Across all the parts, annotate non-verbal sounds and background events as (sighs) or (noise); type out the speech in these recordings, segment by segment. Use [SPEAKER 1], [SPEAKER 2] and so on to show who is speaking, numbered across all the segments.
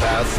[SPEAKER 1] path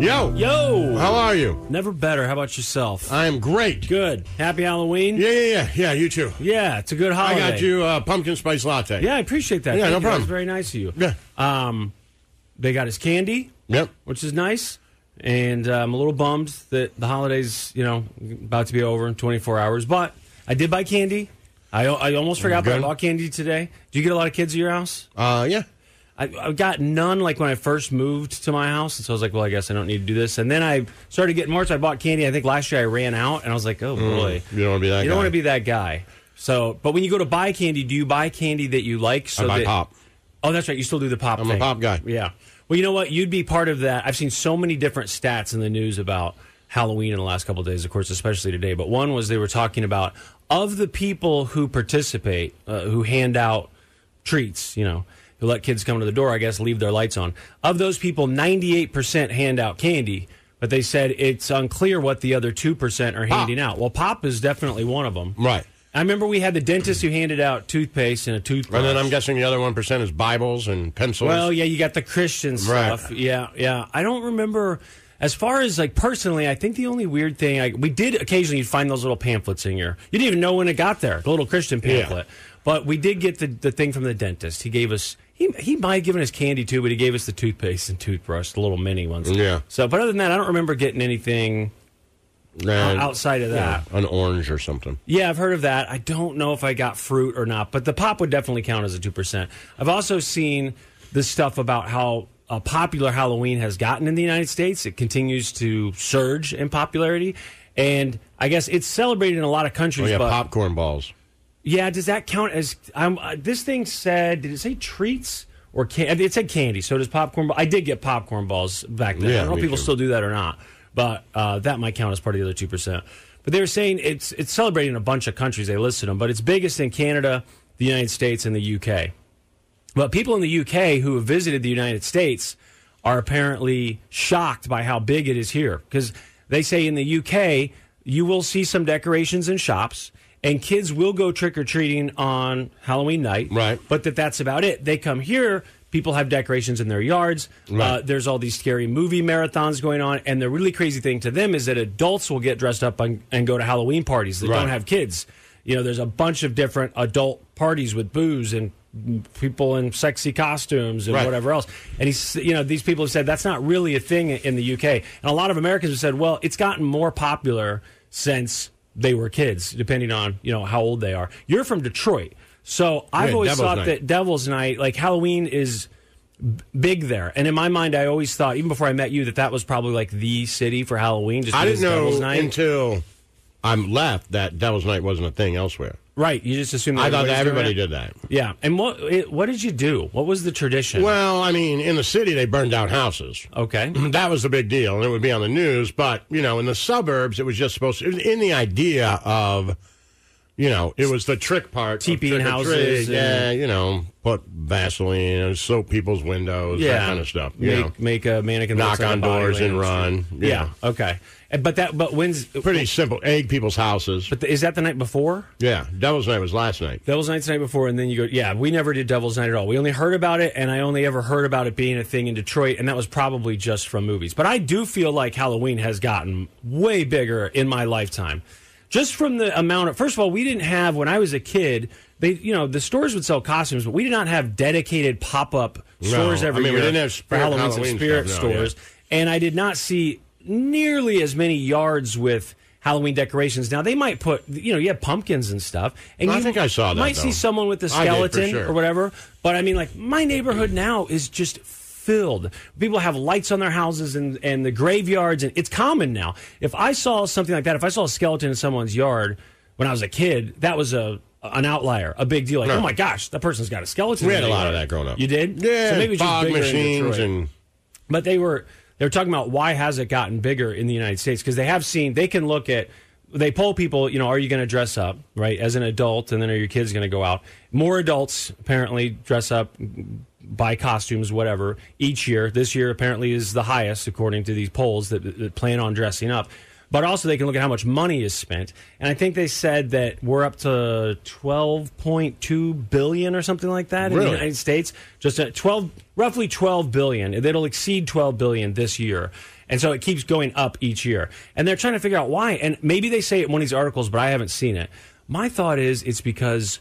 [SPEAKER 2] Yo,
[SPEAKER 3] Yo!
[SPEAKER 2] how are you?
[SPEAKER 3] Never better. How about yourself?
[SPEAKER 2] I am great.
[SPEAKER 3] Good. Happy Halloween.
[SPEAKER 2] Yeah, yeah, yeah, yeah. You too.
[SPEAKER 3] Yeah, it's a good
[SPEAKER 2] I
[SPEAKER 3] holiday.
[SPEAKER 2] got you uh, pumpkin spice latte.
[SPEAKER 3] Yeah, I appreciate that.
[SPEAKER 2] Yeah,
[SPEAKER 3] Thank
[SPEAKER 2] no
[SPEAKER 3] you.
[SPEAKER 2] problem.
[SPEAKER 3] That's very nice of you.
[SPEAKER 2] Yeah.
[SPEAKER 3] Um, they got his candy,
[SPEAKER 2] Yep.
[SPEAKER 3] which is nice, and uh, I'm a little bummed that the holidays, you know, about to be over in 24 hours. But I did buy candy. I, I almost forgot, but I
[SPEAKER 2] Good.
[SPEAKER 3] bought candy today. Do you get a lot of kids at your house?
[SPEAKER 2] Uh, yeah.
[SPEAKER 3] I, I got none like when I first moved to my house, and so I was like, "Well, I guess I don't need to do this." And then I started getting more, so I bought candy. I think last year I ran out, and I was like, "Oh boy,
[SPEAKER 2] Mm, You don't want to be that.
[SPEAKER 3] you
[SPEAKER 2] guy.
[SPEAKER 3] don't want to be that guy." So, but when you go to buy candy, do you buy candy that you like? So
[SPEAKER 2] I buy
[SPEAKER 3] that,
[SPEAKER 2] pop.
[SPEAKER 3] Oh, that's right. You still do the pop.
[SPEAKER 2] I'm a
[SPEAKER 3] thing.
[SPEAKER 2] pop guy.
[SPEAKER 3] Yeah. Well, you know what? You'd be part of that. I've seen so many different stats in the news about Halloween in the last couple of days, of course, especially today. But one was they were talking about of the people who participate, uh, who hand out treats, you know, who let kids come to the door, I guess, leave their lights on. Of those people, 98% hand out candy. But they said it's unclear what the other 2% are handing out. Well, pop is definitely one of them.
[SPEAKER 2] Right.
[SPEAKER 3] I remember we had the dentist who handed out toothpaste and a toothbrush.
[SPEAKER 2] And then I'm guessing the other one percent is Bibles and pencils.
[SPEAKER 3] Well, yeah, you got the Christian
[SPEAKER 2] Right.
[SPEAKER 3] stuff. Yeah, yeah. I don't remember. As far as like personally, I think the only weird thing I, we did occasionally you'd find those little pamphlets in here. You didn't even know when it got there, the little Christian pamphlet. But we did get the, the thing from the dentist. He gave us he he might have given us candy too, but he gave us the toothpaste and toothbrush, the little mini ones.
[SPEAKER 2] Yeah.
[SPEAKER 3] So, but other than that, I don't remember getting anything
[SPEAKER 2] And-
[SPEAKER 3] outside of that.
[SPEAKER 2] yeah, an orange or something. Oh,
[SPEAKER 3] Yeah, I've heard of that. I don't know if I got fruit or not, but the pop would definitely count as a 2%. I've also seen this stuff about how uh, popular Halloween has gotten in the United States. It continues to surge in popularity. And I guess it's celebrated in a lot of countries.
[SPEAKER 2] Oh yeah,
[SPEAKER 3] but
[SPEAKER 2] popcorn balls.
[SPEAKER 3] yeah, does that count as. I'm, uh, this thing said, did it say treats? Or can- it said candy, so does popcorn. Ball. I did get popcorn balls back then.
[SPEAKER 2] Yeah,
[SPEAKER 3] I don't know
[SPEAKER 2] me
[SPEAKER 3] if people
[SPEAKER 2] too.
[SPEAKER 3] still do that or not, but uh, that might count as part of the other two percent. But they were saying it's it's celebrating in a bunch of countries. They listed them, but it's biggest in Canada, the United States, and the UK. But people in the UK who have visited the United States are apparently shocked by how big it is here because they say in the UK you will see some decorations in shops and kids will go trick or treating on Halloween night.
[SPEAKER 2] Right.
[SPEAKER 3] But that that's about it. They come here, people have decorations in their yards. Uh,
[SPEAKER 2] Right.
[SPEAKER 3] there's all these scary movie marathons going on and the really crazy thing to them is that adults will get dressed up and, and go to Halloween parties that
[SPEAKER 2] Right.
[SPEAKER 3] don't have kids. You know, there's a bunch of different adult parties with booze and people in sexy costumes and
[SPEAKER 2] Right.
[SPEAKER 3] whatever else. And he's, you know, these people have said that's not really a thing in the UK. And a lot of Americans have said, well, it's gotten more popular since they were kids, depending on you know how old they are. You're from Detroit, so I've
[SPEAKER 2] Yeah,
[SPEAKER 3] always
[SPEAKER 2] Devil's
[SPEAKER 3] thought
[SPEAKER 2] Night.
[SPEAKER 3] that Devil's Night, like Halloween, is b- big there. And in my mind, I always thought, even before I met you, that that was probably like the city for Halloween. Just
[SPEAKER 2] I
[SPEAKER 3] because
[SPEAKER 2] didn't know
[SPEAKER 3] Devil's Night.
[SPEAKER 2] until I'm left that Devil's Night wasn't a thing elsewhere.
[SPEAKER 3] Right, you just assumed.
[SPEAKER 2] I thought that
[SPEAKER 3] everybody's
[SPEAKER 2] everybody
[SPEAKER 3] doing
[SPEAKER 2] did that.
[SPEAKER 3] it? Yeah, and what it, what did you do? What was the tradition?
[SPEAKER 2] Well, I mean, in the city they burned down houses.
[SPEAKER 3] okay,
[SPEAKER 2] (clears throat) that was the big deal, and it would be on the news. But you know, in the suburbs, it was just supposed to. it was In the idea of, you know, it was the trick part, of
[SPEAKER 3] Teepeeing
[SPEAKER 2] trick or
[SPEAKER 3] houses
[SPEAKER 2] treat.
[SPEAKER 3] and-
[SPEAKER 2] yeah, you know, put Vaseline and soap people's windows, that kind of stuff. You
[SPEAKER 3] make
[SPEAKER 2] know,
[SPEAKER 3] make a mannequin
[SPEAKER 2] knock
[SPEAKER 3] that's like
[SPEAKER 2] on
[SPEAKER 3] a body
[SPEAKER 2] doors
[SPEAKER 3] laying
[SPEAKER 2] and
[SPEAKER 3] on the
[SPEAKER 2] run.
[SPEAKER 3] street.
[SPEAKER 2] you
[SPEAKER 3] Yeah,
[SPEAKER 2] know.
[SPEAKER 3] okay, And- but that but when's
[SPEAKER 2] pretty simple. Egg people's houses.
[SPEAKER 3] but the, is that the night before?
[SPEAKER 2] yeah, Devil's Night was last night.
[SPEAKER 3] Devil's Night's the night before, and then you go. Yeah, we never did Devil's Night at all. We only heard about it, and I only ever heard about it being a thing in Detroit, and that was probably just from movies. But I do feel like Halloween has gotten way bigger in my lifetime, just from the amount of. First of all, we didn't have when I was a kid. They, you know, the stores would sell costumes, but we did not have dedicated pop up stores
[SPEAKER 2] No.
[SPEAKER 3] every
[SPEAKER 2] I mean, we
[SPEAKER 3] year.
[SPEAKER 2] didn't have
[SPEAKER 3] for
[SPEAKER 2] spirit
[SPEAKER 3] Halloween's
[SPEAKER 2] Halloween
[SPEAKER 3] and spirit
[SPEAKER 2] stuff, no, yeah.
[SPEAKER 3] stores and I did not see nearly as many yards with Halloween decorations. Now they might put, you know, you have pumpkins and stuff, and
[SPEAKER 2] I
[SPEAKER 3] you
[SPEAKER 2] think I saw that,
[SPEAKER 3] Might see
[SPEAKER 2] though.
[SPEAKER 3] someone with a
[SPEAKER 2] I did, for
[SPEAKER 3] skeleton
[SPEAKER 2] sure.
[SPEAKER 3] or whatever, but I mean, like my neighborhood now is just filled. People have lights on their houses and, and the graveyards, and it's common now. If I saw something like that, if I saw a skeleton in someone's yard when I was a kid, that was a an outlier, a big deal. Like,
[SPEAKER 2] No.
[SPEAKER 3] oh my gosh, that person's got a skeleton.
[SPEAKER 2] We
[SPEAKER 3] in
[SPEAKER 2] had a
[SPEAKER 3] their
[SPEAKER 2] lot of
[SPEAKER 3] yard.
[SPEAKER 2] that growing up.
[SPEAKER 3] You did,
[SPEAKER 2] Yeah,
[SPEAKER 3] So maybe it's just
[SPEAKER 2] fog
[SPEAKER 3] bigger in
[SPEAKER 2] machines
[SPEAKER 3] Detroit.
[SPEAKER 2] and
[SPEAKER 3] But they were they were talking about why has it gotten bigger in the United States because they have seen they can look at they poll people you know are you going to dress up right as an adult and then are your kids going to go out more adults apparently dress up buy costumes whatever each year this year apparently is the highest according to these polls that, that plan on dressing up but also they can look at how much money is spent and i think they said that we're up to 12.2 billion or something like that in
[SPEAKER 2] Really?
[SPEAKER 3] the united states just at 12 roughly 12 billion it'll exceed 12 billion this year and so it keeps going up each year and they're trying to figure out why and maybe they say it in one of these articles but i haven't seen it my thought is it's because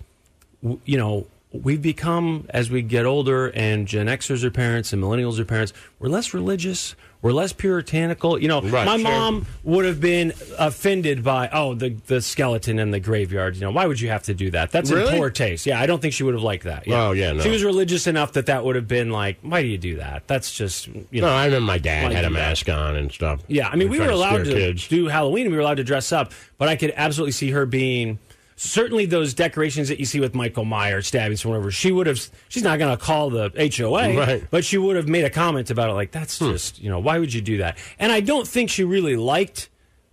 [SPEAKER 3] w- you know we've become as we get older and gen xers are parents and millennials are parents we're less religious we're less puritanical you know
[SPEAKER 2] Right,
[SPEAKER 3] my
[SPEAKER 2] sure.
[SPEAKER 3] mom would have been offended by oh the the skeleton in the graveyard. You know why would you have to do that? That's
[SPEAKER 2] Really?
[SPEAKER 3] in poor taste. Yeah, I don't think she would have liked that. Yeah.
[SPEAKER 2] Oh, yeah, no.
[SPEAKER 3] She was religious enough that that would have been like, why do you do that? That's just you know.
[SPEAKER 2] no, I remember my dad
[SPEAKER 3] Like
[SPEAKER 2] had a
[SPEAKER 3] that.
[SPEAKER 2] mask on and stuff.
[SPEAKER 3] Yeah, I mean, we
[SPEAKER 2] Trying
[SPEAKER 3] were
[SPEAKER 2] to
[SPEAKER 3] allowed
[SPEAKER 2] scare
[SPEAKER 3] to
[SPEAKER 2] kids.
[SPEAKER 3] do Halloween. We were allowed to dress up, but I could absolutely see her being certainly those decorations that you see with Michael Myers stabbing someone over. She would have. She's not going to call the HOA,
[SPEAKER 2] Right. Hmm.
[SPEAKER 3] But she would have made a comment about it, like that's just you know why would you do that? And I don't think she really liked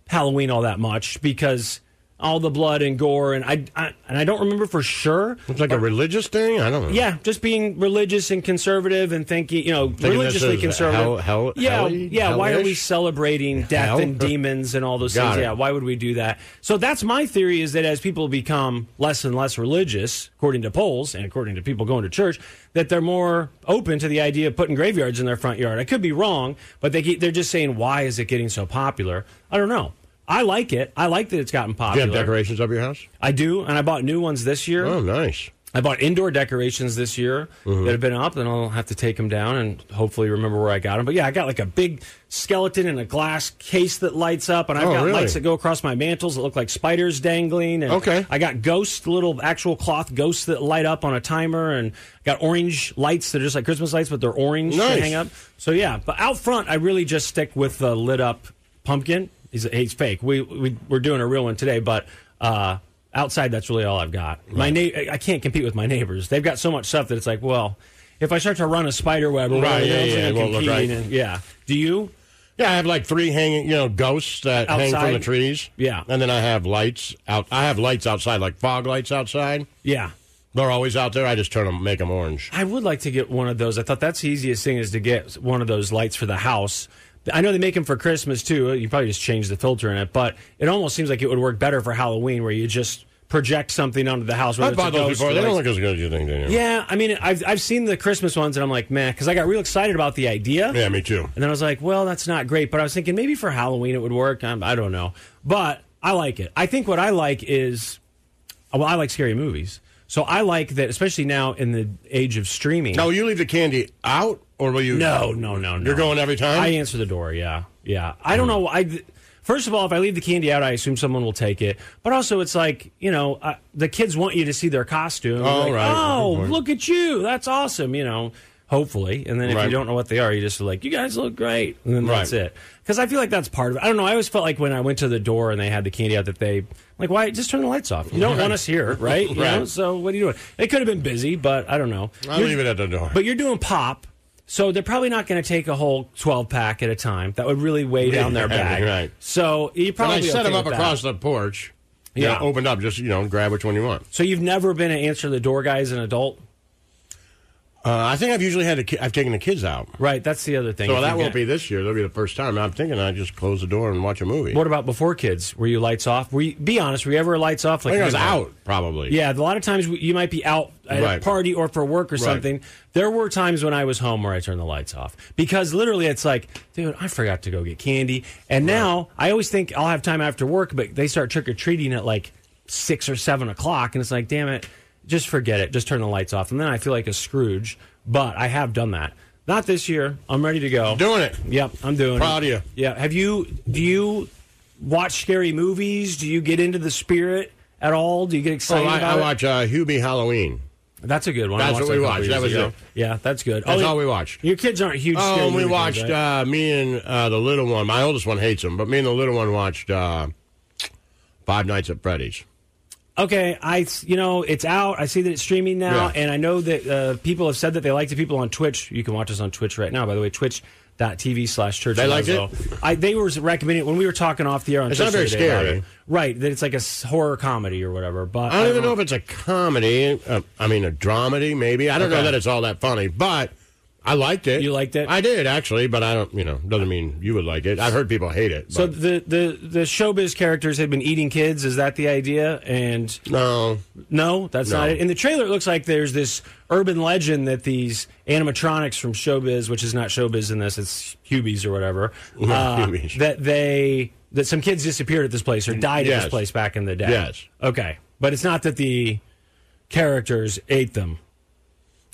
[SPEAKER 3] Halloween all that much because all the blood and gore and I, I and I don't remember for sure.
[SPEAKER 2] It's like a religious thing. I don't know.
[SPEAKER 3] Yeah, just being religious and conservative and thinking, you know,
[SPEAKER 2] Thinking
[SPEAKER 3] religiously
[SPEAKER 2] this is hell-
[SPEAKER 3] conservative.
[SPEAKER 2] hell-
[SPEAKER 3] yeah,
[SPEAKER 2] helly-
[SPEAKER 3] yeah. Why are we
[SPEAKER 2] hellish?
[SPEAKER 3] celebrating death
[SPEAKER 2] Hell? (laughs)
[SPEAKER 3] and demons and all those
[SPEAKER 2] Got
[SPEAKER 3] things?
[SPEAKER 2] it.
[SPEAKER 3] Yeah, why would we do that? So that's my theory: is that as people become less and less religious, according to polls and according to people going to church, that they're more open to the idea of putting graveyards in their front yard. I could be wrong, but they keep, they're just saying, why is it getting so popular? I don't know. I like it. I like that it's gotten
[SPEAKER 2] Do you
[SPEAKER 3] popular.
[SPEAKER 2] have decorations up your house?
[SPEAKER 3] I do, and I bought new ones this year.
[SPEAKER 2] Oh, nice.
[SPEAKER 3] I bought indoor decorations this year
[SPEAKER 2] Mm-hmm.
[SPEAKER 3] that have been up, and I'll have to take them down and hopefully remember where I got them. But yeah, I got like a big skeleton in a glass case that lights up, and I've
[SPEAKER 2] Oh,
[SPEAKER 3] got
[SPEAKER 2] really?
[SPEAKER 3] lights that go across my mantles that look like spiders dangling. And
[SPEAKER 2] Okay.
[SPEAKER 3] I got ghost little actual cloth ghosts that light up on a timer, and got orange lights that are just like Christmas lights, but they're orange
[SPEAKER 2] Nice.
[SPEAKER 3] to hang up. So yeah, but out front, I really just stick with the lit up pumpkin. He's, he's fake. We, we we're doing a real one today, but uh, outside, that's really all I've got. My na- I can't compete with my neighbors. They've got so much stuff that it's like, well, if I start to run a spider web, or
[SPEAKER 2] Right,
[SPEAKER 3] whatever,
[SPEAKER 2] yeah,
[SPEAKER 3] those are
[SPEAKER 2] yeah, it
[SPEAKER 3] gonna
[SPEAKER 2] won't look
[SPEAKER 3] compete
[SPEAKER 2] right.
[SPEAKER 3] and- yeah. Do you?
[SPEAKER 2] Yeah, I have like three hanging, you know, ghosts that hang from
[SPEAKER 3] Outside?
[SPEAKER 2] the trees.
[SPEAKER 3] Yeah.
[SPEAKER 2] and then I have lights out. I have lights outside, like fog lights outside.
[SPEAKER 3] Yeah.
[SPEAKER 2] They're always out there. I just turn them, make them orange.
[SPEAKER 3] I would like to get one of those. I thought that's the easiest thing is to get one of those lights for the house. I know they make them for Christmas too. You probably just change the filter in it, but it almost seems like it would work better for Halloween, where you just project something onto the house.
[SPEAKER 2] I
[SPEAKER 3] whether it's a
[SPEAKER 2] bought those
[SPEAKER 3] ghost
[SPEAKER 2] before.
[SPEAKER 3] or
[SPEAKER 2] They don't
[SPEAKER 3] lights.
[SPEAKER 2] look as good as you think they do.
[SPEAKER 3] Yeah, I mean, I've I've seen the Christmas ones, and I'm like, man, because I got real excited about the idea.
[SPEAKER 2] yeah, me too.
[SPEAKER 3] And then I was like, well, that's not great. But I was thinking maybe for Halloween it would work. I'm, I don't know. But I like it. I think what I like is, well, I like scary movies. So I like that, especially now in the age of streaming.
[SPEAKER 2] Now, will you leave the candy out, or will you?
[SPEAKER 3] No, no, no, no.
[SPEAKER 2] You're going Mm. every time.
[SPEAKER 3] I answer the door. Yeah, yeah. I don't know. I first of all, if I leave the candy out, I assume someone will take it. But also, it's like you know, uh, the kids want you to see their costume.
[SPEAKER 2] Oh,
[SPEAKER 3] Like,
[SPEAKER 2] right. Good
[SPEAKER 3] Oh,
[SPEAKER 2] point.
[SPEAKER 3] look at you! That's awesome. You know, hopefully. And then if
[SPEAKER 2] Right.
[SPEAKER 3] you don't know what they are, you just are like, you guys look great, and then that's
[SPEAKER 2] Right.
[SPEAKER 3] it. Because I feel like that's part of it. I don't know. I always felt like when I went to the door and they had the candy out that they like, why just turn the lights off? You don't want us here,
[SPEAKER 2] (laughs)
[SPEAKER 3] right? You
[SPEAKER 2] Right.
[SPEAKER 3] know? So what are you doing? It could have been busy, but I don't know.
[SPEAKER 2] I
[SPEAKER 3] You're-
[SPEAKER 2] leave it at the door.
[SPEAKER 3] but you're doing pop, so they're probably not going to take a whole 12 pack at a time. That would really weigh down
[SPEAKER 2] (laughs)
[SPEAKER 3] their
[SPEAKER 2] Right,
[SPEAKER 3] bag.
[SPEAKER 2] right.
[SPEAKER 3] So you
[SPEAKER 2] and
[SPEAKER 3] probably
[SPEAKER 2] I set
[SPEAKER 3] okay
[SPEAKER 2] them up
[SPEAKER 3] with that.
[SPEAKER 2] across the porch. you
[SPEAKER 3] Yeah.
[SPEAKER 2] know, opened up. Just you know, grab which one you want.
[SPEAKER 3] So you've never been an answer the door guy as an adult,
[SPEAKER 2] Uh, I think I've usually had. A ki- I've taken the kids out.
[SPEAKER 3] right? That's the other thing.
[SPEAKER 2] So
[SPEAKER 3] If
[SPEAKER 2] that
[SPEAKER 3] you
[SPEAKER 2] won't
[SPEAKER 3] get-
[SPEAKER 2] be this year. That'll be the first time. I'm thinking I just close the door and watch a movie.
[SPEAKER 3] What about before kids? Were you lights off? Were you, be honest. Were you ever lights off?
[SPEAKER 2] I
[SPEAKER 3] Like
[SPEAKER 2] think I was out probably.
[SPEAKER 3] Yeah, a lot of times you might be out at
[SPEAKER 2] Right.
[SPEAKER 3] a party or for work or
[SPEAKER 2] Right.
[SPEAKER 3] something. There were times when I was home where I turned the lights off because literally it's like, dude, I forgot to go get candy. And now I always think I'll have time after work, but they start trick or treating at like six or seven o'clock. And it's like, damn it, just forget it. Just turn the lights off. And then I feel like a Scrooge, but I have done that. Not this year. I'm ready to go.
[SPEAKER 2] doing it.
[SPEAKER 3] Yep, I'm doing
[SPEAKER 2] Proud of
[SPEAKER 3] it. you. Yeah. Have you do you watch scary movies? Do you get into the spirit at all? Do you get
[SPEAKER 2] Oh,
[SPEAKER 3] excited
[SPEAKER 2] I,
[SPEAKER 3] about
[SPEAKER 2] I
[SPEAKER 3] it?
[SPEAKER 2] watch uh, Hubie Halloween.
[SPEAKER 3] That's a good one. I
[SPEAKER 2] That's
[SPEAKER 3] watched
[SPEAKER 2] what we
[SPEAKER 3] a couple
[SPEAKER 2] watched.
[SPEAKER 3] years
[SPEAKER 2] That was
[SPEAKER 3] ago.
[SPEAKER 2] it.
[SPEAKER 3] Yeah, that's good.
[SPEAKER 2] That's
[SPEAKER 3] oh,
[SPEAKER 2] all we watched.
[SPEAKER 3] Your kids aren't huge.
[SPEAKER 2] Oh,
[SPEAKER 3] scary
[SPEAKER 2] and we
[SPEAKER 3] movie fans,
[SPEAKER 2] watched
[SPEAKER 3] right?
[SPEAKER 2] uh, me and uh, the little one. My oldest one hates him, but me and the little one watched uh, Five Nights at Freddy's.
[SPEAKER 3] okay, I you know it's out. I see that it's streaming now,
[SPEAKER 2] Yeah.
[SPEAKER 3] and I know that uh, people have said that they like the people on Twitch. You can watch us on Twitch right now, by the way. Twitch. Dot TV slash church.
[SPEAKER 2] They liked
[SPEAKER 3] Lazo. I, they were recommending it when we were talking off the air on
[SPEAKER 2] It's
[SPEAKER 3] Twitch
[SPEAKER 2] not very
[SPEAKER 3] the other day about
[SPEAKER 2] scary.
[SPEAKER 3] it. Right, that it's like a s- horror comedy or whatever. But
[SPEAKER 2] I don't even know
[SPEAKER 3] know
[SPEAKER 2] if it's a comedy. Uh, I mean, a dramedy, maybe. I don't know
[SPEAKER 3] Okay.
[SPEAKER 2] that it's all that funny, but I liked it.
[SPEAKER 3] You liked it?
[SPEAKER 2] I did actually, but I don't. You know, doesn't mean you would like it. I've heard people hate it.
[SPEAKER 3] So
[SPEAKER 2] but-
[SPEAKER 3] the, the the showbiz characters have been eating kids. Is that the idea? And
[SPEAKER 2] no,
[SPEAKER 3] no, that's
[SPEAKER 2] No.
[SPEAKER 3] not it. In the trailer, it looks like there's this urban legend that these animatronics from showbiz, which is not showbiz in this, it's Hubies
[SPEAKER 2] (laughs)
[SPEAKER 3] or whatever, uh,
[SPEAKER 2] Hubies.
[SPEAKER 3] that they that some kids disappeared at this place or died at
[SPEAKER 2] Yes.
[SPEAKER 3] this place back in the day.
[SPEAKER 2] Yes.
[SPEAKER 3] Okay, but it's not that the characters ate them.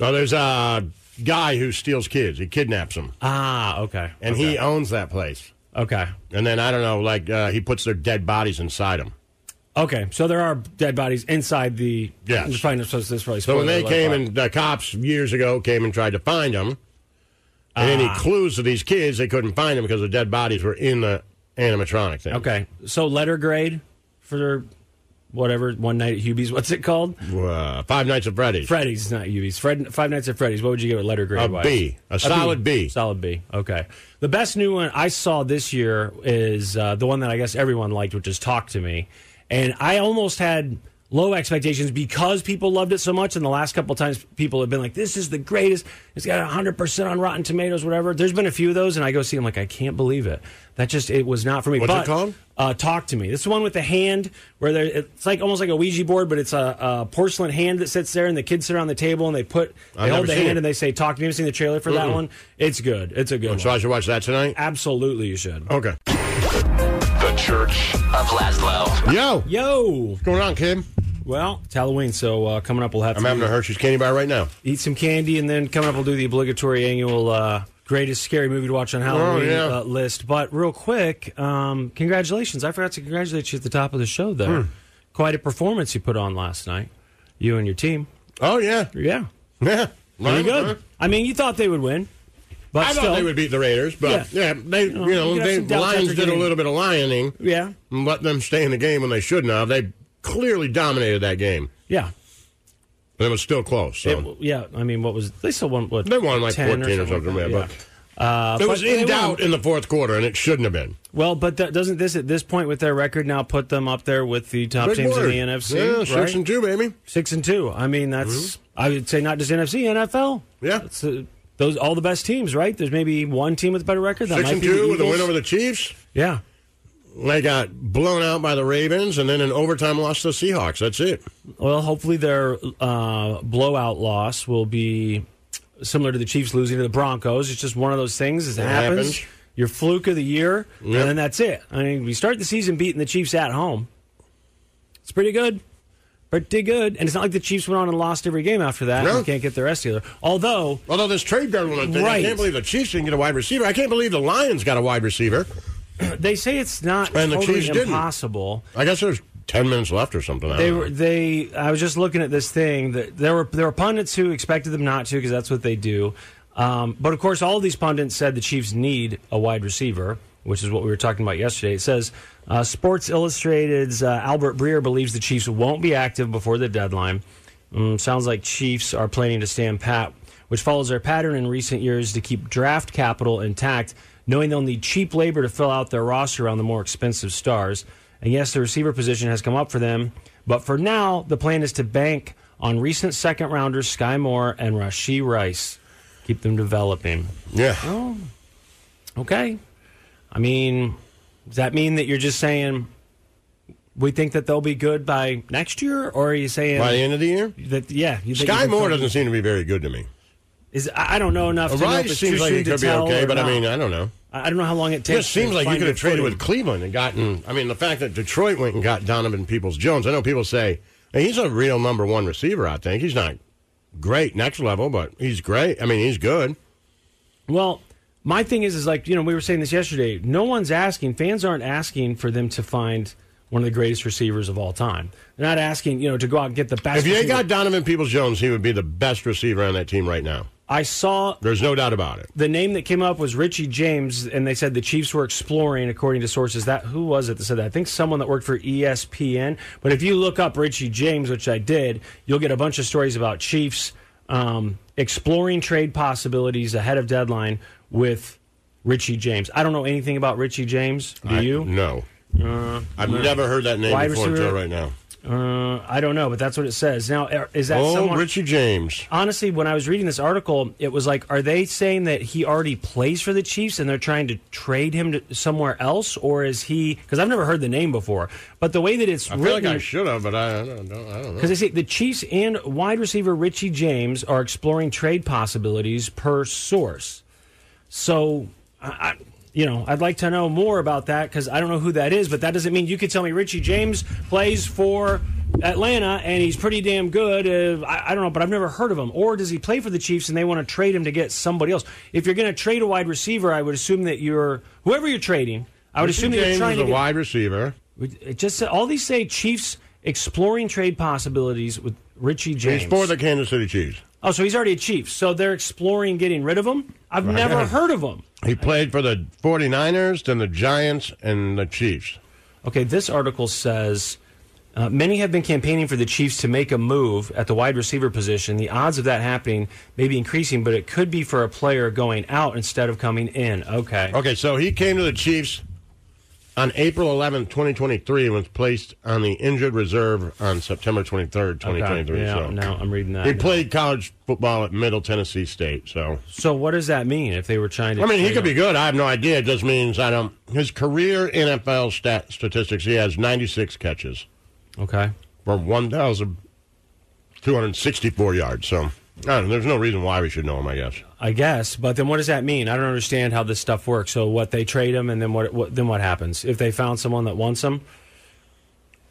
[SPEAKER 2] no. Oh, There's a guy who steals kids. He kidnaps them,
[SPEAKER 3] Ah, okay,
[SPEAKER 2] and he owns that place.
[SPEAKER 3] okay.
[SPEAKER 2] And then I don't know, like uh, he puts their dead bodies inside him.
[SPEAKER 3] Okay, so there are dead bodies inside the.
[SPEAKER 2] Yes.
[SPEAKER 3] Just find- so this probably
[SPEAKER 2] So when
[SPEAKER 3] spoiler
[SPEAKER 2] they
[SPEAKER 3] alert,
[SPEAKER 2] came
[SPEAKER 3] but-
[SPEAKER 2] and the cops years ago came and tried to find them, and
[SPEAKER 3] Ah.
[SPEAKER 2] any clues to these kids, they couldn't find them because the dead bodies were in the animatronic thing.
[SPEAKER 3] Okay. So letter grade for whatever one night at Hubie's. (laughs) What's it called?
[SPEAKER 2] Uh, Five Nights at Freddy's.
[SPEAKER 3] Freddy's, not Hubie's. Fred, Five Nights at Freddy's. What would you give it letter grade?
[SPEAKER 2] A
[SPEAKER 3] wise?
[SPEAKER 2] B. A solid B.
[SPEAKER 3] Solid B. Okay. The best new one I saw this year is uh, the one that I guess everyone liked, which is Talk to Me. And I almost had low expectations because people loved it so much. And the last couple times people have been like, this is the greatest. It's got 100% on Rotten Tomatoes, whatever. There's been a few of those. And I go see them like, I can't believe it. That just, it was not for me.
[SPEAKER 2] What's it
[SPEAKER 3] But,
[SPEAKER 2] called?
[SPEAKER 3] Uh, Talk to Me. This is the one with the hand where there, it's like almost like a Ouija board, but it's a, a porcelain hand that sits there and the kids sit around the table and they put, they
[SPEAKER 2] I've never
[SPEAKER 3] hold the
[SPEAKER 2] seen
[SPEAKER 3] hand
[SPEAKER 2] it.
[SPEAKER 3] and they say, talk to me. Have you seen the trailer for that one? It's good. It's a good
[SPEAKER 2] So
[SPEAKER 3] one.
[SPEAKER 2] I should watch that tonight?
[SPEAKER 3] Absolutely, you should.
[SPEAKER 2] Okay.
[SPEAKER 1] The Church
[SPEAKER 4] of Laszlo.
[SPEAKER 2] Yo. What's
[SPEAKER 3] Yo,
[SPEAKER 2] going on, Kim?
[SPEAKER 3] well, it's Halloween, so uh, coming up we'll have
[SPEAKER 2] I'm
[SPEAKER 3] to
[SPEAKER 2] having a Hershey's candy bar right now.
[SPEAKER 3] eat some candy, and then coming up we'll do the obligatory annual uh, greatest scary movie to watch on Halloween
[SPEAKER 2] Oh, yeah.
[SPEAKER 3] uh, list. But real quick, um, congratulations! I forgot to congratulate you at the top of the show. There,
[SPEAKER 2] Hmm.
[SPEAKER 3] quite a performance you put on last night, you and your team.
[SPEAKER 2] Oh, yeah.
[SPEAKER 3] Yeah,
[SPEAKER 2] Yeah.
[SPEAKER 3] pretty
[SPEAKER 2] Mine-
[SPEAKER 3] good. I mean, you thought they would win, but
[SPEAKER 2] I
[SPEAKER 3] still,
[SPEAKER 2] thought they would beat the Raiders, but yeah,
[SPEAKER 3] Yeah.
[SPEAKER 2] they you
[SPEAKER 3] you
[SPEAKER 2] know
[SPEAKER 3] could have
[SPEAKER 2] they,
[SPEAKER 3] some
[SPEAKER 2] the
[SPEAKER 3] doubts
[SPEAKER 2] Lions
[SPEAKER 3] after
[SPEAKER 2] did a
[SPEAKER 3] getting-
[SPEAKER 2] little bit of lioning
[SPEAKER 3] yeah,
[SPEAKER 2] and let them stay in the game when they shouldn't have. They clearly dominated that game,
[SPEAKER 3] yeah.
[SPEAKER 2] but it was still close. So.
[SPEAKER 3] It w- yeah, I mean, what was they still won? What
[SPEAKER 2] They won like
[SPEAKER 3] 10
[SPEAKER 2] 14 or something,
[SPEAKER 3] like
[SPEAKER 2] yeah,
[SPEAKER 3] that, yeah. Uh,
[SPEAKER 2] It
[SPEAKER 3] but
[SPEAKER 2] was
[SPEAKER 3] they
[SPEAKER 2] in
[SPEAKER 3] won.
[SPEAKER 2] doubt in the fourth quarter, and it shouldn't have been.
[SPEAKER 3] Well, but that, doesn't this at this point with their record now put them up there with the top
[SPEAKER 2] Big
[SPEAKER 3] teams
[SPEAKER 2] word.
[SPEAKER 3] in the NFC?
[SPEAKER 2] Yeah,
[SPEAKER 3] right?
[SPEAKER 2] six and Mm-hmm. two, baby.
[SPEAKER 3] Six and two. I mean, that's I would say not just NFC, NFL.
[SPEAKER 2] Yeah.
[SPEAKER 3] That's, uh, those all the best teams, right? There's maybe one team with a better record. That
[SPEAKER 2] Six
[SPEAKER 3] might
[SPEAKER 2] and
[SPEAKER 3] be the
[SPEAKER 2] two with a win
[SPEAKER 3] Eagles.
[SPEAKER 2] over the Chiefs.
[SPEAKER 3] Yeah,
[SPEAKER 2] They got blown out by the Ravens, and then an overtime loss to the Seahawks. That's it.
[SPEAKER 3] Well, hopefully their uh, blowout loss will be similar to the Chiefs losing to the Broncos. It's just one of those things. It happens.
[SPEAKER 2] happens.
[SPEAKER 3] Your fluke of the year,
[SPEAKER 2] Yep.
[SPEAKER 3] and then that's it. I mean, we start the season beating the Chiefs at home. It's pretty good. Pretty good. And it's not like the Chiefs went on and lost every game after that
[SPEAKER 2] No.
[SPEAKER 3] and can't get their rest together. Although,
[SPEAKER 2] Although this trade deadline thing, I
[SPEAKER 3] Right.
[SPEAKER 2] can't believe the Chiefs didn't get a wide receiver. I can't believe the Lions got a wide receiver.
[SPEAKER 3] they say it's not
[SPEAKER 2] And the
[SPEAKER 3] totally
[SPEAKER 2] Chiefs didn't.
[SPEAKER 3] impossible.
[SPEAKER 2] I guess there's ten minutes left or something. I
[SPEAKER 3] They
[SPEAKER 2] don't
[SPEAKER 3] were
[SPEAKER 2] know.
[SPEAKER 3] they. I was just looking at this thing that there were there were pundits who expected them not to because that's what they do. Um, but of course, all these pundits said the Chiefs need a wide receiver, which is what we were talking about yesterday. It says uh, Sports Illustrated's uh, Albert Breer believes the Chiefs won't be active before the deadline. Mm, sounds like Chiefs are planning to stand pat, which follows their pattern in recent years to keep draft capital intact, knowing they'll need cheap labor to fill out their roster around the more expensive stars. And yes, the receiver position has come up for them, but for now, the plan is to bank on recent second rounders Sky Moore and Rasheed Rice. Keep them developing.
[SPEAKER 2] yeah.
[SPEAKER 3] Oh. Okay. I mean, does that mean that you're just saying we think that they'll be good by next year, or are you saying
[SPEAKER 2] By the end of the year,
[SPEAKER 3] that yeah? You think you
[SPEAKER 2] Sky
[SPEAKER 3] can
[SPEAKER 2] Moore
[SPEAKER 3] fill-
[SPEAKER 2] doesn't seem to be very good to me.
[SPEAKER 3] Is I I don't know enough. to know if
[SPEAKER 2] Rice
[SPEAKER 3] it's
[SPEAKER 2] seems
[SPEAKER 3] too
[SPEAKER 2] like
[SPEAKER 3] soon
[SPEAKER 2] it
[SPEAKER 3] to
[SPEAKER 2] could be
[SPEAKER 3] tell
[SPEAKER 2] okay,
[SPEAKER 3] or
[SPEAKER 2] but I
[SPEAKER 3] not.
[SPEAKER 2] mean, I don't know.
[SPEAKER 3] I I don't know how long it
[SPEAKER 2] It
[SPEAKER 3] takes.
[SPEAKER 2] just seems
[SPEAKER 3] to
[SPEAKER 2] like you
[SPEAKER 3] find
[SPEAKER 2] could have
[SPEAKER 3] their
[SPEAKER 2] traded
[SPEAKER 3] footing.
[SPEAKER 2] with Cleveland and gotten. I mean, the fact that Detroit went and got Donovan Peoples Jones. I know people say hey, he's a real number one receiver. I think he's not great next level, but he's great. I mean, he's good.
[SPEAKER 3] Well, my thing is, is like you know, we were saying this yesterday. No one's asking. Fans aren't asking for them to find one of the greatest receivers of all time. They're not asking, you know, to go out and get the best.
[SPEAKER 2] If you ain't
[SPEAKER 3] receiver.
[SPEAKER 2] got Donovan Peoples Jones, he would be the best receiver on that team right now.
[SPEAKER 3] I saw
[SPEAKER 2] There's no doubt about it.
[SPEAKER 3] the name that came up was Richie James, and they said the Chiefs were exploring, according to sources, that who was it that said that? I think someone that worked for E ESPN. But if you look up Richie James, which I did, you'll get a bunch of stories about Chiefs um, exploring trade possibilities ahead of deadline with Richie James. I don't know anything about Richie James. Do
[SPEAKER 2] I-
[SPEAKER 3] you?
[SPEAKER 2] No. I've never heard that name
[SPEAKER 3] Wide
[SPEAKER 2] before until
[SPEAKER 3] receiver?
[SPEAKER 2] right now.
[SPEAKER 3] Uh, I don't know, but that's what it says. Now, er, is that
[SPEAKER 2] Oh,
[SPEAKER 3] someone?
[SPEAKER 2] Richie James.
[SPEAKER 3] honestly, when I was reading this article, it was like, are they saying that he already plays for the Chiefs and they're trying to trade him to somewhere else, or is he? Because I've never heard the name before, but the way that it's
[SPEAKER 2] I feel like
[SPEAKER 3] written.
[SPEAKER 2] I should have, but I, I, don't, I don't know.
[SPEAKER 3] because they say the Chiefs and wide receiver Richie James are exploring trade possibilities per source. So, I, I, you know, I'd like to know more about that because I don't know who that is, but that doesn't mean you could tell me Richie James plays for Atlanta and he's pretty damn good. Uh, I, I don't know, but I've never heard of him. Or does he play for the Chiefs and they want to trade him to get somebody else? If you're going to trade a wide receiver, I would assume that you're whoever you're trading. I would
[SPEAKER 2] Richie
[SPEAKER 3] assume that you're
[SPEAKER 2] James
[SPEAKER 3] trying
[SPEAKER 2] is
[SPEAKER 3] to
[SPEAKER 2] a
[SPEAKER 3] get
[SPEAKER 2] wide receiver.
[SPEAKER 3] it just said- all these say Chiefs exploring trade possibilities with Richie James.
[SPEAKER 2] He's for the Kansas City Chiefs.
[SPEAKER 3] oh, so he's already a Chief. So they're exploring getting rid of him. I've never heard of him.
[SPEAKER 2] He played for the 49ers, then the Giants, and the Chiefs.
[SPEAKER 3] Okay, this article says uh, many have been campaigning for the Chiefs to make a move at the wide receiver position. The odds of that happening may be increasing, but it could be for a player going out instead of coming in. Okay.
[SPEAKER 2] Okay, so he came to the Chiefs on April 11th, 2023, and was placed on the injured reserve on September 23rd, 2023.
[SPEAKER 3] Yeah,
[SPEAKER 2] so.
[SPEAKER 3] now I'm reading that.
[SPEAKER 2] He
[SPEAKER 3] now.
[SPEAKER 2] played college football at Middle Tennessee State, so
[SPEAKER 3] So what does that mean if they were trying to?
[SPEAKER 2] I mean he
[SPEAKER 3] trade
[SPEAKER 2] could be
[SPEAKER 3] him?
[SPEAKER 2] good. I have no idea. It just means I don't. His career NFL stat statistics: he has 96 catches
[SPEAKER 3] Okay.
[SPEAKER 2] for 1,264 yards. So I don't know, there's no reason why we should know him. I guess
[SPEAKER 3] I guess, but then what does that mean? I don't understand how this stuff works. So what they trade him, and then what, what then what happens if they found someone that wants him?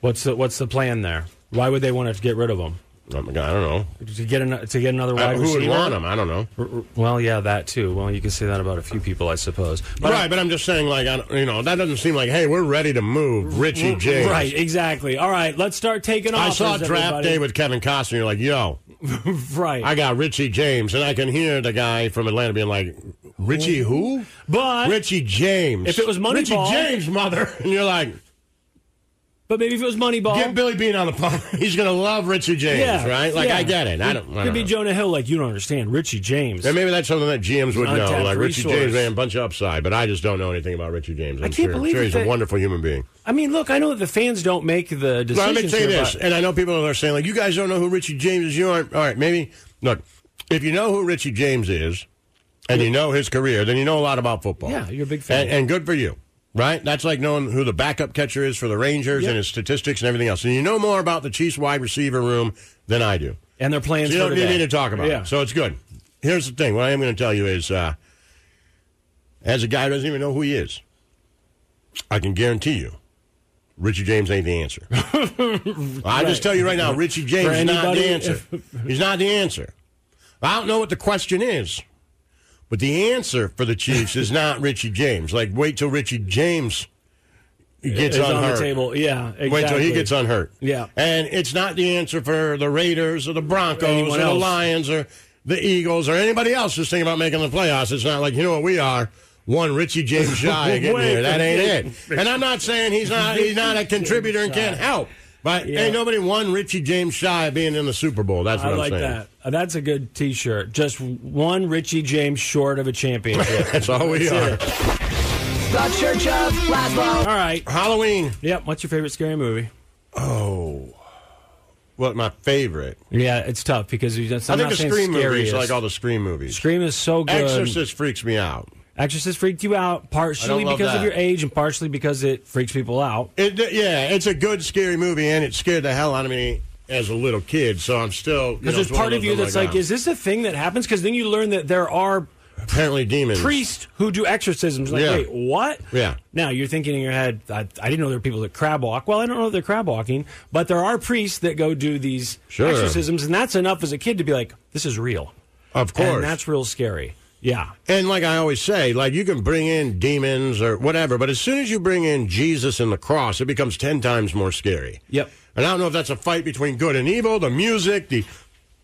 [SPEAKER 3] What's the what's the plan there? Why would they want to get rid of him
[SPEAKER 2] Oh my God, I don't know.
[SPEAKER 3] to get an, to get another
[SPEAKER 2] I-
[SPEAKER 3] wide
[SPEAKER 2] Uh, who
[SPEAKER 3] receiver?
[SPEAKER 2] would want him? I don't know.
[SPEAKER 3] Well, yeah, that too. Well, you can say that about a few people, I suppose. But
[SPEAKER 2] right, but I'm just saying, like, I don't, you know, that doesn't seem like, hey, we're ready to move Richie James.
[SPEAKER 3] Right, exactly. All right, let's start taking
[SPEAKER 2] I
[SPEAKER 3] off.
[SPEAKER 2] saw draft day with Kevin Costner. You're like, yo,
[SPEAKER 3] right,
[SPEAKER 2] I got Richie James, and I can hear the guy from Atlanta being like, Richie who?
[SPEAKER 3] but
[SPEAKER 2] Richie James.
[SPEAKER 3] If it was
[SPEAKER 2] Richie
[SPEAKER 3] Moneyball-
[SPEAKER 2] James, mother, (laughs) and you're like,
[SPEAKER 3] but maybe if it was Moneyball,
[SPEAKER 2] get Billy Bean on the phone. (laughs) He's gonna love Richie James,
[SPEAKER 3] yeah,
[SPEAKER 2] right? Like,
[SPEAKER 3] yeah.
[SPEAKER 2] I get it. I don't. I
[SPEAKER 3] Could
[SPEAKER 2] don't
[SPEAKER 3] be
[SPEAKER 2] know.
[SPEAKER 3] Jonah Hill. Like you don't understand, Richie James.
[SPEAKER 2] And maybe that's something that GMs would know.
[SPEAKER 3] Untapped
[SPEAKER 2] Like Richie
[SPEAKER 3] resource.
[SPEAKER 2] James, man, bunch of upside. But I just don't know anything about Richie James. I'm
[SPEAKER 3] can't
[SPEAKER 2] sure,
[SPEAKER 3] believe
[SPEAKER 2] sure
[SPEAKER 3] it
[SPEAKER 2] he's a
[SPEAKER 3] that-
[SPEAKER 2] wonderful human being.
[SPEAKER 3] I mean, look, I know that the fans don't make the decisions.
[SPEAKER 2] Well, let me say
[SPEAKER 3] here,
[SPEAKER 2] this,
[SPEAKER 3] but-
[SPEAKER 2] and I know people are saying like, "You guys don't know who Richie James is." You aren't. All right, maybe look. If you know who Richie James is, and you know his career, then you know a lot about football.
[SPEAKER 3] Yeah, you're a big fan.
[SPEAKER 2] and, and good for you. Right? That's like knowing who the backup catcher is for the Rangers
[SPEAKER 3] Yep.
[SPEAKER 2] and his statistics and everything else. And you know more about the Chiefs wide receiver room than I do.
[SPEAKER 3] and their plans
[SPEAKER 2] So you
[SPEAKER 3] for
[SPEAKER 2] don't need
[SPEAKER 3] today.
[SPEAKER 2] me to talk about
[SPEAKER 3] yeah.
[SPEAKER 2] it. So it's good. Here's the thing. What I am going to tell you is, uh, as a guy who doesn't even know who he is, I can guarantee you, Richie James ain't the
[SPEAKER 3] (laughs)
[SPEAKER 2] answer. I just tell you right now, Richie James is not the
[SPEAKER 3] anybody-
[SPEAKER 2] answer.
[SPEAKER 3] (laughs)
[SPEAKER 2] He's not the answer. I don't know what the question is, but the answer for the Chiefs is not Richie James. Like, wait till Richie James gets
[SPEAKER 3] It's on
[SPEAKER 2] unhurt.
[SPEAKER 3] the table. Yeah, exactly.
[SPEAKER 2] Wait till he gets unhurt.
[SPEAKER 3] Yeah.
[SPEAKER 2] And it's not the answer for the Raiders or the Broncos
[SPEAKER 3] Anyone
[SPEAKER 2] or the
[SPEAKER 3] else.
[SPEAKER 2] Lions or the Eagles or anybody else who's thinking about making the playoffs. It's not like, you know what, we are one Richie
[SPEAKER 3] (laughs)
[SPEAKER 2] James shy of getting
[SPEAKER 3] Wait
[SPEAKER 2] here. That
[SPEAKER 3] a
[SPEAKER 2] ain't
[SPEAKER 3] minute.
[SPEAKER 2] it. And I'm not saying he's not he's not a contributor and can't help. But ain't nobody one Richie James shy of being in the Super Bowl. That's what
[SPEAKER 3] I
[SPEAKER 2] am
[SPEAKER 3] like
[SPEAKER 2] saying.
[SPEAKER 3] that. Uh, That's a good T-shirt. Just one Richie James short of
[SPEAKER 2] (laughs)
[SPEAKER 3] a championship.
[SPEAKER 2] (laughs) That's all we are.
[SPEAKER 4] The Church of Laszlo.
[SPEAKER 3] All right.
[SPEAKER 2] Halloween.
[SPEAKER 3] Yep. What's your favorite scary movie?
[SPEAKER 2] What my favorite.
[SPEAKER 3] Yeah, it's tough because you just,
[SPEAKER 2] i
[SPEAKER 3] I'm
[SPEAKER 2] think
[SPEAKER 3] not
[SPEAKER 2] the
[SPEAKER 3] saying
[SPEAKER 2] Scream movies,
[SPEAKER 3] scariest.
[SPEAKER 2] like all the Scream movies.
[SPEAKER 3] Scream is so good.
[SPEAKER 2] Exorcist freaks me out.
[SPEAKER 3] Exorcist freaked you out partially
[SPEAKER 2] love
[SPEAKER 3] because
[SPEAKER 2] that.
[SPEAKER 3] of your age and partially because it freaks people out.
[SPEAKER 2] It, yeah, it's a good scary movie, and it scared the hell out of me as a little kid. So I'm still you know,
[SPEAKER 3] Because there's
[SPEAKER 2] it's one
[SPEAKER 3] part of
[SPEAKER 2] those
[SPEAKER 3] you
[SPEAKER 2] I'm
[SPEAKER 3] that's like,
[SPEAKER 2] "Oh."
[SPEAKER 3] is this a thing that happens? Because then you learn that there are
[SPEAKER 2] um, apparently demons.
[SPEAKER 3] priests who do exorcisms. Like,
[SPEAKER 2] Yeah.
[SPEAKER 3] wait, what?
[SPEAKER 2] Yeah.
[SPEAKER 3] Now you're thinking in your head, I, I didn't know there were people that crab walk. Well, I don't know if they're crab walking, but there are priests that go do these
[SPEAKER 2] Sure.
[SPEAKER 3] exorcisms, and that's enough as a kid to be like, this is real.
[SPEAKER 2] of course.
[SPEAKER 3] And that's real scary. Yeah.
[SPEAKER 2] And like I always say, like you can bring in demons or whatever, but as soon as you bring in Jesus and the cross, it becomes ten times more scary.
[SPEAKER 3] Yep.
[SPEAKER 2] And I don't know if that's a fight between good and evil, the music, the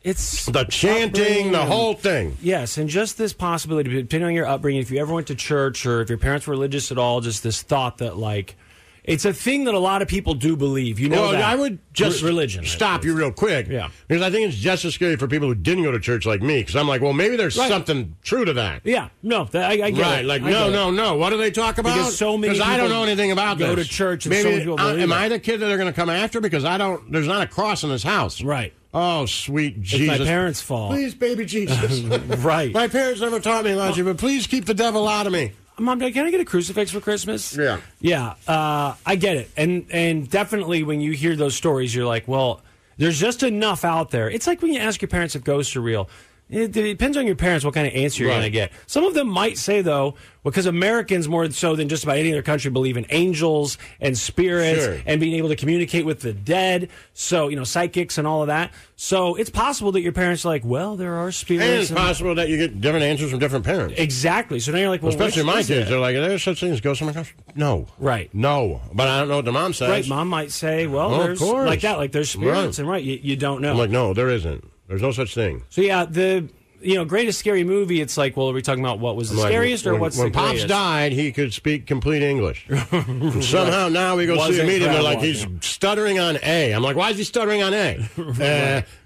[SPEAKER 3] It's
[SPEAKER 2] the chanting, the
[SPEAKER 3] upbringing.
[SPEAKER 2] whole thing.
[SPEAKER 3] Yes, and just this possibility, depending on your upbringing, if you ever went to church or if your parents were religious at all, just this thought that like it's a thing that a lot of people do believe. You know,
[SPEAKER 2] Well,
[SPEAKER 3] that.
[SPEAKER 2] I would just
[SPEAKER 3] Re- religion.
[SPEAKER 2] stop you real quick.
[SPEAKER 3] Yeah.
[SPEAKER 2] Because I think it's just as scary for people who didn't go to church like me. Because I'm like, well, maybe there's
[SPEAKER 3] Right.
[SPEAKER 2] something true to that.
[SPEAKER 3] Yeah, no, that, I, I get
[SPEAKER 2] Right,
[SPEAKER 3] it.
[SPEAKER 2] like
[SPEAKER 3] I
[SPEAKER 2] no,
[SPEAKER 3] get it.
[SPEAKER 2] no, no. What do they talk about?
[SPEAKER 3] Because so many
[SPEAKER 2] I don't
[SPEAKER 3] people
[SPEAKER 2] know anything about
[SPEAKER 3] go
[SPEAKER 2] this.
[SPEAKER 3] to church and so
[SPEAKER 2] Maybe
[SPEAKER 3] many people
[SPEAKER 2] I-
[SPEAKER 3] believe
[SPEAKER 2] am
[SPEAKER 3] it.
[SPEAKER 2] I the kid that they're going to come after? Because I don't. There's not a cross in this house.
[SPEAKER 3] Right.
[SPEAKER 2] Oh, sweet
[SPEAKER 3] It's
[SPEAKER 2] Jesus!
[SPEAKER 3] my parents' fault.
[SPEAKER 2] Please, baby Jesus.
[SPEAKER 3] (laughs) Right.
[SPEAKER 2] My parents never taught me about you, but please keep the devil out of me.
[SPEAKER 3] Mom, Dad, can I get a crucifix for Christmas?
[SPEAKER 2] Yeah.
[SPEAKER 3] Yeah, uh, I get it, and and definitely when you hear those stories, you're like, well, there's just enough out there. It's like when you ask your parents if ghosts are real. It, it depends on your parents what kind of answer you're
[SPEAKER 2] Right.
[SPEAKER 3] going to get. Some of them might say though, because Americans more so than just about any other country believe in angels and spirits
[SPEAKER 2] Sure.
[SPEAKER 3] and being able to communicate with the dead. So you know psychics and all of that. So it's possible that your parents are like, well, there are spirits.
[SPEAKER 2] And it's
[SPEAKER 3] and-
[SPEAKER 2] possible that you get different answers from different parents.
[SPEAKER 3] Exactly. So now you're like, well,
[SPEAKER 2] Especially
[SPEAKER 3] which
[SPEAKER 2] my
[SPEAKER 3] is
[SPEAKER 2] kids,
[SPEAKER 3] it?
[SPEAKER 2] they're like, "Are there such things as ghosts in my house?" No,
[SPEAKER 3] Right.
[SPEAKER 2] No, but I don't know what the mom says.
[SPEAKER 3] Right, mom might say, well,
[SPEAKER 2] Oh, of
[SPEAKER 3] there's
[SPEAKER 2] course.
[SPEAKER 3] like that, like there's spirits,
[SPEAKER 2] Right.
[SPEAKER 3] and right, you, you don't know.
[SPEAKER 2] I'm like, no, there isn't. There's no such thing.
[SPEAKER 3] so yeah, the you know greatest scary movie. It's like, well, are we talking about what was the
[SPEAKER 2] Like,
[SPEAKER 3] scariest or
[SPEAKER 2] when,
[SPEAKER 3] what's
[SPEAKER 2] when
[SPEAKER 3] the
[SPEAKER 2] pops
[SPEAKER 3] greatest?
[SPEAKER 2] died he could speak complete
[SPEAKER 3] (laughs)
[SPEAKER 2] english And somehow now we go see a
[SPEAKER 3] Wasn't
[SPEAKER 2] meeting they're
[SPEAKER 3] crowd
[SPEAKER 2] like he's
[SPEAKER 3] watching.
[SPEAKER 2] stuttering on a i'm like why is he stuttering on
[SPEAKER 3] (laughs)
[SPEAKER 2] a uh,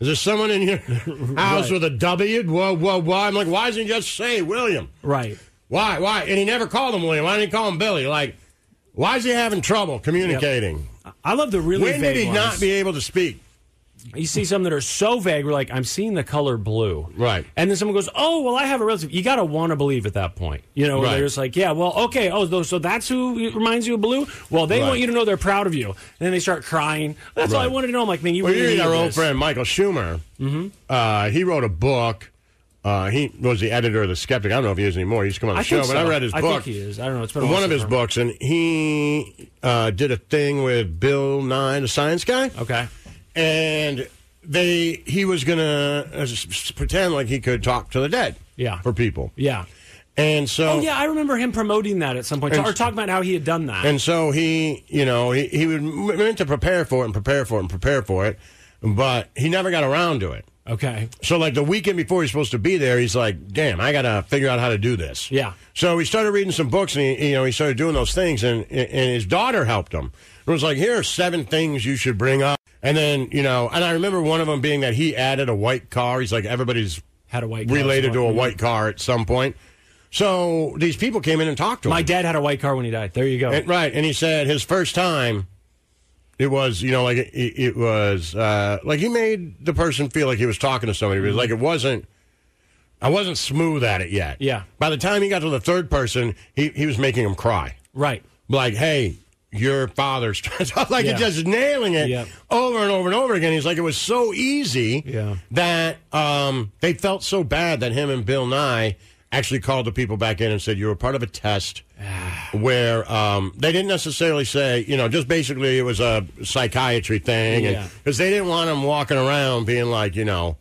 [SPEAKER 2] is there someone in your house with a w whoa whoa whoa i'm like why doesn't he just say william
[SPEAKER 3] Right.
[SPEAKER 2] why why and he never called him william why didn't he call him billy like why is he having trouble communicating
[SPEAKER 3] I love the really
[SPEAKER 2] when
[SPEAKER 3] vague
[SPEAKER 2] did he
[SPEAKER 3] ones.
[SPEAKER 2] not be able to speak
[SPEAKER 3] You see some that are so vague. We're like, I'm seeing the color blue.
[SPEAKER 2] Right.
[SPEAKER 3] And then someone goes, Oh, well, I have a relative. You gotta want to believe at that point. You know, where
[SPEAKER 2] Right.
[SPEAKER 3] they're just like, Yeah, well, okay. Oh, tho- so that's who reminds you of blue. Well, they
[SPEAKER 2] Right.
[SPEAKER 3] want you to know they're proud of you. And then they start crying. That's all I
[SPEAKER 2] Right.
[SPEAKER 3] wanted to know. I'm like, man, you
[SPEAKER 2] Well, you
[SPEAKER 3] really
[SPEAKER 2] need
[SPEAKER 3] need
[SPEAKER 2] our old
[SPEAKER 3] this.
[SPEAKER 2] friend Michael Schumer. Mm-hmm. Uh, he wrote a book. Uh, he was the editor of the Skeptic. I don't know if he is anymore. He's come on the
[SPEAKER 3] I
[SPEAKER 2] show,
[SPEAKER 3] think
[SPEAKER 2] but
[SPEAKER 3] so.
[SPEAKER 2] I read his
[SPEAKER 3] I
[SPEAKER 2] book.
[SPEAKER 3] think he is. I don't know. It's been a while
[SPEAKER 2] One of his
[SPEAKER 3] since I've-
[SPEAKER 2] books, and he uh, did a thing with Bill Nye, the science guy.
[SPEAKER 3] Okay.
[SPEAKER 2] and they he was gonna uh, s- s- pretend like he could talk to the dead.
[SPEAKER 3] Yeah.
[SPEAKER 2] for people.
[SPEAKER 3] Yeah.
[SPEAKER 2] And so,
[SPEAKER 3] Oh yeah, I remember him promoting that at some point,
[SPEAKER 2] And-
[SPEAKER 3] or talking about how he had done that.
[SPEAKER 2] And so he, you know, he, he was meant to prepare for it and prepare for it and prepare for it, but he never got around to it.
[SPEAKER 3] okay,
[SPEAKER 2] So like the weekend before he's supposed to be there, he's like, "Damn, I gotta figure out how to do this."
[SPEAKER 3] Yeah.
[SPEAKER 2] So he started reading some books, and he, you know, he started doing those things, and and his daughter helped him. It was like, "Here are seven things you should bring up," and then you know, and I remember one of them being that he added a white car. He's like, everybody's
[SPEAKER 3] Had a white car
[SPEAKER 2] related to a
[SPEAKER 3] somewhere.
[SPEAKER 2] white car at some point. So these people came in and talked to him.
[SPEAKER 3] my dad had a white car when he died. There you go.
[SPEAKER 2] And- right, and he said his first time, it was you know like it, it it was uh, like he made the person feel like he was talking to somebody, but like it wasn't. I wasn't smooth at it yet.
[SPEAKER 3] Yeah.
[SPEAKER 2] By the time he got to the third person, he he was making him cry.
[SPEAKER 3] right.
[SPEAKER 2] Like, hey, your father's (laughs) trying to-" like
[SPEAKER 3] Yeah.
[SPEAKER 2] it just nailing it
[SPEAKER 3] Yep.
[SPEAKER 2] over and over and over again. He's like, it was so easy
[SPEAKER 3] Yeah.
[SPEAKER 2] that um, they felt so bad that him and Bill Nye actually called the people back in and said you were part of a
[SPEAKER 3] (sighs)
[SPEAKER 2] test where um, they didn't necessarily say you know just basically it was a psychiatry thing
[SPEAKER 3] Yeah.
[SPEAKER 2] because they didn't want him walking around being like you know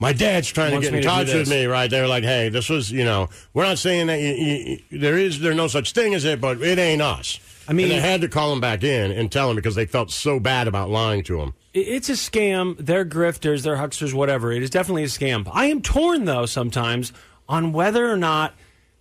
[SPEAKER 2] my dad's trying
[SPEAKER 3] Wants
[SPEAKER 2] to get
[SPEAKER 3] me
[SPEAKER 2] in
[SPEAKER 3] to do
[SPEAKER 2] touch with
[SPEAKER 3] this.
[SPEAKER 2] me right they were like hey this was you know we're not saying that you, you, you- there is there's no such thing as it but it ain't us
[SPEAKER 3] I mean-
[SPEAKER 2] And they had to call him back in and tell him because they felt so bad about lying to him
[SPEAKER 3] I- It's a scam. They're grifters. They're hucksters. Whatever. It is definitely a scam. I am torn though sometimes on whether or not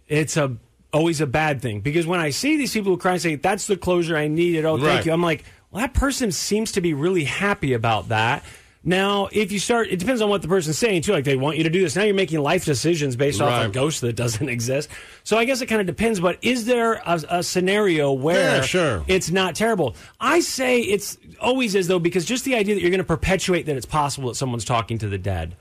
[SPEAKER 3] it's a always a bad thing because when I see these people who cry and say that's the closure I needed. Oh, thank
[SPEAKER 2] Right.
[SPEAKER 3] you. I'm like, well, that person seems to be really happy about that. Now, if you start, it depends on what the person's saying too. Like they want you to do this. Now you're making life decisions based off a
[SPEAKER 2] Right.
[SPEAKER 3] ghost that doesn't (laughs) exist. So I guess it kind of depends. But is there a, a scenario where
[SPEAKER 2] Yeah, sure.
[SPEAKER 3] it's not terrible. I say it's always as though because just the idea that you're going to perpetuate that it's possible that someone's talking to the dead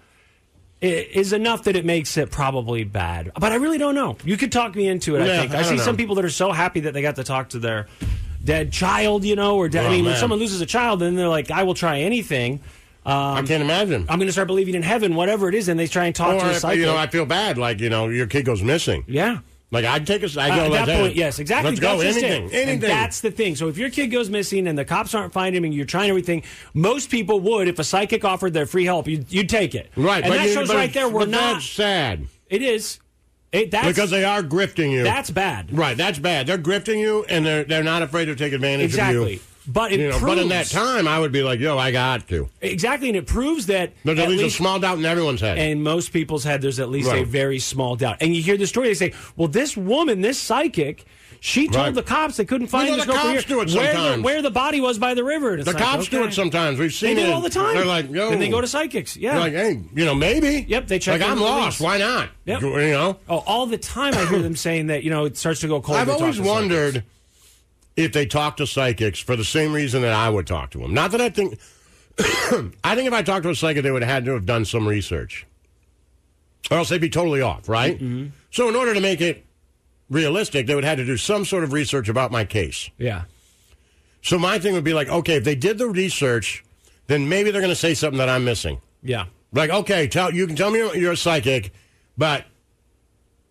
[SPEAKER 3] i- is enough that it makes it probably bad. But I really don't know. You could talk me into it. I
[SPEAKER 2] Yeah,
[SPEAKER 3] think
[SPEAKER 2] I
[SPEAKER 3] I, see
[SPEAKER 2] don't
[SPEAKER 3] some
[SPEAKER 2] know.
[SPEAKER 3] people that are so happy that they got to talk to their dead child, you know, or dead. I
[SPEAKER 2] Oh,
[SPEAKER 3] mean, when
[SPEAKER 2] man.
[SPEAKER 3] someone loses a child, then they're like, I will try anything.
[SPEAKER 2] I can't imagine
[SPEAKER 3] I'm going to start believing in heaven, whatever it is, and they try and talk Um, to
[SPEAKER 2] or
[SPEAKER 3] the
[SPEAKER 2] if,
[SPEAKER 3] psychic.
[SPEAKER 2] you know I feel bad like you know your kid goes missing
[SPEAKER 3] yeah.
[SPEAKER 2] Like I'd take us. I
[SPEAKER 3] Uh,
[SPEAKER 2] go
[SPEAKER 3] at
[SPEAKER 2] like
[SPEAKER 3] that point, yes, exactly.
[SPEAKER 2] Let's
[SPEAKER 3] that's
[SPEAKER 2] go.
[SPEAKER 3] just it.
[SPEAKER 2] Anything.
[SPEAKER 3] And
[SPEAKER 2] Anything.
[SPEAKER 3] that's the thing. So if your kid goes missing and the cops aren't finding him, and you're trying everything, most people would, if a psychic offered their free help, you'd, you'd take it.
[SPEAKER 2] right.
[SPEAKER 3] and
[SPEAKER 2] but
[SPEAKER 3] that
[SPEAKER 2] you-
[SPEAKER 3] shows
[SPEAKER 2] but-
[SPEAKER 3] right there we're
[SPEAKER 2] but
[SPEAKER 3] not.
[SPEAKER 2] That's sad.
[SPEAKER 3] It is. It, that's,
[SPEAKER 2] because they are grifting you.
[SPEAKER 3] that's bad.
[SPEAKER 2] right. That's bad. They're grifting you, and they're they're not afraid to take advantage of you.
[SPEAKER 3] Exactly. But it
[SPEAKER 2] you know,
[SPEAKER 3] proves
[SPEAKER 2] but in that time, I would be like, "Yo, I got to."
[SPEAKER 3] exactly, and it proves that
[SPEAKER 2] There's
[SPEAKER 3] at
[SPEAKER 2] at least a
[SPEAKER 3] least-
[SPEAKER 2] small doubt in everyone's head.
[SPEAKER 3] and most people's head there's at least a
[SPEAKER 2] Right.
[SPEAKER 3] very small doubt. And you hear the story, they say, "Well, this woman, this psychic." She told
[SPEAKER 2] Right.
[SPEAKER 3] the cops they couldn't find
[SPEAKER 2] know
[SPEAKER 3] this
[SPEAKER 2] the
[SPEAKER 3] girl for
[SPEAKER 2] cops
[SPEAKER 3] years.
[SPEAKER 2] do it
[SPEAKER 3] where, the,
[SPEAKER 2] sometimes.
[SPEAKER 3] where the body was by the river. And it's
[SPEAKER 2] the
[SPEAKER 3] like,
[SPEAKER 2] cops do
[SPEAKER 3] okay.
[SPEAKER 2] it sometimes. We've
[SPEAKER 3] They
[SPEAKER 2] seen
[SPEAKER 3] do
[SPEAKER 2] it
[SPEAKER 3] all the time.
[SPEAKER 2] They're like, "Yo,"
[SPEAKER 3] and they go to psychics. Yeah,
[SPEAKER 2] they're like, "Hey, you know, maybe."
[SPEAKER 3] Yep, they check
[SPEAKER 2] Like,
[SPEAKER 3] in
[SPEAKER 2] I'm
[SPEAKER 3] with the
[SPEAKER 2] lost.
[SPEAKER 3] police.
[SPEAKER 2] Why not?
[SPEAKER 3] Yep.
[SPEAKER 2] You know.
[SPEAKER 3] oh, all the time I
[SPEAKER 2] (coughs)
[SPEAKER 3] hear them saying that. You know, it starts to go cold.
[SPEAKER 2] I've
[SPEAKER 3] to talk
[SPEAKER 2] always
[SPEAKER 3] to psychics.
[SPEAKER 2] wondered if they talk to psychics for the same reason that I would talk to them. Not that I think. (coughs) I think if I talked to a psychic, they would have had to have done some research, or else they'd be totally off, right?
[SPEAKER 3] Mm-hmm.
[SPEAKER 2] So, in order to make it realistic, they would have had to do some sort of research about my case.
[SPEAKER 3] Yeah,
[SPEAKER 2] So, my thing would be like, okay, if they did the research, then maybe they're going to say something that I'm missing.
[SPEAKER 3] yeah.
[SPEAKER 2] Like, okay, tell you can tell me you're, you're a psychic, but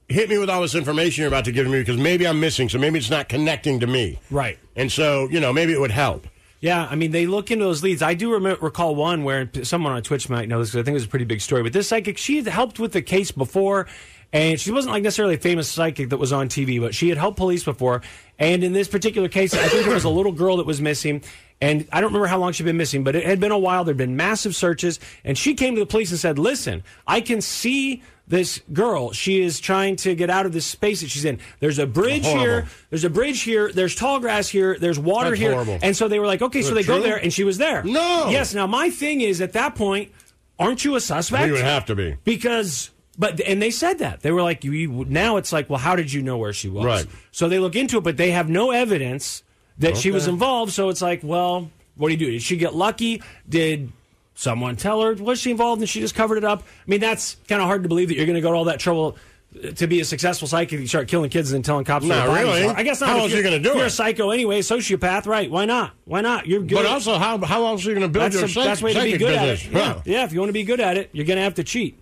[SPEAKER 2] hit me with all this information you're about to give me because maybe I'm missing, so maybe it's not connecting to me.
[SPEAKER 3] Right.
[SPEAKER 2] And so, you know, maybe it would help.
[SPEAKER 3] Yeah, I mean, they look into those leads. I do remember, recall one where someone on Twitch might know this because I think it was a pretty big story. But this psychic, she had helped with the case before, and she wasn't like necessarily a famous psychic that was on TV, but she had helped police before. And in this particular case, I think there was a little girl that was missing, and I don't remember how long she'd been missing, but it had been a while. There'd been massive searches, and she came to the police and said, "Listen, I can see." This girl, she is trying to get out of this space that she's in. There's a bridge
[SPEAKER 2] Horrible.
[SPEAKER 3] here. There's a bridge here. There's tall grass here. There's water
[SPEAKER 2] That's
[SPEAKER 3] here.
[SPEAKER 2] horrible.
[SPEAKER 3] And so they were like, okay, so
[SPEAKER 2] it
[SPEAKER 3] they go
[SPEAKER 2] Oh, true?
[SPEAKER 3] there, and she was there.
[SPEAKER 2] No.
[SPEAKER 3] Yes. Now my thing is, at that point, aren't you a suspect?
[SPEAKER 2] You would have to be.
[SPEAKER 3] because. But and they said that they were like you, you- Now it's like, well, how did you know where she was?
[SPEAKER 2] Right.
[SPEAKER 3] So they look into it, but they have no evidence that she was involved. So it's like, well, what do you do? Did she get lucky? Did someone tell her was she involved and she just covered it up? I mean, that's kind of hard to believe that you're going to go to all that trouble uh, to be a successful psychic. You start killing kids and then telling cops. where
[SPEAKER 2] Not
[SPEAKER 3] their bodies
[SPEAKER 2] really.
[SPEAKER 3] are. I guess not.
[SPEAKER 2] How
[SPEAKER 3] If
[SPEAKER 2] else
[SPEAKER 3] you're-
[SPEAKER 2] you gonna do
[SPEAKER 3] if You're a
[SPEAKER 2] it?
[SPEAKER 3] psycho anyway, sociopath, right? Why not? Why not? You're good.
[SPEAKER 2] But also, how, how else are you going to build
[SPEAKER 3] that's
[SPEAKER 2] your
[SPEAKER 3] the
[SPEAKER 2] psych-
[SPEAKER 3] best way to be
[SPEAKER 2] psychic
[SPEAKER 3] good
[SPEAKER 2] business?
[SPEAKER 3] at it. Yeah.
[SPEAKER 2] Right.
[SPEAKER 3] yeah, if you want to be good at it, you're going to have to cheat.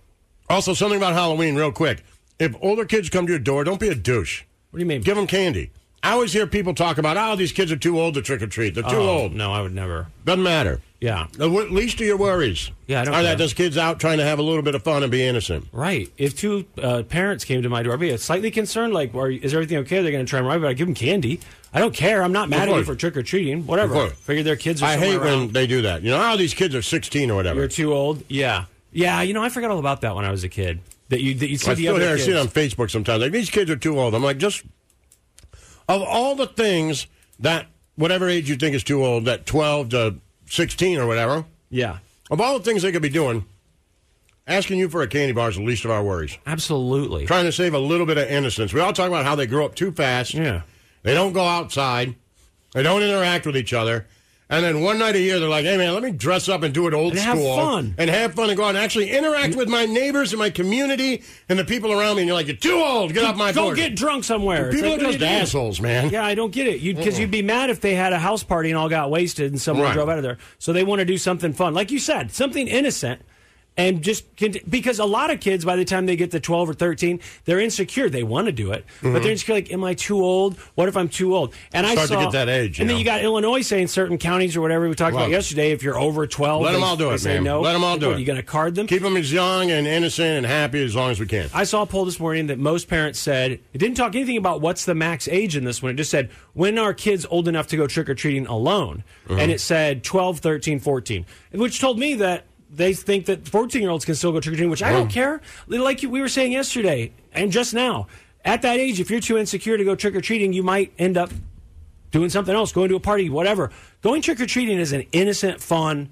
[SPEAKER 2] Also, something about Halloween, real quick. If older kids come to your door, don't be a douche.
[SPEAKER 3] What do you mean?
[SPEAKER 2] Give them candy. I always hear people talk about, oh, these kids are too old to trick or treat. They're too
[SPEAKER 3] Oh,
[SPEAKER 2] old.
[SPEAKER 3] No, I would never.
[SPEAKER 2] Doesn't matter.
[SPEAKER 3] Yeah.
[SPEAKER 2] The w- least of your worries.
[SPEAKER 3] Yeah, I don't
[SPEAKER 2] Are
[SPEAKER 3] care.
[SPEAKER 2] that this kid's out trying to have a little bit of fun and be innocent?
[SPEAKER 3] Right. If two uh, parents came to my door, I'd be slightly concerned. Like, are, is everything okay? They're going to try and rob me, but I give them candy. I don't care. I'm not mad at you
[SPEAKER 2] course.
[SPEAKER 3] for trick or treating. Whatever.
[SPEAKER 2] course.
[SPEAKER 3] Figure their kids are
[SPEAKER 2] I
[SPEAKER 3] somewhere
[SPEAKER 2] hate
[SPEAKER 3] around.
[SPEAKER 2] when they do that. You know, oh, these kids are 16 or whatever.
[SPEAKER 3] You're too old. Yeah. Yeah. You know, I forgot all about that when I was a kid. That you that you see
[SPEAKER 2] I
[SPEAKER 3] the
[SPEAKER 2] still
[SPEAKER 3] other
[SPEAKER 2] hear I
[SPEAKER 3] kids.
[SPEAKER 2] see it on Facebook sometimes. Like, these kids are too old. I'm like, just of all the things that whatever age you think is too old, that 12 to 16 or whatever,
[SPEAKER 3] Yeah.
[SPEAKER 2] of all the things they could be doing, asking you for a candy bar is the least of our worries.
[SPEAKER 3] Absolutely.
[SPEAKER 2] Trying to save a little bit of innocence. We all talk about how they grow up too fast.
[SPEAKER 3] Yeah.
[SPEAKER 2] They don't go outside. They don't interact with each other. And then one night a year, they're like, "Hey man, let me dress up and do it old
[SPEAKER 3] And have
[SPEAKER 2] school
[SPEAKER 3] fun. Mm.
[SPEAKER 2] and have fun and go out and actually interact with my neighbors and my community and the people around me." And you're like, "You're too old. Get off my
[SPEAKER 3] Go
[SPEAKER 2] porch."
[SPEAKER 3] get drunk somewhere. It's
[SPEAKER 2] People
[SPEAKER 3] like,
[SPEAKER 2] are
[SPEAKER 3] what
[SPEAKER 2] just
[SPEAKER 3] do you do?
[SPEAKER 2] assholes, man.
[SPEAKER 3] Yeah, I don't get it. You'd because you'd be mad if they had a house party and all got wasted and someone
[SPEAKER 2] Right.
[SPEAKER 3] drove out of there. So they want to do something fun, like you said, something innocent, and just cont- because a lot of kids by the time they get to twelve or thirteen, they're insecure. They want to do it, but they're insecure. Like, am I too old? What if I'm too old? And I
[SPEAKER 2] It's hard Mm-hmm. to
[SPEAKER 3] saw
[SPEAKER 2] get that age, you
[SPEAKER 3] and then
[SPEAKER 2] know.
[SPEAKER 3] you got Illinois saying certain counties or whatever we talked about
[SPEAKER 2] Well,
[SPEAKER 3] yesterday. If you're over twelve,
[SPEAKER 2] let
[SPEAKER 3] they-
[SPEAKER 2] 'em all do
[SPEAKER 3] they
[SPEAKER 2] it,
[SPEAKER 3] say
[SPEAKER 2] man.
[SPEAKER 3] No,
[SPEAKER 2] Let 'em all do
[SPEAKER 3] What,
[SPEAKER 2] it.
[SPEAKER 3] You going to card them?
[SPEAKER 2] Keep them as young and innocent and happy as long as we can.
[SPEAKER 3] I saw a poll this morning that most parents said it didn't talk anything about what's the max age in this one. It just said when are kids old enough to go trick or treating alone? And it said 12, 13, 14, which told me that they think that 14 year olds can still go trick or treating, which I don't care. Like you- we were saying yesterday and just now, at that age, if you're too insecure to go trick or treating, you might end up doing something else, going to a party, whatever. Going trick or treating is an innocent, fun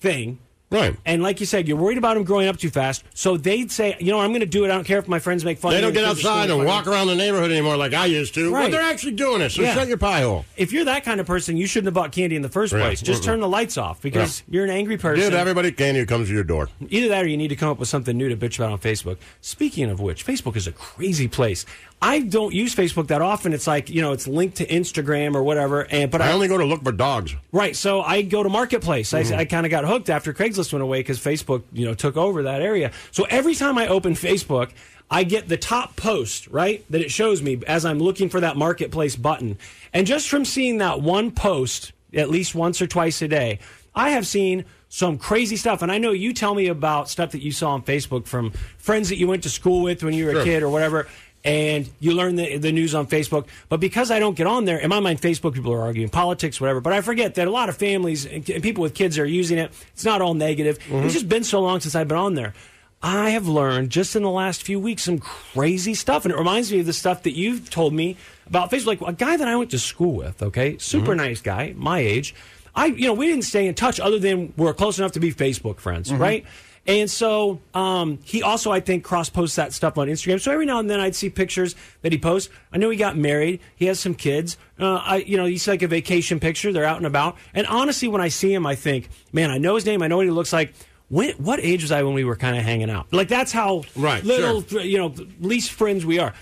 [SPEAKER 3] thing.
[SPEAKER 2] Right.
[SPEAKER 3] And like you said, you're worried about them growing up too fast. So they'd say, you know, I'm going to do it. I don't care if my friends make fun
[SPEAKER 2] They
[SPEAKER 3] of me.
[SPEAKER 2] don't get
[SPEAKER 3] the kids are
[SPEAKER 2] outside
[SPEAKER 3] screaming
[SPEAKER 2] and
[SPEAKER 3] at me."
[SPEAKER 2] walk around the neighborhood anymore like I used to.
[SPEAKER 3] Right.
[SPEAKER 2] Well, they're actually doing it, so
[SPEAKER 3] Yeah.
[SPEAKER 2] shut your pie hole.
[SPEAKER 3] If you're that kind of person, you shouldn't have bought candy in the first
[SPEAKER 2] Yeah.
[SPEAKER 3] place. Just
[SPEAKER 2] Mm-mm.
[SPEAKER 3] turn the lights off because you're an angry person.
[SPEAKER 2] Give everybody candy who comes to your door.
[SPEAKER 3] Either that or you need to come up with something new to bitch about on Facebook. Speaking of which, Facebook is a crazy place. I don't use Facebook that often. It's like, you know, it's linked to Instagram or whatever. And But
[SPEAKER 2] I
[SPEAKER 3] I,
[SPEAKER 2] only go to look for dogs.
[SPEAKER 3] Right. So I go to Marketplace. I, I kind of got hooked after Craigslist went away because Facebook, you know, took over that area. So every time I open Facebook, I get the top post, right, that it shows me as I'm looking for that Marketplace button. And just from seeing that one post at least once or twice a day, I have seen some crazy stuff. And I know you tell me about stuff that you saw on Facebook from friends that you went to school with when you were a
[SPEAKER 2] Sure.
[SPEAKER 3] kid or whatever. and you learn the, the news on Facebook. But because I don't get on there, in my mind, Facebook people are arguing politics, whatever. But I forget that a lot of families and, and people with kids are using it. It's not all negative. It's just been so long since I've been on there. I have learned just in the last few weeks some crazy stuff, and it reminds me of the stuff that you've told me about Facebook. Like a guy that I went to school with, okay, super nice guy, my age. I, you know, we didn't stay in touch other than we're close enough to be Facebook friends, right? And so um, he also, I think, cross posts that stuff on Instagram. So every now and then, I'd see pictures that he posts. I know he got married. He has some kids. Uh, I, you know, he's like a vacation picture. They're out and about. And honestly, when I see him, I think, man, I know his name. I know what he looks like. When, what age was I when we were kind of hanging out? Like that's how
[SPEAKER 2] Right,
[SPEAKER 3] little,
[SPEAKER 2] sure.
[SPEAKER 3] (laughs) you know, least friends we are.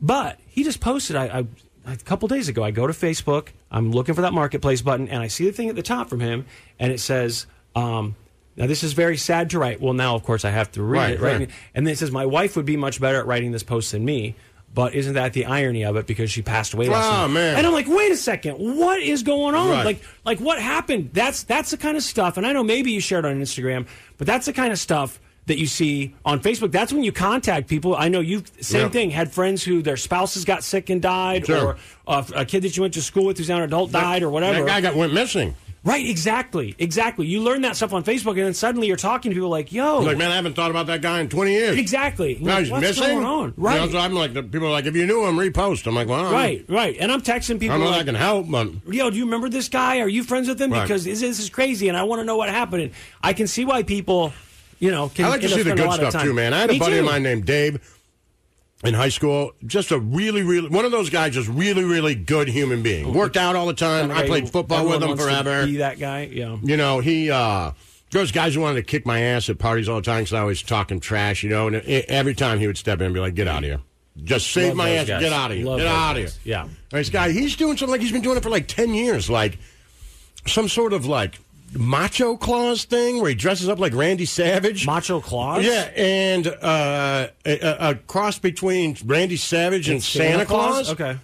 [SPEAKER 3] But he just posted I, I, a couple days ago. I go to Facebook. I'm looking for that marketplace button, and I see the thing at the top from him, and it says, um, "Now this is very sad to write." Well, now of course I have to read
[SPEAKER 2] Right,
[SPEAKER 3] it, right?
[SPEAKER 2] right.
[SPEAKER 3] And then it says, "My wife would be much better at writing this post than me." But isn't that the irony of it? Because she passed away last
[SPEAKER 2] Oh,
[SPEAKER 3] month.
[SPEAKER 2] man.
[SPEAKER 3] And I'm like, wait a second, what is going on?
[SPEAKER 2] Right.
[SPEAKER 3] Like, like what happened? That's that's the kind of stuff. And I know maybe you shared on Instagram, but that's the kind of stuff that you see on Facebook. That's when you contact people. I know you same
[SPEAKER 2] Yeah.
[SPEAKER 3] thing. Had friends who their spouses got sick and died,
[SPEAKER 2] Sure.
[SPEAKER 3] or uh, a kid that you went to school with who's now an adult died, or whatever.
[SPEAKER 2] That guy got went missing.
[SPEAKER 3] right? Exactly. Exactly. You learn that stuff on Facebook, and then suddenly you're talking to people like, "Yo,
[SPEAKER 2] He's like, man, I haven't thought about that guy in 20 years.
[SPEAKER 3] exactly.
[SPEAKER 2] Now
[SPEAKER 3] Like,
[SPEAKER 2] he's
[SPEAKER 3] What's
[SPEAKER 2] missing.
[SPEAKER 3] going on?
[SPEAKER 2] You
[SPEAKER 3] Right.
[SPEAKER 2] know, so I'm like, the people are like, if you knew him, repost. I'm like, well, I'm-
[SPEAKER 3] Right, right, and I'm texting
[SPEAKER 2] I
[SPEAKER 3] people.
[SPEAKER 2] don't know if
[SPEAKER 3] like,
[SPEAKER 2] I can help, but
[SPEAKER 3] yo, do you remember this guy? Are you friends with him?
[SPEAKER 2] Right.
[SPEAKER 3] Because this, this is crazy, and I want to know what happened. And I can see why people, you know, can.
[SPEAKER 2] I like to
[SPEAKER 3] end up
[SPEAKER 2] see the
[SPEAKER 3] spending a
[SPEAKER 2] good
[SPEAKER 3] lot of
[SPEAKER 2] stuff
[SPEAKER 3] time.
[SPEAKER 2] too, man. I had
[SPEAKER 3] Me
[SPEAKER 2] a buddy
[SPEAKER 3] too.
[SPEAKER 2] of mine named Dave in high school. Just a really, really one of those guys, just really, really good human
[SPEAKER 3] Oh,
[SPEAKER 2] being. Worked out all the time.
[SPEAKER 3] Like,
[SPEAKER 2] I played football
[SPEAKER 3] everyone
[SPEAKER 2] with him
[SPEAKER 3] wants to
[SPEAKER 2] forever.
[SPEAKER 3] Be that guy, yeah.
[SPEAKER 2] You know, he uh those guys who wanted to kick my ass at parties all the time because I was talking trash. You know, and it, every time he would step in and be like, "Get out of here." Just save
[SPEAKER 3] Love
[SPEAKER 2] my
[SPEAKER 3] those
[SPEAKER 2] ass.
[SPEAKER 3] guys.
[SPEAKER 2] Get out of here.
[SPEAKER 3] Love
[SPEAKER 2] Get
[SPEAKER 3] those
[SPEAKER 2] out of here.
[SPEAKER 3] guys. Yeah.
[SPEAKER 2] And This guy, he's doing something like he's been doing it for like 10 years. Like some sort of like macho claws thing where he dresses up like Randy Savage.
[SPEAKER 3] Macho Claus.
[SPEAKER 2] Yeah, and uh, a- a, a cross between Randy Savage and, Santa, Claus.
[SPEAKER 3] Okay.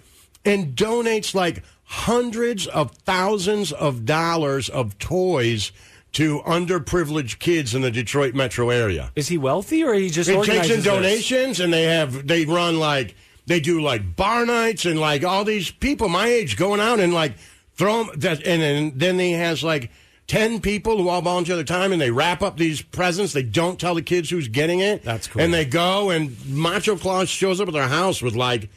[SPEAKER 2] And donates like hundreds of thousands of dollars of toys to underprivileged kids in the Detroit metro area.
[SPEAKER 3] Is he wealthy or he just
[SPEAKER 2] It takes
[SPEAKER 3] organizes
[SPEAKER 2] in
[SPEAKER 3] this?
[SPEAKER 2] donations, and they have they run like they do like bar nights and like all these people my age going out and like throw them. That, and, then then he has like ten people who all volunteer their time, and they wrap up these presents. They don't tell the kids who's getting it.
[SPEAKER 3] That's cool.
[SPEAKER 2] And they go, and Macho Claus shows up at their house with like.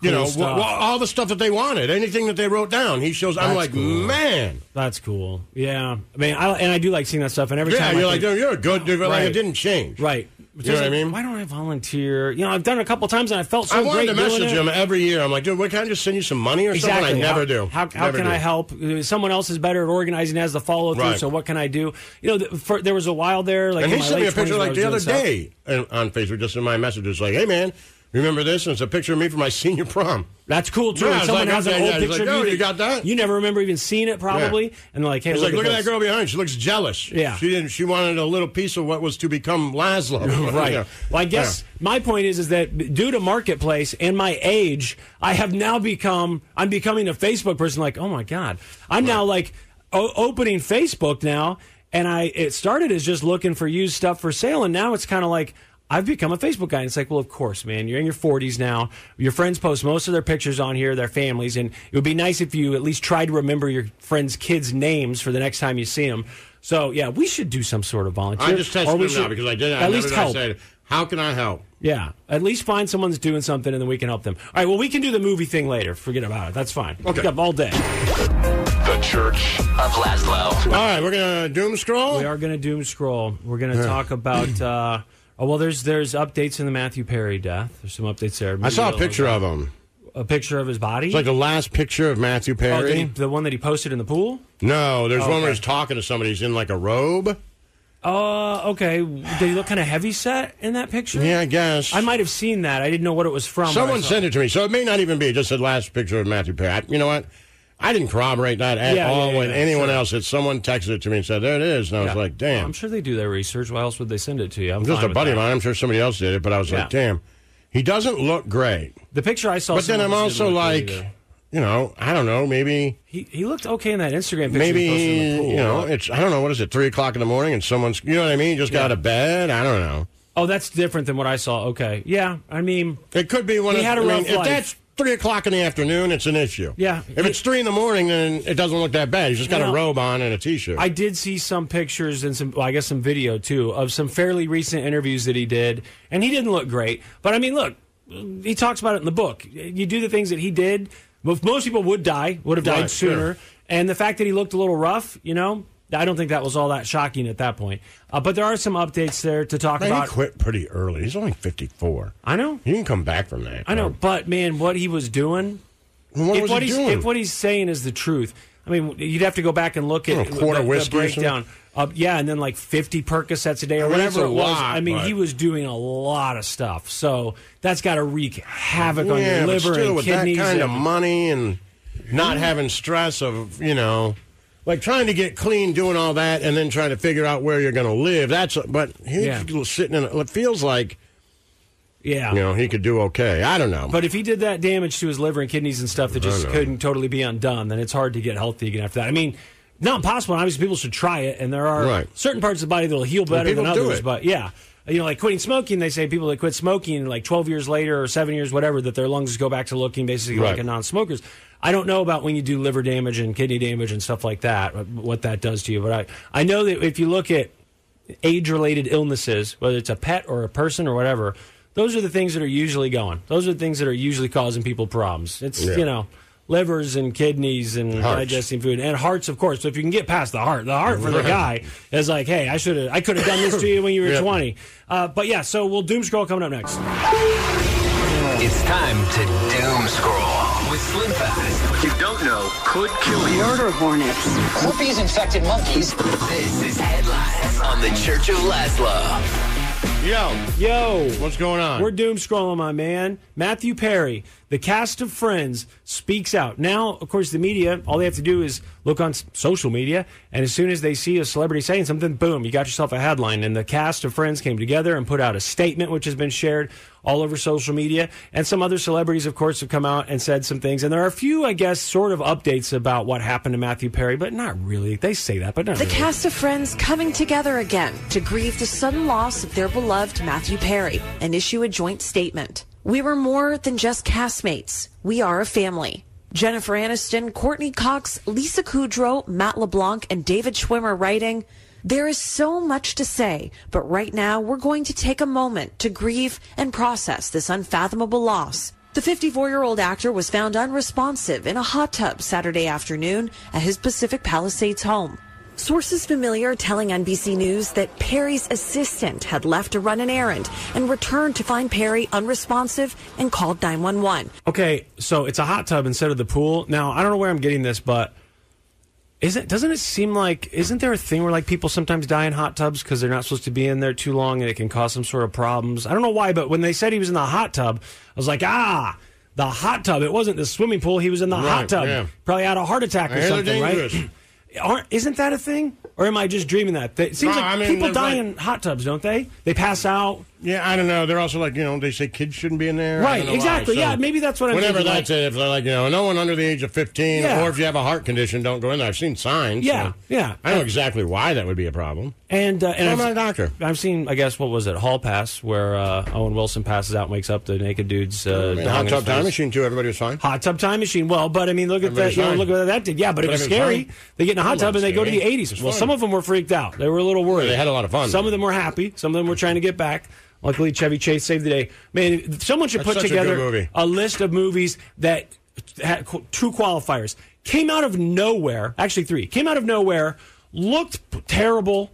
[SPEAKER 2] You
[SPEAKER 3] Cool
[SPEAKER 2] know,
[SPEAKER 3] stuff.
[SPEAKER 2] wh- wh- all the stuff that they wanted, anything that they wrote down, he shows. I'm
[SPEAKER 3] That's
[SPEAKER 2] like,
[SPEAKER 3] cool.
[SPEAKER 2] man,
[SPEAKER 3] That's cool. Yeah. I mean, I, and I do like seeing that stuff. And every
[SPEAKER 2] yeah,
[SPEAKER 3] time I
[SPEAKER 2] you're like,
[SPEAKER 3] think-
[SPEAKER 2] dude, you're a good dude. but, Like,
[SPEAKER 3] Right.
[SPEAKER 2] it didn't change,
[SPEAKER 3] right.
[SPEAKER 2] You know what I mean?
[SPEAKER 3] Why don't I volunteer? You know, I've done it a couple times, and I felt so
[SPEAKER 2] I
[SPEAKER 3] great
[SPEAKER 2] wanted to
[SPEAKER 3] doing
[SPEAKER 2] message
[SPEAKER 3] it.
[SPEAKER 2] him every year. I'm like, dude, what can I just send you some money or something? I never
[SPEAKER 3] how,
[SPEAKER 2] do.
[SPEAKER 3] How, how
[SPEAKER 2] Never
[SPEAKER 3] can
[SPEAKER 2] do.
[SPEAKER 3] I help? Uh, Someone else is better at organizing as the follow through.
[SPEAKER 2] Right.
[SPEAKER 3] So what can I do? You know, th for, there was a while there. Like
[SPEAKER 2] And
[SPEAKER 3] in
[SPEAKER 2] he
[SPEAKER 3] my
[SPEAKER 2] sent me a
[SPEAKER 3] late
[SPEAKER 2] picture
[SPEAKER 3] 20s where
[SPEAKER 2] like
[SPEAKER 3] I was
[SPEAKER 2] the
[SPEAKER 3] doing
[SPEAKER 2] other
[SPEAKER 3] stuff.
[SPEAKER 2] day and on Facebook, just in my messages, like, hey man, remember this? And it's a picture of me from my (laughs) senior prom.
[SPEAKER 3] That's cool too.
[SPEAKER 2] Yeah,
[SPEAKER 3] If
[SPEAKER 2] it's
[SPEAKER 3] someone
[SPEAKER 2] like,
[SPEAKER 3] has
[SPEAKER 2] okay,
[SPEAKER 3] an old
[SPEAKER 2] yeah, it's
[SPEAKER 3] picture
[SPEAKER 2] like,
[SPEAKER 3] of
[SPEAKER 2] oh,
[SPEAKER 3] you.
[SPEAKER 2] you got that?
[SPEAKER 3] You never remember even seeing it probably. And like, hey,
[SPEAKER 2] He's
[SPEAKER 3] look,
[SPEAKER 2] like, look at
[SPEAKER 3] this.
[SPEAKER 2] that girl behind. She looks jealous.
[SPEAKER 3] Yeah.
[SPEAKER 2] she didn't. She wanted a little piece of what was to become Laszlo.
[SPEAKER 3] (laughs)
[SPEAKER 2] (laughs)
[SPEAKER 3] Right.
[SPEAKER 2] Yeah.
[SPEAKER 3] Well, I guess my point is is that b- due to marketplace and my age, I have now become I'm becoming a Facebook person. Like, oh my god, I'm now like o- opening Facebook now, and I it started as just looking for used stuff for sale, and now it's kind of like. I've become a Facebook guy. And it's like, well, of course, man. You're in your 40s now. Your friends post most of their pictures on here, their families, and it would be nice if you at least tried to remember your friends' kids' names for the next time you see them. So, yeah, we should do some sort of volunteer.
[SPEAKER 2] I just
[SPEAKER 3] or
[SPEAKER 2] texted
[SPEAKER 3] we
[SPEAKER 2] him now
[SPEAKER 3] should
[SPEAKER 2] because I did.
[SPEAKER 3] At
[SPEAKER 2] I
[SPEAKER 3] least
[SPEAKER 2] never- I
[SPEAKER 3] help.
[SPEAKER 2] said, how can I help?
[SPEAKER 3] Yeah, at least find someone that's doing something, and then we can help them. All right, well, we can do the movie thing later. Forget about it. That's fine.
[SPEAKER 2] Okay.
[SPEAKER 3] We got all day.
[SPEAKER 1] The Church
[SPEAKER 4] Of Laszlo.
[SPEAKER 2] All right, we're gonna doom scroll.
[SPEAKER 3] We are going to doom scroll. We're going to talk about. Uh, oh, well, there's there's updates in the Matthew Perry death. There's some updates there.
[SPEAKER 2] I saw a picture of him.
[SPEAKER 3] a picture of his body.
[SPEAKER 2] It's like the last picture of Matthew
[SPEAKER 3] oh,
[SPEAKER 2] Perry.
[SPEAKER 3] did he- the one that he posted in the pool.
[SPEAKER 2] No, there's one
[SPEAKER 3] okay.
[SPEAKER 2] where he's talking to somebody. He's in like a robe.
[SPEAKER 3] Uh, okay. Did he look kind of heavy set in that picture?
[SPEAKER 2] Yeah, I guess.
[SPEAKER 3] I might have seen that. I didn't know what it was from. but I
[SPEAKER 2] Someone
[SPEAKER 3] saw-
[SPEAKER 2] sent it to me, so it may not even be just the last picture of Matthew Perry. I- you know what? I didn't corroborate that at
[SPEAKER 3] Yeah, yeah,
[SPEAKER 2] all
[SPEAKER 3] yeah,
[SPEAKER 2] with
[SPEAKER 3] yeah,
[SPEAKER 2] anyone
[SPEAKER 3] sure.
[SPEAKER 2] else. That someone texted it to me and said, "There it is," and I was
[SPEAKER 3] Yeah.
[SPEAKER 2] like, "Damn!"
[SPEAKER 3] I'm
[SPEAKER 2] I'm
[SPEAKER 3] sure they do their research. Why else would they send it to you? I'm
[SPEAKER 2] just
[SPEAKER 3] fine
[SPEAKER 2] a
[SPEAKER 3] with
[SPEAKER 2] buddy
[SPEAKER 3] that.
[SPEAKER 2] of mine. I'm sure somebody else did it, but I was like,
[SPEAKER 3] Yeah.
[SPEAKER 2] "Damn." He doesn't look great,
[SPEAKER 3] The picture I saw.
[SPEAKER 2] but then
[SPEAKER 3] someone
[SPEAKER 2] I'm
[SPEAKER 3] posted
[SPEAKER 2] also
[SPEAKER 3] didn't look good
[SPEAKER 2] like,
[SPEAKER 3] either.
[SPEAKER 2] you know, I don't know, maybe,
[SPEAKER 3] uh, He, he looked okay in that Instagram picture.
[SPEAKER 2] maybe,
[SPEAKER 3] he posted in the pool,
[SPEAKER 2] you know,
[SPEAKER 3] but-
[SPEAKER 2] it's I don't know, what is it, three o'clock in the morning, and someone's, you know what I mean, just got out of bed. I don't know.
[SPEAKER 3] Oh, that's different than what I saw. Okay. Yeah. I mean,
[SPEAKER 2] It could be one.
[SPEAKER 3] He
[SPEAKER 2] of,
[SPEAKER 3] had a
[SPEAKER 2] I mean,
[SPEAKER 3] rough
[SPEAKER 2] If
[SPEAKER 3] life.
[SPEAKER 2] that's three o'clock in the afternoon, it's an issue.
[SPEAKER 3] Yeah.
[SPEAKER 2] If it's three in the morning, then it doesn't look that bad. He's just got
[SPEAKER 3] No.
[SPEAKER 2] a robe on and a t-shirt.
[SPEAKER 3] I did see some pictures and some, well, I guess, some video too of some fairly recent interviews that he did, and he didn't look great. But I mean, look, he talks about it in the book. You do the things that he did. Most most people would die, would have died
[SPEAKER 2] Right, sure.
[SPEAKER 3] sooner. And the fact that he looked a little rough, you know, I don't think that was all that shocking at that point. Uh, but there are some updates there to talk
[SPEAKER 2] Man, he
[SPEAKER 3] about.
[SPEAKER 2] quit pretty early. He's only fifty-four.
[SPEAKER 3] I know,
[SPEAKER 2] He can come back from that.
[SPEAKER 3] I know.
[SPEAKER 2] man.
[SPEAKER 3] But man, what he was doing
[SPEAKER 2] What
[SPEAKER 3] if
[SPEAKER 2] was
[SPEAKER 3] what
[SPEAKER 2] he
[SPEAKER 3] he's
[SPEAKER 2] doing?
[SPEAKER 3] if what he's saying is the truth, I mean, you'd have to go back and look
[SPEAKER 2] Oh,
[SPEAKER 3] at
[SPEAKER 2] a quarter
[SPEAKER 3] the, the
[SPEAKER 2] whiskey or
[SPEAKER 3] breakdown. Uh, yeah, and then like fifty Percocets a day or
[SPEAKER 2] mean, it's
[SPEAKER 3] whatever
[SPEAKER 2] a
[SPEAKER 3] it was.
[SPEAKER 2] lot,
[SPEAKER 3] I mean,
[SPEAKER 2] but-
[SPEAKER 3] he was doing a lot of stuff, so that's got to wreak havoc on
[SPEAKER 2] yeah,
[SPEAKER 3] your
[SPEAKER 2] but
[SPEAKER 3] liver
[SPEAKER 2] still,
[SPEAKER 3] and
[SPEAKER 2] with
[SPEAKER 3] kidneys.
[SPEAKER 2] that kind of
[SPEAKER 3] and- Mm.
[SPEAKER 2] money and not having stress of you know, like trying to get clean, doing all that, and then trying to figure out where you're going to live. That's but he's
[SPEAKER 3] Yeah.
[SPEAKER 2] sitting in. a- It feels like
[SPEAKER 3] yeah.
[SPEAKER 2] you know he could do okay. I don't know.
[SPEAKER 3] But if he did that damage to his liver and kidneys and stuff that just
[SPEAKER 2] know.
[SPEAKER 3] couldn't totally be undone, then it's hard to get healthy again after that. I mean, not impossible. and Obviously, people should try it, and there are
[SPEAKER 2] Right.
[SPEAKER 3] certain parts of the body that'll heal better
[SPEAKER 2] people
[SPEAKER 3] than
[SPEAKER 2] do
[SPEAKER 3] others.
[SPEAKER 2] it.
[SPEAKER 3] But yeah, you know, like quitting smoking, they say people that quit smoking like 12 years later or seven years, whatever, that their lungs go back to looking basically like
[SPEAKER 2] Right.
[SPEAKER 3] a non-smokers. I don't know about when you do liver damage and kidney damage and stuff like that, what- what that does to you. But I, I know that if you look at age related illnesses, whether it's a pet or a person or whatever, those are the things that are usually going. Those are the things that are usually causing people problems. It's,
[SPEAKER 2] Yeah.
[SPEAKER 3] you know, livers and kidneys and
[SPEAKER 2] Hearts.
[SPEAKER 3] digesting food and hearts, of course. So if you can get past the heart, the heart for the
[SPEAKER 2] Right.
[SPEAKER 3] guy is like, hey, I should have, I could have done this to you when you were
[SPEAKER 2] Yeah.
[SPEAKER 3] 20. Uh, but yeah, so we'll doom scroll coming up next.
[SPEAKER 5] It's time to doom scroll with Slim Fast. What you don't know could kill you.
[SPEAKER 6] Murder hornets.
[SPEAKER 4] Whoopies infected monkeys.
[SPEAKER 5] This is Headlines on the Church of Laszlo.
[SPEAKER 2] yo,
[SPEAKER 3] Yo,
[SPEAKER 2] what's going on?
[SPEAKER 3] We're doom scrolling, my man. Matthew Perry, the cast of Friends, speaks out. Now, of course, the media, all they have to do is look on s- social media, and as soon as they see a celebrity saying something, boom, you got yourself a headline. And the cast of Friends came together and put out a statement, which has been shared all over social media. And some other celebrities, of course, have come out and said some things. And there are a few, I guess, sort of updates about what happened to Matthew Perry, but not really. They say that, but not
[SPEAKER 7] The
[SPEAKER 3] really.
[SPEAKER 7] cast of Friends coming together again to grieve the sudden loss of their beloved Matthew Perry and issue a joint statement. We were more than just castmates. We are a family. Jennifer Aniston, Courtney Cox, Lisa Kudrow, Matt LeBlanc, and David Schwimmer writing, There is so much to say, but right now we're going to take a moment to grieve and process this unfathomable loss. The 54 year old actor was found unresponsive in a hot tub Saturday afternoon at his Pacific Palisades home. Sources familiar telling NBC News that Perry's assistant had left to run an errand and returned to find Perry unresponsive and called 911.
[SPEAKER 3] Okay, so it's a hot tub instead of the pool. Now I don't know where I'm getting this, but isn't doesn't it seem like isn't there a thing where like people sometimes die in hot tubs because they're not supposed to be in there too long and it can cause some sort of problems? I don't know why, but when they said he was in the hot tub, I was like, ah, the hot tub. It wasn't the swimming pool. He was in the
[SPEAKER 2] Right,
[SPEAKER 3] hot tub.
[SPEAKER 2] yeah.
[SPEAKER 3] Probably had a heart attack or
[SPEAKER 2] Yeah, they're
[SPEAKER 3] something, right?
[SPEAKER 2] dangerous.
[SPEAKER 3] Aren't, isn't that a thing, or am I just dreaming that? That- It seems
[SPEAKER 2] No,
[SPEAKER 3] like
[SPEAKER 2] I mean,
[SPEAKER 3] people
[SPEAKER 2] there's
[SPEAKER 3] die
[SPEAKER 2] like-
[SPEAKER 3] in hot tubs, don't they? They pass out.
[SPEAKER 2] (clears throat) Yeah, I don't know. They're also like, you know, they say kids shouldn't be in there. I
[SPEAKER 3] Right,
[SPEAKER 2] don't know
[SPEAKER 3] exactly. Yeah, maybe that's what I'm
[SPEAKER 2] Whenever
[SPEAKER 3] thinking,
[SPEAKER 2] that's
[SPEAKER 3] like-
[SPEAKER 2] it, if they're like, you know, no one under the age of 15,
[SPEAKER 3] Yeah.
[SPEAKER 2] or if you have a heart condition, don't go in there. I've seen signs.
[SPEAKER 3] Yeah,
[SPEAKER 2] so
[SPEAKER 3] yeah.
[SPEAKER 2] I know exactly why that would be a problem.
[SPEAKER 3] And uh, and
[SPEAKER 2] I'm
[SPEAKER 3] I've-
[SPEAKER 2] not a doctor.
[SPEAKER 3] I've seen, I guess, what was it, Hall Pass, where uh, Owen Wilson passes out and wakes up the naked dude's uh,
[SPEAKER 2] I mean,
[SPEAKER 3] dong
[SPEAKER 2] hot
[SPEAKER 3] in
[SPEAKER 2] tub
[SPEAKER 3] his
[SPEAKER 2] time
[SPEAKER 3] face.
[SPEAKER 2] machine, too. Everybody was fine.
[SPEAKER 3] Hot tub time machine. Well, but I mean, look at
[SPEAKER 2] Everybody's
[SPEAKER 3] that. You know,
[SPEAKER 2] fine.
[SPEAKER 3] look at what that did. Yeah, but it
[SPEAKER 2] But
[SPEAKER 3] was
[SPEAKER 2] everybody's
[SPEAKER 3] scary.
[SPEAKER 2] fine.
[SPEAKER 3] They get in a hot
[SPEAKER 2] That
[SPEAKER 3] tub and they go to the
[SPEAKER 2] wasn't
[SPEAKER 3] 80s.
[SPEAKER 2] scary.
[SPEAKER 3] Well,
[SPEAKER 2] It's
[SPEAKER 3] some
[SPEAKER 2] fun.
[SPEAKER 3] of them were freaked out. They were a little worried.
[SPEAKER 2] They had a lot of fun.
[SPEAKER 3] Some of them were happy. Some of them were trying to get back. Luckily, Chevy Chase saved the day. Man, someone should
[SPEAKER 2] That's
[SPEAKER 3] put
[SPEAKER 2] such a
[SPEAKER 3] together
[SPEAKER 2] good movie.
[SPEAKER 3] a list of movies that had qu- two qualifiers came out of nowhere. Actually, three came out of nowhere. Looked p- terrible,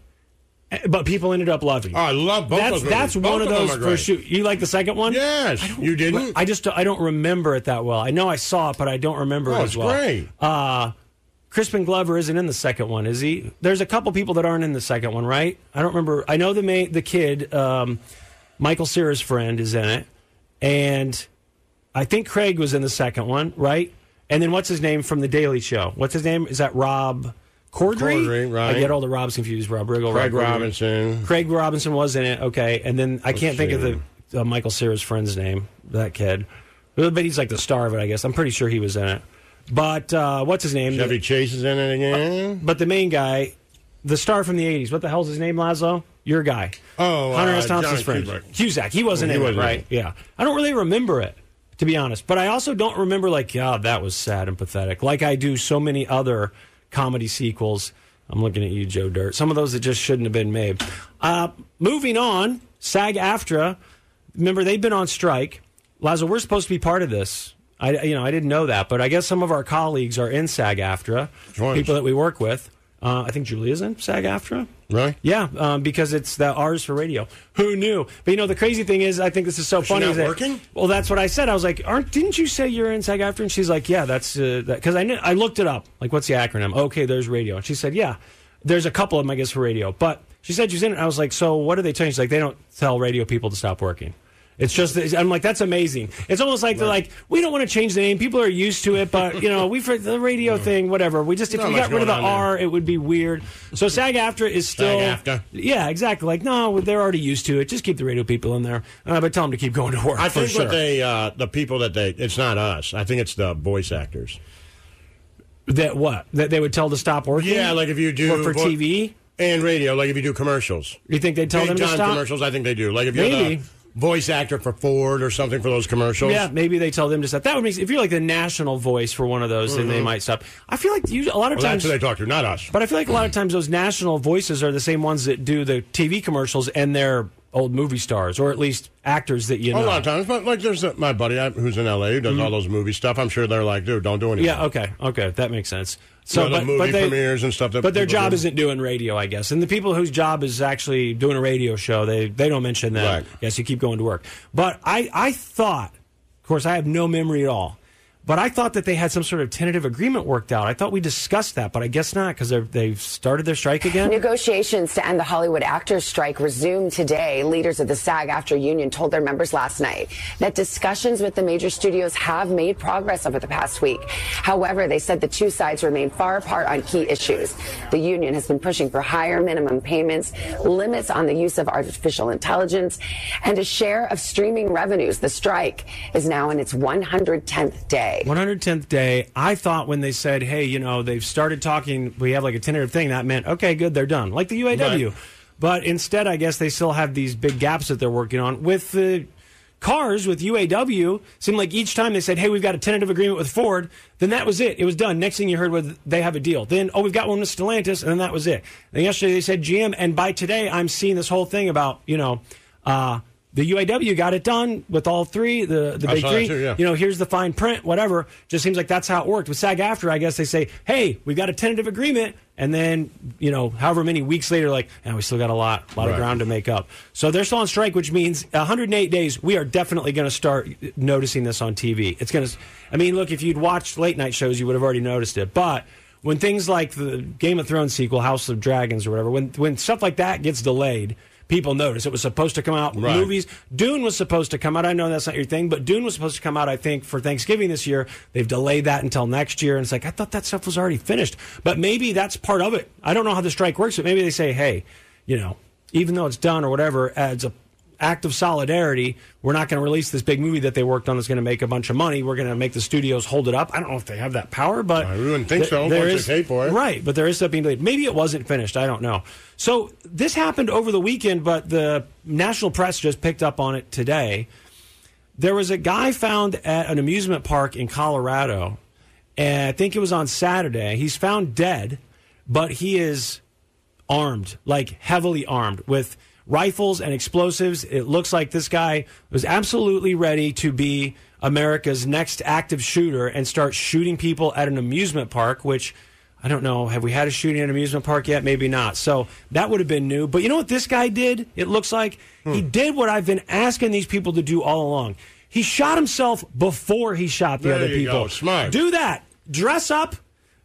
[SPEAKER 3] eh, but people ended up loving.
[SPEAKER 2] Oh, I love both
[SPEAKER 3] That's
[SPEAKER 2] those movies.
[SPEAKER 3] that's
[SPEAKER 2] Both
[SPEAKER 3] one of
[SPEAKER 2] of them
[SPEAKER 3] those
[SPEAKER 2] are
[SPEAKER 3] for
[SPEAKER 2] great.
[SPEAKER 3] sure. You like the second one?
[SPEAKER 2] Yes. You didn't?
[SPEAKER 3] I just I don't remember it that well. I know I saw it, but I don't remember
[SPEAKER 2] Oh,
[SPEAKER 3] it
[SPEAKER 2] it's
[SPEAKER 3] as well.
[SPEAKER 2] great.
[SPEAKER 3] Uh, Crispin Glover isn't in the second one, is he? There's a couple people that aren't in the second one, right? I don't remember. I know the ma- the kid, um, Michael Cera's friend, is in it, and I think Craig was in the second one, right? And then what's his name from the Daily Show? What's his name? Is that Rob Corddry?
[SPEAKER 2] Corddry, right.
[SPEAKER 3] I get all the Robs confused. Rob Riggle,
[SPEAKER 2] Craig
[SPEAKER 3] Rob Corddry.
[SPEAKER 2] Robinson.
[SPEAKER 3] Craig Robinson was in it. Okay, and then I can't think of
[SPEAKER 2] see.
[SPEAKER 3] the uh, Michael Cera's friend's name. That kid, but he's like the star of it, I guess. I'm pretty sure he was in it. But uh, what's his name?
[SPEAKER 2] Chevy Chase is in it again.
[SPEAKER 3] But the main guy, the star from the '80s. What the hell's his name, Laszlo? Your guy.
[SPEAKER 2] Oh,
[SPEAKER 3] Hunter S.
[SPEAKER 2] uh,
[SPEAKER 3] Thompson's
[SPEAKER 2] Johnny
[SPEAKER 3] friend.
[SPEAKER 2] Cusack.
[SPEAKER 3] Cusack. He wasn't
[SPEAKER 2] He
[SPEAKER 3] in
[SPEAKER 2] wasn't
[SPEAKER 3] it,
[SPEAKER 2] in
[SPEAKER 3] right?
[SPEAKER 2] it.
[SPEAKER 3] Yeah. I don't really remember it, to be honest. But I also don't remember like, God, that was sad and pathetic. Like I do so many other comedy sequels. I'm looking at you, Joe Dirt. Some of those that just shouldn't have been made. Uh, moving on, SAG-AFTRA. Remember, they've been on strike. Lazo, we're supposed to be part of this. I, you know, I didn't know that, but I guess some of our colleagues are in SAG-AFTRA.
[SPEAKER 2] Join us.
[SPEAKER 3] People that we work with. Uh, I think Julia's in SAG-AFTRA.
[SPEAKER 2] Really?
[SPEAKER 3] Yeah, um, because it's the R's for radio. Who knew? But you know, the crazy thing is, I think this is so funny.
[SPEAKER 2] not
[SPEAKER 3] is that-
[SPEAKER 2] working?
[SPEAKER 3] Well, that's what I said. I was like, "Aren't? Didn't you say you're in SAG after?" And she's like, "Yeah, that's because I knew, I looked it up. Like, what's the acronym? Okay, there's radio." And she said, "Yeah, there's a couple of them, I guess, for radio." But she said she's in it. I was like, "So what do they tell you?" She's like, "They don't tell radio people to stop working." It's just I'm like that's amazing. It's almost like they're like we don't want to change the name. People are used to it, but you know we for the radio thing, whatever. We just if
[SPEAKER 2] Not
[SPEAKER 3] we
[SPEAKER 2] much
[SPEAKER 3] got rid of the
[SPEAKER 2] going on there.
[SPEAKER 3] R, it would be weird. So SAG-AFTRA is still
[SPEAKER 2] SAG-AFTRA.
[SPEAKER 3] yeah, exactly. Like, no, they're already used to it. Just keep the radio people in there, uh, but tell them to keep going to work.
[SPEAKER 2] I
[SPEAKER 3] for
[SPEAKER 2] think
[SPEAKER 3] sure.
[SPEAKER 2] what they, uh, the people that they, it's not us. I think it's the voice actors.
[SPEAKER 3] that what that they would tell to stop working.
[SPEAKER 2] Yeah, like if you do
[SPEAKER 3] Or for
[SPEAKER 2] vo-
[SPEAKER 3] TV.
[SPEAKER 2] and radio, like if you do commercials,
[SPEAKER 3] You think they tell
[SPEAKER 2] big
[SPEAKER 3] them to
[SPEAKER 2] time
[SPEAKER 3] stop?
[SPEAKER 2] commercials. I think they do. Like if you're
[SPEAKER 3] Maybe.
[SPEAKER 2] the voice actor for Ford or something for those commercials.
[SPEAKER 3] Yeah, maybe they tell them to stop. That would make if you're like the national voice for one of those, then they might stop. I feel like you, a lot of
[SPEAKER 2] Mm-hmm. Well,
[SPEAKER 3] times
[SPEAKER 2] that's who they talk to, not us.
[SPEAKER 3] But I feel like a lot of times those national voices are the same ones that do the TV commercials and they're old movie stars or at least actors that you know.
[SPEAKER 2] A lot of times, but like there's a, my buddy I, who's in LA who does all those movie stuff. I'm sure they're like, dude, don't do anything.
[SPEAKER 3] Mm-hmm. Yeah. Okay. Okay. That makes sense. So,
[SPEAKER 2] You know, the
[SPEAKER 3] but,
[SPEAKER 2] movie
[SPEAKER 3] but they,
[SPEAKER 2] premieres and stuff that
[SPEAKER 3] But their
[SPEAKER 2] people
[SPEAKER 3] job
[SPEAKER 2] do.
[SPEAKER 3] isn't doing radio, I guess. And the people whose job is actually doing a radio show, they they don't mention that.
[SPEAKER 2] Right.
[SPEAKER 3] Yes, you keep going to work. But I I thought, of course, I have no memory at all. But I thought that they had some sort of tentative agreement worked out. I thought we discussed that, but I guess not because they've started their strike again.
[SPEAKER 6] Negotiations to end the Hollywood actors strike resumed today. Leaders of the SAG after union told their members last night that discussions with the major studios have made progress over the past week. However, they said the two sides remain far apart on key issues. The union has been pushing for higher minimum payments, limits on the use of artificial intelligence, and a share of streaming revenues. The strike is now in its 110th day.
[SPEAKER 3] 110th day. I thought when they said, hey, you know, they've started talking, we have like a tentative thing, that meant, okay, good, they're done, like the UAW.
[SPEAKER 2] Right.
[SPEAKER 3] But instead, I guess they still have these big gaps that they're working on. With the cars, with UAW, seemed like each time they said, hey, we've got a tentative agreement with Ford, then that was it. It was done. Next thing you heard was they have a deal. Then, oh, we've got one with Stellantis, and then that was it. And yesterday they said GM, and by today, I'm seeing this whole thing about, you know, uh, the UAW got it done with all three, the, the
[SPEAKER 2] I
[SPEAKER 3] big
[SPEAKER 2] saw that
[SPEAKER 3] three.
[SPEAKER 2] too, yeah.
[SPEAKER 3] You know, here's the fine print, whatever. Just seems like that's how it worked. With SAG after, I guess they say, hey, we've got a tentative agreement. And then, you know, however many weeks later, like, and we still got a lot, lot of
[SPEAKER 2] Right.
[SPEAKER 3] ground to make up. So they're still on strike, which means 108 days. We are definitely going to start noticing this on TV. It's going to, I mean, look, if you'd watched late night shows, you would have already noticed it. But when things like the Game of Thrones sequel, House of Dragons, or whatever, when when stuff like that gets delayed, people notice. It was supposed to come out.
[SPEAKER 2] Right.
[SPEAKER 3] Movies, Dune was supposed to come out. I know that's not your thing, but Dune was supposed to come out, I think, for Thanksgiving this year. They've delayed that until next year. And it's like, I thought that stuff was already finished. But maybe that's part of it. I don't know how the strike works, but maybe they say, hey, you know, even though it's done or whatever, as a act of solidarity, we're not going to release this big movie that they worked on that's going to make a bunch of money. We're going to make the studios hold it up. I don't know if they have that power, but
[SPEAKER 2] I wouldn't think
[SPEAKER 3] th-
[SPEAKER 2] so,
[SPEAKER 3] there
[SPEAKER 2] once
[SPEAKER 3] is-
[SPEAKER 2] they pay for it.
[SPEAKER 3] Right. Right, but there is stuff being delayed. Maybe it wasn't finished. I don't know. So this happened over the weekend, but the national press just picked up on it today. There was a guy found at an amusement park in Colorado, and I think it was on Saturday. He's found dead, but he is armed, like heavily armed with rifles and explosives. It looks like this guy was absolutely ready to be America's next active shooter and start shooting people at an amusement park, which I don't know. Have we had a shooting at an amusement park yet? Maybe not. So that would have been new. But you know what this guy did? It looks like he
[SPEAKER 2] Hmm.
[SPEAKER 3] did what I've been asking these people to do all along. He shot himself before he shot the
[SPEAKER 2] There
[SPEAKER 3] other
[SPEAKER 2] you
[SPEAKER 3] people.
[SPEAKER 2] go. Smart.
[SPEAKER 3] Do that. Dress up.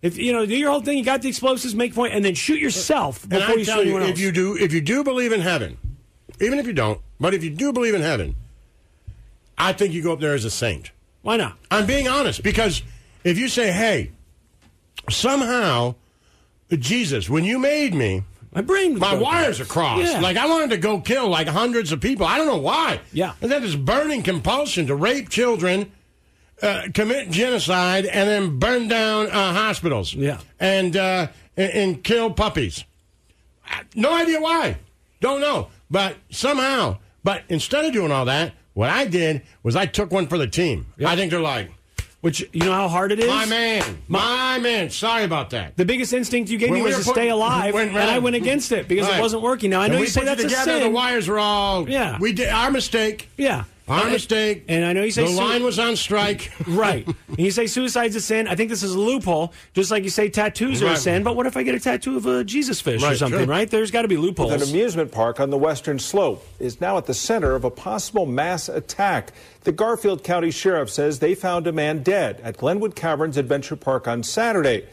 [SPEAKER 3] If you know, do your whole thing. You got the explosives, make point, and then shoot yourself
[SPEAKER 2] And
[SPEAKER 3] before
[SPEAKER 2] I
[SPEAKER 3] you shoot
[SPEAKER 2] tell you,
[SPEAKER 3] anyone else.
[SPEAKER 2] if you do, if you do believe in heaven, even if you don't, but if you do believe in heaven, I think you go up there as a saint.
[SPEAKER 3] Why not?
[SPEAKER 2] I'm being honest because if you say, "Hey, somehow, Jesus, when you made me,
[SPEAKER 3] My brain. was
[SPEAKER 2] my
[SPEAKER 3] broken.
[SPEAKER 2] wires are crossed.
[SPEAKER 3] Yeah.
[SPEAKER 2] Like I wanted to go kill like hundreds of people. I don't know why.
[SPEAKER 3] Yeah.
[SPEAKER 2] and that is burning compulsion to rape children, uh, commit genocide, and then burn down uh, hospitals.
[SPEAKER 3] Yeah.
[SPEAKER 2] and uh, and, and kill puppies. I, no idea why. Don't know. But somehow, but instead of doing all that, what I did was I took one for the team. I think they're like,
[SPEAKER 3] Which you know how hard it is.
[SPEAKER 2] my man, my, man. Sorry about that.
[SPEAKER 3] The biggest instinct you gave
[SPEAKER 2] When
[SPEAKER 3] me
[SPEAKER 2] we
[SPEAKER 3] was
[SPEAKER 2] were
[SPEAKER 3] to
[SPEAKER 2] putting-
[SPEAKER 3] stay alive,
[SPEAKER 2] when-
[SPEAKER 3] and I
[SPEAKER 2] right.
[SPEAKER 3] went against it because
[SPEAKER 2] Right.
[SPEAKER 3] it wasn't working. Now I
[SPEAKER 2] And
[SPEAKER 3] know
[SPEAKER 2] we
[SPEAKER 3] you say
[SPEAKER 2] put it
[SPEAKER 3] that's a
[SPEAKER 2] together,
[SPEAKER 3] sin.
[SPEAKER 2] The wires were all.
[SPEAKER 3] Yeah.
[SPEAKER 2] we did our mistake.
[SPEAKER 3] Yeah.
[SPEAKER 2] Our
[SPEAKER 3] And-
[SPEAKER 2] mistake.
[SPEAKER 3] and I know you say
[SPEAKER 2] the
[SPEAKER 3] sin-
[SPEAKER 2] line was on strike.
[SPEAKER 3] Right. and you say suicide's a sin. I think this is a loophole, just like you say tattoos are a
[SPEAKER 2] Right.
[SPEAKER 3] sin. But what if I get a tattoo of a Jesus fish or
[SPEAKER 2] Right,
[SPEAKER 3] something,
[SPEAKER 2] sure.
[SPEAKER 3] right? There's got to be loopholes.
[SPEAKER 8] An amusement park on the western slope is now at the center of a possible mass attack. The Garfield County Sheriff says they found a man dead at Glenwood Caverns Adventure Park on Saturday.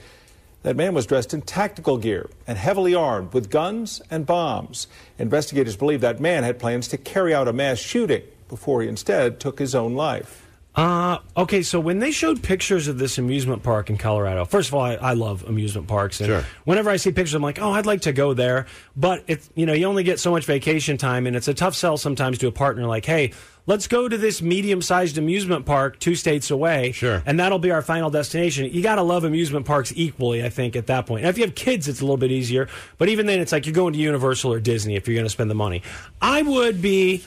[SPEAKER 8] That man was dressed in tactical gear and heavily armed with guns and bombs. Investigators believe that man had plans to carry out a mass shooting before he instead took his own life.
[SPEAKER 3] Uh, okay, so when they showed pictures of this amusement park in Colorado, first of all, I, I love amusement parks, and
[SPEAKER 2] Sure.
[SPEAKER 3] whenever I see pictures, I'm like, oh, I'd like to go there. But it's you know, you only get so much vacation time, and it's a tough sell sometimes to a partner like, hey, let's go to this medium-sized amusement park two states away,
[SPEAKER 2] Sure.
[SPEAKER 3] and that'll be our final destination. You gotta love amusement parks equally, I think, at that point. Now, if you have kids, it's a little bit easier, but even then, it's like you're going to Universal or Disney if you're going to spend the money. I would be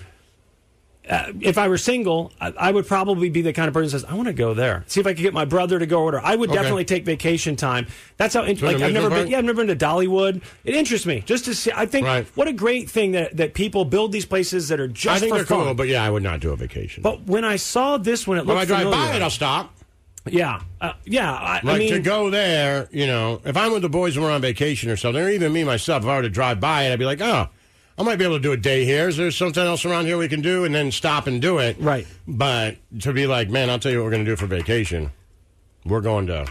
[SPEAKER 3] if I were single, I, I would probably be the kind of person that says, "I want to go there, see if I could get my brother to go." Or whatever. I would
[SPEAKER 2] Okay.
[SPEAKER 3] definitely take vacation time. That's how. In,
[SPEAKER 2] an
[SPEAKER 3] like I've never
[SPEAKER 2] amusement
[SPEAKER 3] been.
[SPEAKER 2] park?
[SPEAKER 3] Yeah, I've never been to Dollywood. It interests me just to see. I think
[SPEAKER 2] Right.
[SPEAKER 3] what a great thing that that people build these places that are (laughs) just.
[SPEAKER 2] I think
[SPEAKER 3] for
[SPEAKER 2] they're
[SPEAKER 3] fun.
[SPEAKER 2] cool, but yeah, I would not do a vacation.
[SPEAKER 3] But when I saw this one, it
[SPEAKER 2] when
[SPEAKER 3] looked
[SPEAKER 2] I drive
[SPEAKER 3] familiar.
[SPEAKER 2] by it, I'll stop.
[SPEAKER 3] yeah, uh, yeah. I,
[SPEAKER 2] Like
[SPEAKER 3] I mean,
[SPEAKER 2] to go there, you know, if I'm with the boys and we're on vacation or something, or even me myself, if I were to drive by it, I'd be like, oh, I might be able to do a day here. Is there something else around here we can do? And then stop and do it.
[SPEAKER 3] Right.
[SPEAKER 2] But to be like, man, I'll tell you what we're going to do for vacation. We're going to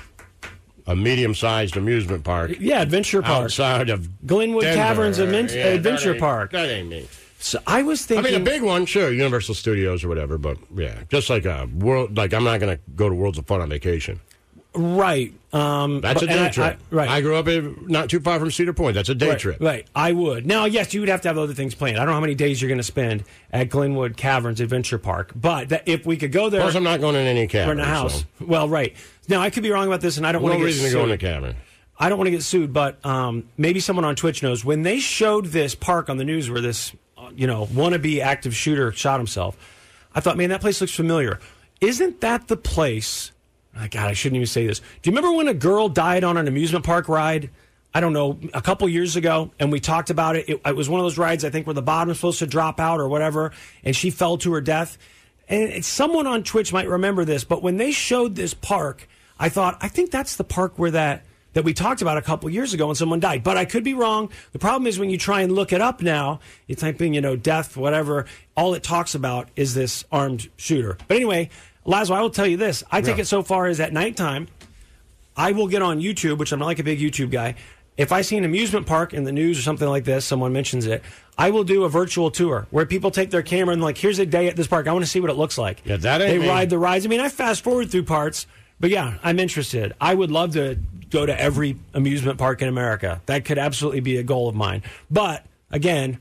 [SPEAKER 2] a medium sized amusement park
[SPEAKER 3] yeah, adventure park.
[SPEAKER 2] outside of
[SPEAKER 3] Glenwood
[SPEAKER 2] Denver.
[SPEAKER 3] Caverns Adven-
[SPEAKER 2] Yeah, that
[SPEAKER 3] Adventure
[SPEAKER 2] ain't-
[SPEAKER 3] Park.
[SPEAKER 2] That ain't me.
[SPEAKER 3] So I was
[SPEAKER 2] I
[SPEAKER 3] thinking.
[SPEAKER 2] mean, a big one, sure, Universal Studios or whatever, but yeah, just like a world, like I'm not going to go to Worlds of Fun on vacation.
[SPEAKER 3] right. Um,
[SPEAKER 2] That's
[SPEAKER 3] but-
[SPEAKER 2] a
[SPEAKER 3] and
[SPEAKER 2] day
[SPEAKER 3] I-
[SPEAKER 2] trip.
[SPEAKER 3] I, right.
[SPEAKER 2] I grew up in, not too far from Cedar Point. That's a day
[SPEAKER 3] right,
[SPEAKER 2] trip.
[SPEAKER 3] Right. I would. Now, yes, you would have to have other things planned. I don't know how many days you're going to spend at Glenwood Caverns Adventure Park, but that, if we could go there
[SPEAKER 2] Plus, I'm not going in any
[SPEAKER 3] we're
[SPEAKER 2] cabin.
[SPEAKER 3] in a house.
[SPEAKER 2] So.
[SPEAKER 3] Well, right. Now, I could be wrong about this, and I don't
[SPEAKER 2] No
[SPEAKER 3] want
[SPEAKER 2] reason
[SPEAKER 3] get
[SPEAKER 2] to go in
[SPEAKER 3] sued.
[SPEAKER 2] a cabin.
[SPEAKER 3] I don't want to get sued, but um, maybe someone on Twitch knows. When they showed this park on the news where this, uh, you know, wannabe active shooter shot himself, I thought, man, that place looks familiar. Isn't that the place? oh, God, I shouldn't even say this. Do you remember when a girl died on an amusement park ride? I don't know, a couple years ago, and we talked about it. It, it was one of those rides, I think, where the bottom's supposed to drop out or whatever, and she fell to her death. And it's- someone on Twitch might remember this, but when they showed this park, I thought, I think that's the park where that that we talked about a couple years ago and someone died. But I could be wrong. The problem is when you try and look it up now, you type in, you know, death, whatever, all it talks about is this armed shooter. But anyway, Lazo, I will tell you this. I take
[SPEAKER 2] Yeah.
[SPEAKER 3] it so far as at nighttime, I will get on YouTube, which I'm not like a big YouTube guy. If I see an amusement park in the news or something like this, someone mentions it, I will do a virtual tour where people take their camera and like, here's a day at this park. I want to see what it looks like.
[SPEAKER 2] Yeah, that ain't
[SPEAKER 3] They
[SPEAKER 2] me.
[SPEAKER 3] ride the rides. I mean, I fast forward through parts, but yeah, I'm interested. I would love to go to every amusement park in America. That could absolutely be a goal of mine. But again,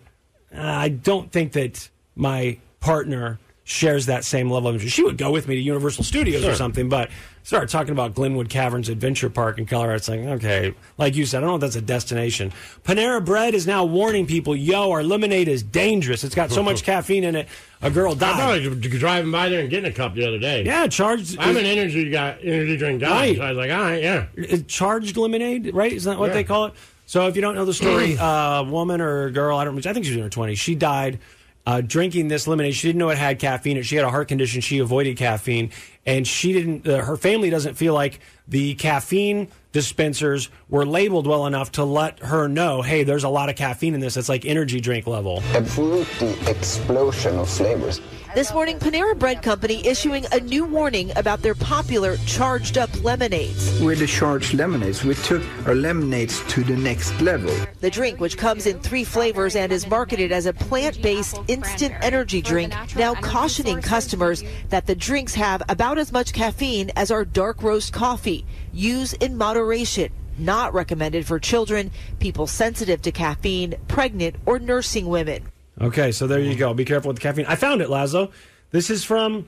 [SPEAKER 3] uh, I don't think that my partner shares that same level of interest. She would go with me to Universal Studios or something, but start talking about Glenwood Caverns Adventure Park in Colorado. It's like, okay, like you said, I don't know if that's a destination. Panera Bread is now warning people, yo, our lemonade is dangerous. It's got
[SPEAKER 2] (laughs)
[SPEAKER 3] so much caffeine in it, a girl
[SPEAKER 2] I
[SPEAKER 3] died.
[SPEAKER 2] probably d- driving by there and getting a cup the other day.
[SPEAKER 3] Yeah, charged.
[SPEAKER 2] I'm an energy guy, energy drink guy.
[SPEAKER 3] Right.
[SPEAKER 2] So I was like, all right, yeah.
[SPEAKER 3] is charged lemonade, right? Isn't that what
[SPEAKER 2] Yeah.
[SPEAKER 3] they call it? So if you don't know the story, a woman or a girl, I don't I think she was in her 20s, she died uh, drinking this lemonade. She didn't know it had caffeine. and She had a heart condition. She avoided caffeine. And she didn't, uh, her family doesn't feel like the caffeine dispensers were labeled well enough to let her know, hey, there's a lot of caffeine in this. It's like energy drink level.
[SPEAKER 4] A fruity explosion of flavors.
[SPEAKER 9] This morning, Panera Bread Company issuing a new warning about their popular charged up lemonades.
[SPEAKER 10] With the charged lemonades, we took our lemonades to the next level.
[SPEAKER 9] The drink, which comes in three flavors and is marketed as a plant based instant energy drink, now cautioning customers that the drinks have about as much caffeine as our dark roast coffee. Use in moderation. Not recommended for children, people sensitive to caffeine, pregnant, or nursing women.
[SPEAKER 3] Okay, so there you go. Be careful with the caffeine. I found it, Lazo. This is from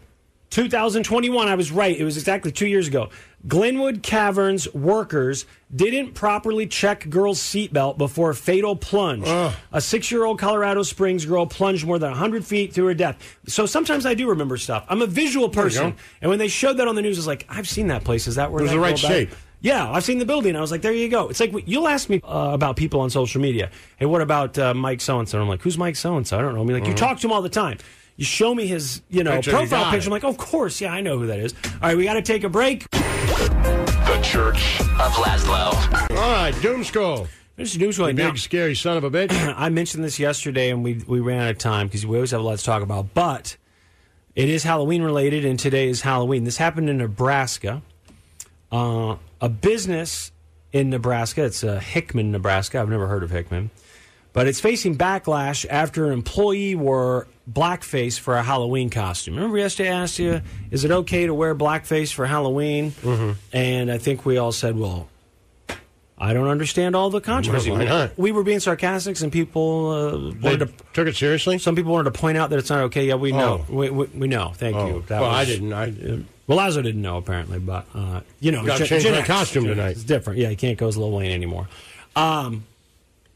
[SPEAKER 3] 2021, I was right. It was exactly two years ago. Glenwood Caverns workers didn't properly check girls' seatbelt before a fatal plunge. A six year old Colorado Springs girl plunged more than 100 feet through her death. So sometimes I do remember stuff. I'm a visual person.
[SPEAKER 2] go.
[SPEAKER 3] And when they showed that on the news, I was like, I've seen that place. Is that where
[SPEAKER 2] It was
[SPEAKER 3] that
[SPEAKER 2] the right
[SPEAKER 3] girl died?
[SPEAKER 2] shape.
[SPEAKER 3] Yeah, I've seen the building. I was like, there you go. It's like you'll ask me uh, about people on social media. Hey, what about uh, Mike so and so? I'm like, who's Mike so and so? I don't know. I mean, like, you talk to him all the time. You show me his, you know,
[SPEAKER 2] Picture, he
[SPEAKER 3] profile
[SPEAKER 2] died.
[SPEAKER 3] picture. I'm like, of course, yeah, I know who that is. All right, we got to take a break.
[SPEAKER 5] The Church of Laszlo.
[SPEAKER 2] All right, Doom Skull.
[SPEAKER 3] There's news right now.
[SPEAKER 2] Big scary son of a bitch.
[SPEAKER 3] I mentioned this yesterday, and we we ran out of time because we always have a lot to talk about. But it is Halloween related, and today is Halloween. This happened in Nebraska. Uh, a business in Nebraska. It's uh, Hickman, Nebraska. I've never heard of Hickman, but it's facing backlash after an employee wore blackface for a Halloween costume. Remember yesterday I asked you, is it okay to wear blackface for Halloween?
[SPEAKER 2] Mm-hmm.
[SPEAKER 3] And I think we all said, well. I don't understand all the controversy.
[SPEAKER 2] Why not?
[SPEAKER 3] We were being sarcastics, and people uh,
[SPEAKER 2] They
[SPEAKER 3] (clears throat) wanted to
[SPEAKER 2] took it seriously.
[SPEAKER 3] some people wanted to point out that it's not okay. Yeah, we know.
[SPEAKER 2] Oh.
[SPEAKER 3] We, we, we know. Thank
[SPEAKER 2] Oh,
[SPEAKER 3] you.
[SPEAKER 2] well, I didn't. I-
[SPEAKER 3] well, Lazo didn't know apparently, but uh, you know,
[SPEAKER 2] Gotta change my costume
[SPEAKER 3] Gen
[SPEAKER 2] tonight.
[SPEAKER 3] It's different. Yeah, you can't go as Lil Wayne anymore. Um,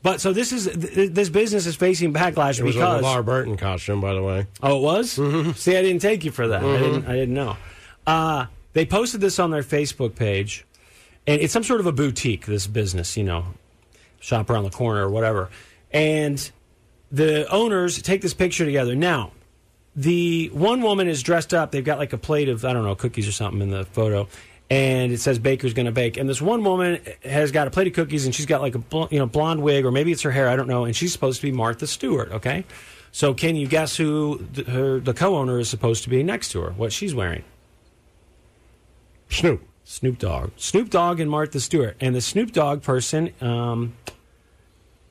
[SPEAKER 3] but so this is th- th- this business is facing backlash
[SPEAKER 2] it was a
[SPEAKER 3] because
[SPEAKER 2] LeVar Burton costume, by the way.
[SPEAKER 3] Oh, it was? See, I didn't take you for that. I, didn't, I didn't know. Uh, they posted this on their Facebook page, and it's some sort of a boutique, this business, you know, shop around the corner or whatever. And the owners take this picture together. Now, the one woman is dressed up. They've got like a plate of, I don't know, cookies or something in the photo. And it says baker's going to bake. And this one woman has got a plate of cookies and she's got like a bl- you know blonde wig or maybe it's her hair. I don't know. And she's supposed to be Martha Stewart. Okay. So can you guess who th- her, the co owner is supposed to be next to her? What she's wearing?
[SPEAKER 2] Snoop.
[SPEAKER 3] Snoop Dogg. Snoop Dogg and Martha Stewart. And the Snoop Dogg person um,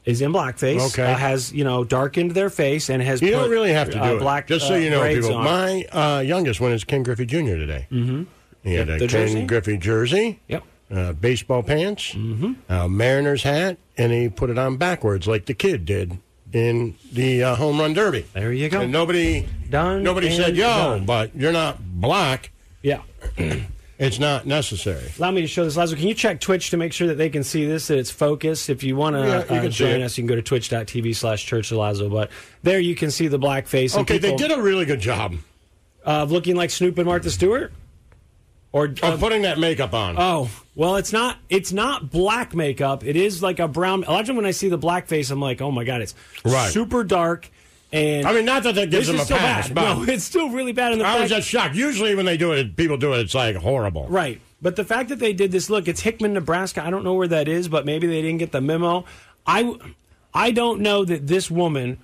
[SPEAKER 3] is in blackface.
[SPEAKER 2] Okay.
[SPEAKER 3] uh, has, you know, darkened their face and has
[SPEAKER 2] You
[SPEAKER 3] put,
[SPEAKER 2] don't really have to do
[SPEAKER 3] uh,
[SPEAKER 2] it.
[SPEAKER 3] black
[SPEAKER 2] Just so
[SPEAKER 3] uh,
[SPEAKER 2] you know,
[SPEAKER 3] braids
[SPEAKER 2] people.
[SPEAKER 3] on.
[SPEAKER 2] My uh, youngest one is Ken Griffey Jr. today. Mm-hmm. He had
[SPEAKER 3] Yep,
[SPEAKER 2] a Ken
[SPEAKER 3] the jersey.
[SPEAKER 2] Griffey jersey.
[SPEAKER 3] Yep.
[SPEAKER 2] Uh, baseball pants,
[SPEAKER 3] Mm-hmm.
[SPEAKER 2] uh, Mariners hat, and he put it on backwards like the kid did in the uh, home run derby.
[SPEAKER 3] There you go.
[SPEAKER 2] And nobody,
[SPEAKER 3] Done
[SPEAKER 2] nobody
[SPEAKER 3] and
[SPEAKER 2] said yo,
[SPEAKER 3] done.
[SPEAKER 2] but you're not black.
[SPEAKER 3] Yeah.
[SPEAKER 2] It's not necessary.
[SPEAKER 3] Allow me to show this, Lazo. Can you check Twitch to make sure that they can see this, that it's focused? If you want to
[SPEAKER 2] Yeah, you
[SPEAKER 3] uh,
[SPEAKER 2] can see
[SPEAKER 3] join
[SPEAKER 2] it.
[SPEAKER 3] us, you can go to twitch.tv slash church of Lazo. But there you can see the blackface. and
[SPEAKER 2] Okay, they
[SPEAKER 3] people,
[SPEAKER 2] did a really good job
[SPEAKER 3] Of looking like Snoop and Martha Stewart? Or.
[SPEAKER 2] of putting that makeup on.
[SPEAKER 3] Oh well, it's not. It's not black makeup. It is like a brown. A lot of times when I see the blackface, I'm like, oh my god, it's
[SPEAKER 2] Right.
[SPEAKER 3] super dark. And
[SPEAKER 2] I mean, not that that gives
[SPEAKER 3] this
[SPEAKER 2] them
[SPEAKER 3] is
[SPEAKER 2] a
[SPEAKER 3] still
[SPEAKER 2] pass,
[SPEAKER 3] bad.
[SPEAKER 2] but
[SPEAKER 3] (laughs) no, it's still really bad. In the
[SPEAKER 2] I was
[SPEAKER 3] fact-
[SPEAKER 2] just shocked. Usually, when they do it, people do it. It's like horrible.
[SPEAKER 3] Right. But the fact that they did this, look, it's Hickman, Nebraska. I don't know where that is, but maybe they didn't get the memo. I, I don't know that this woman,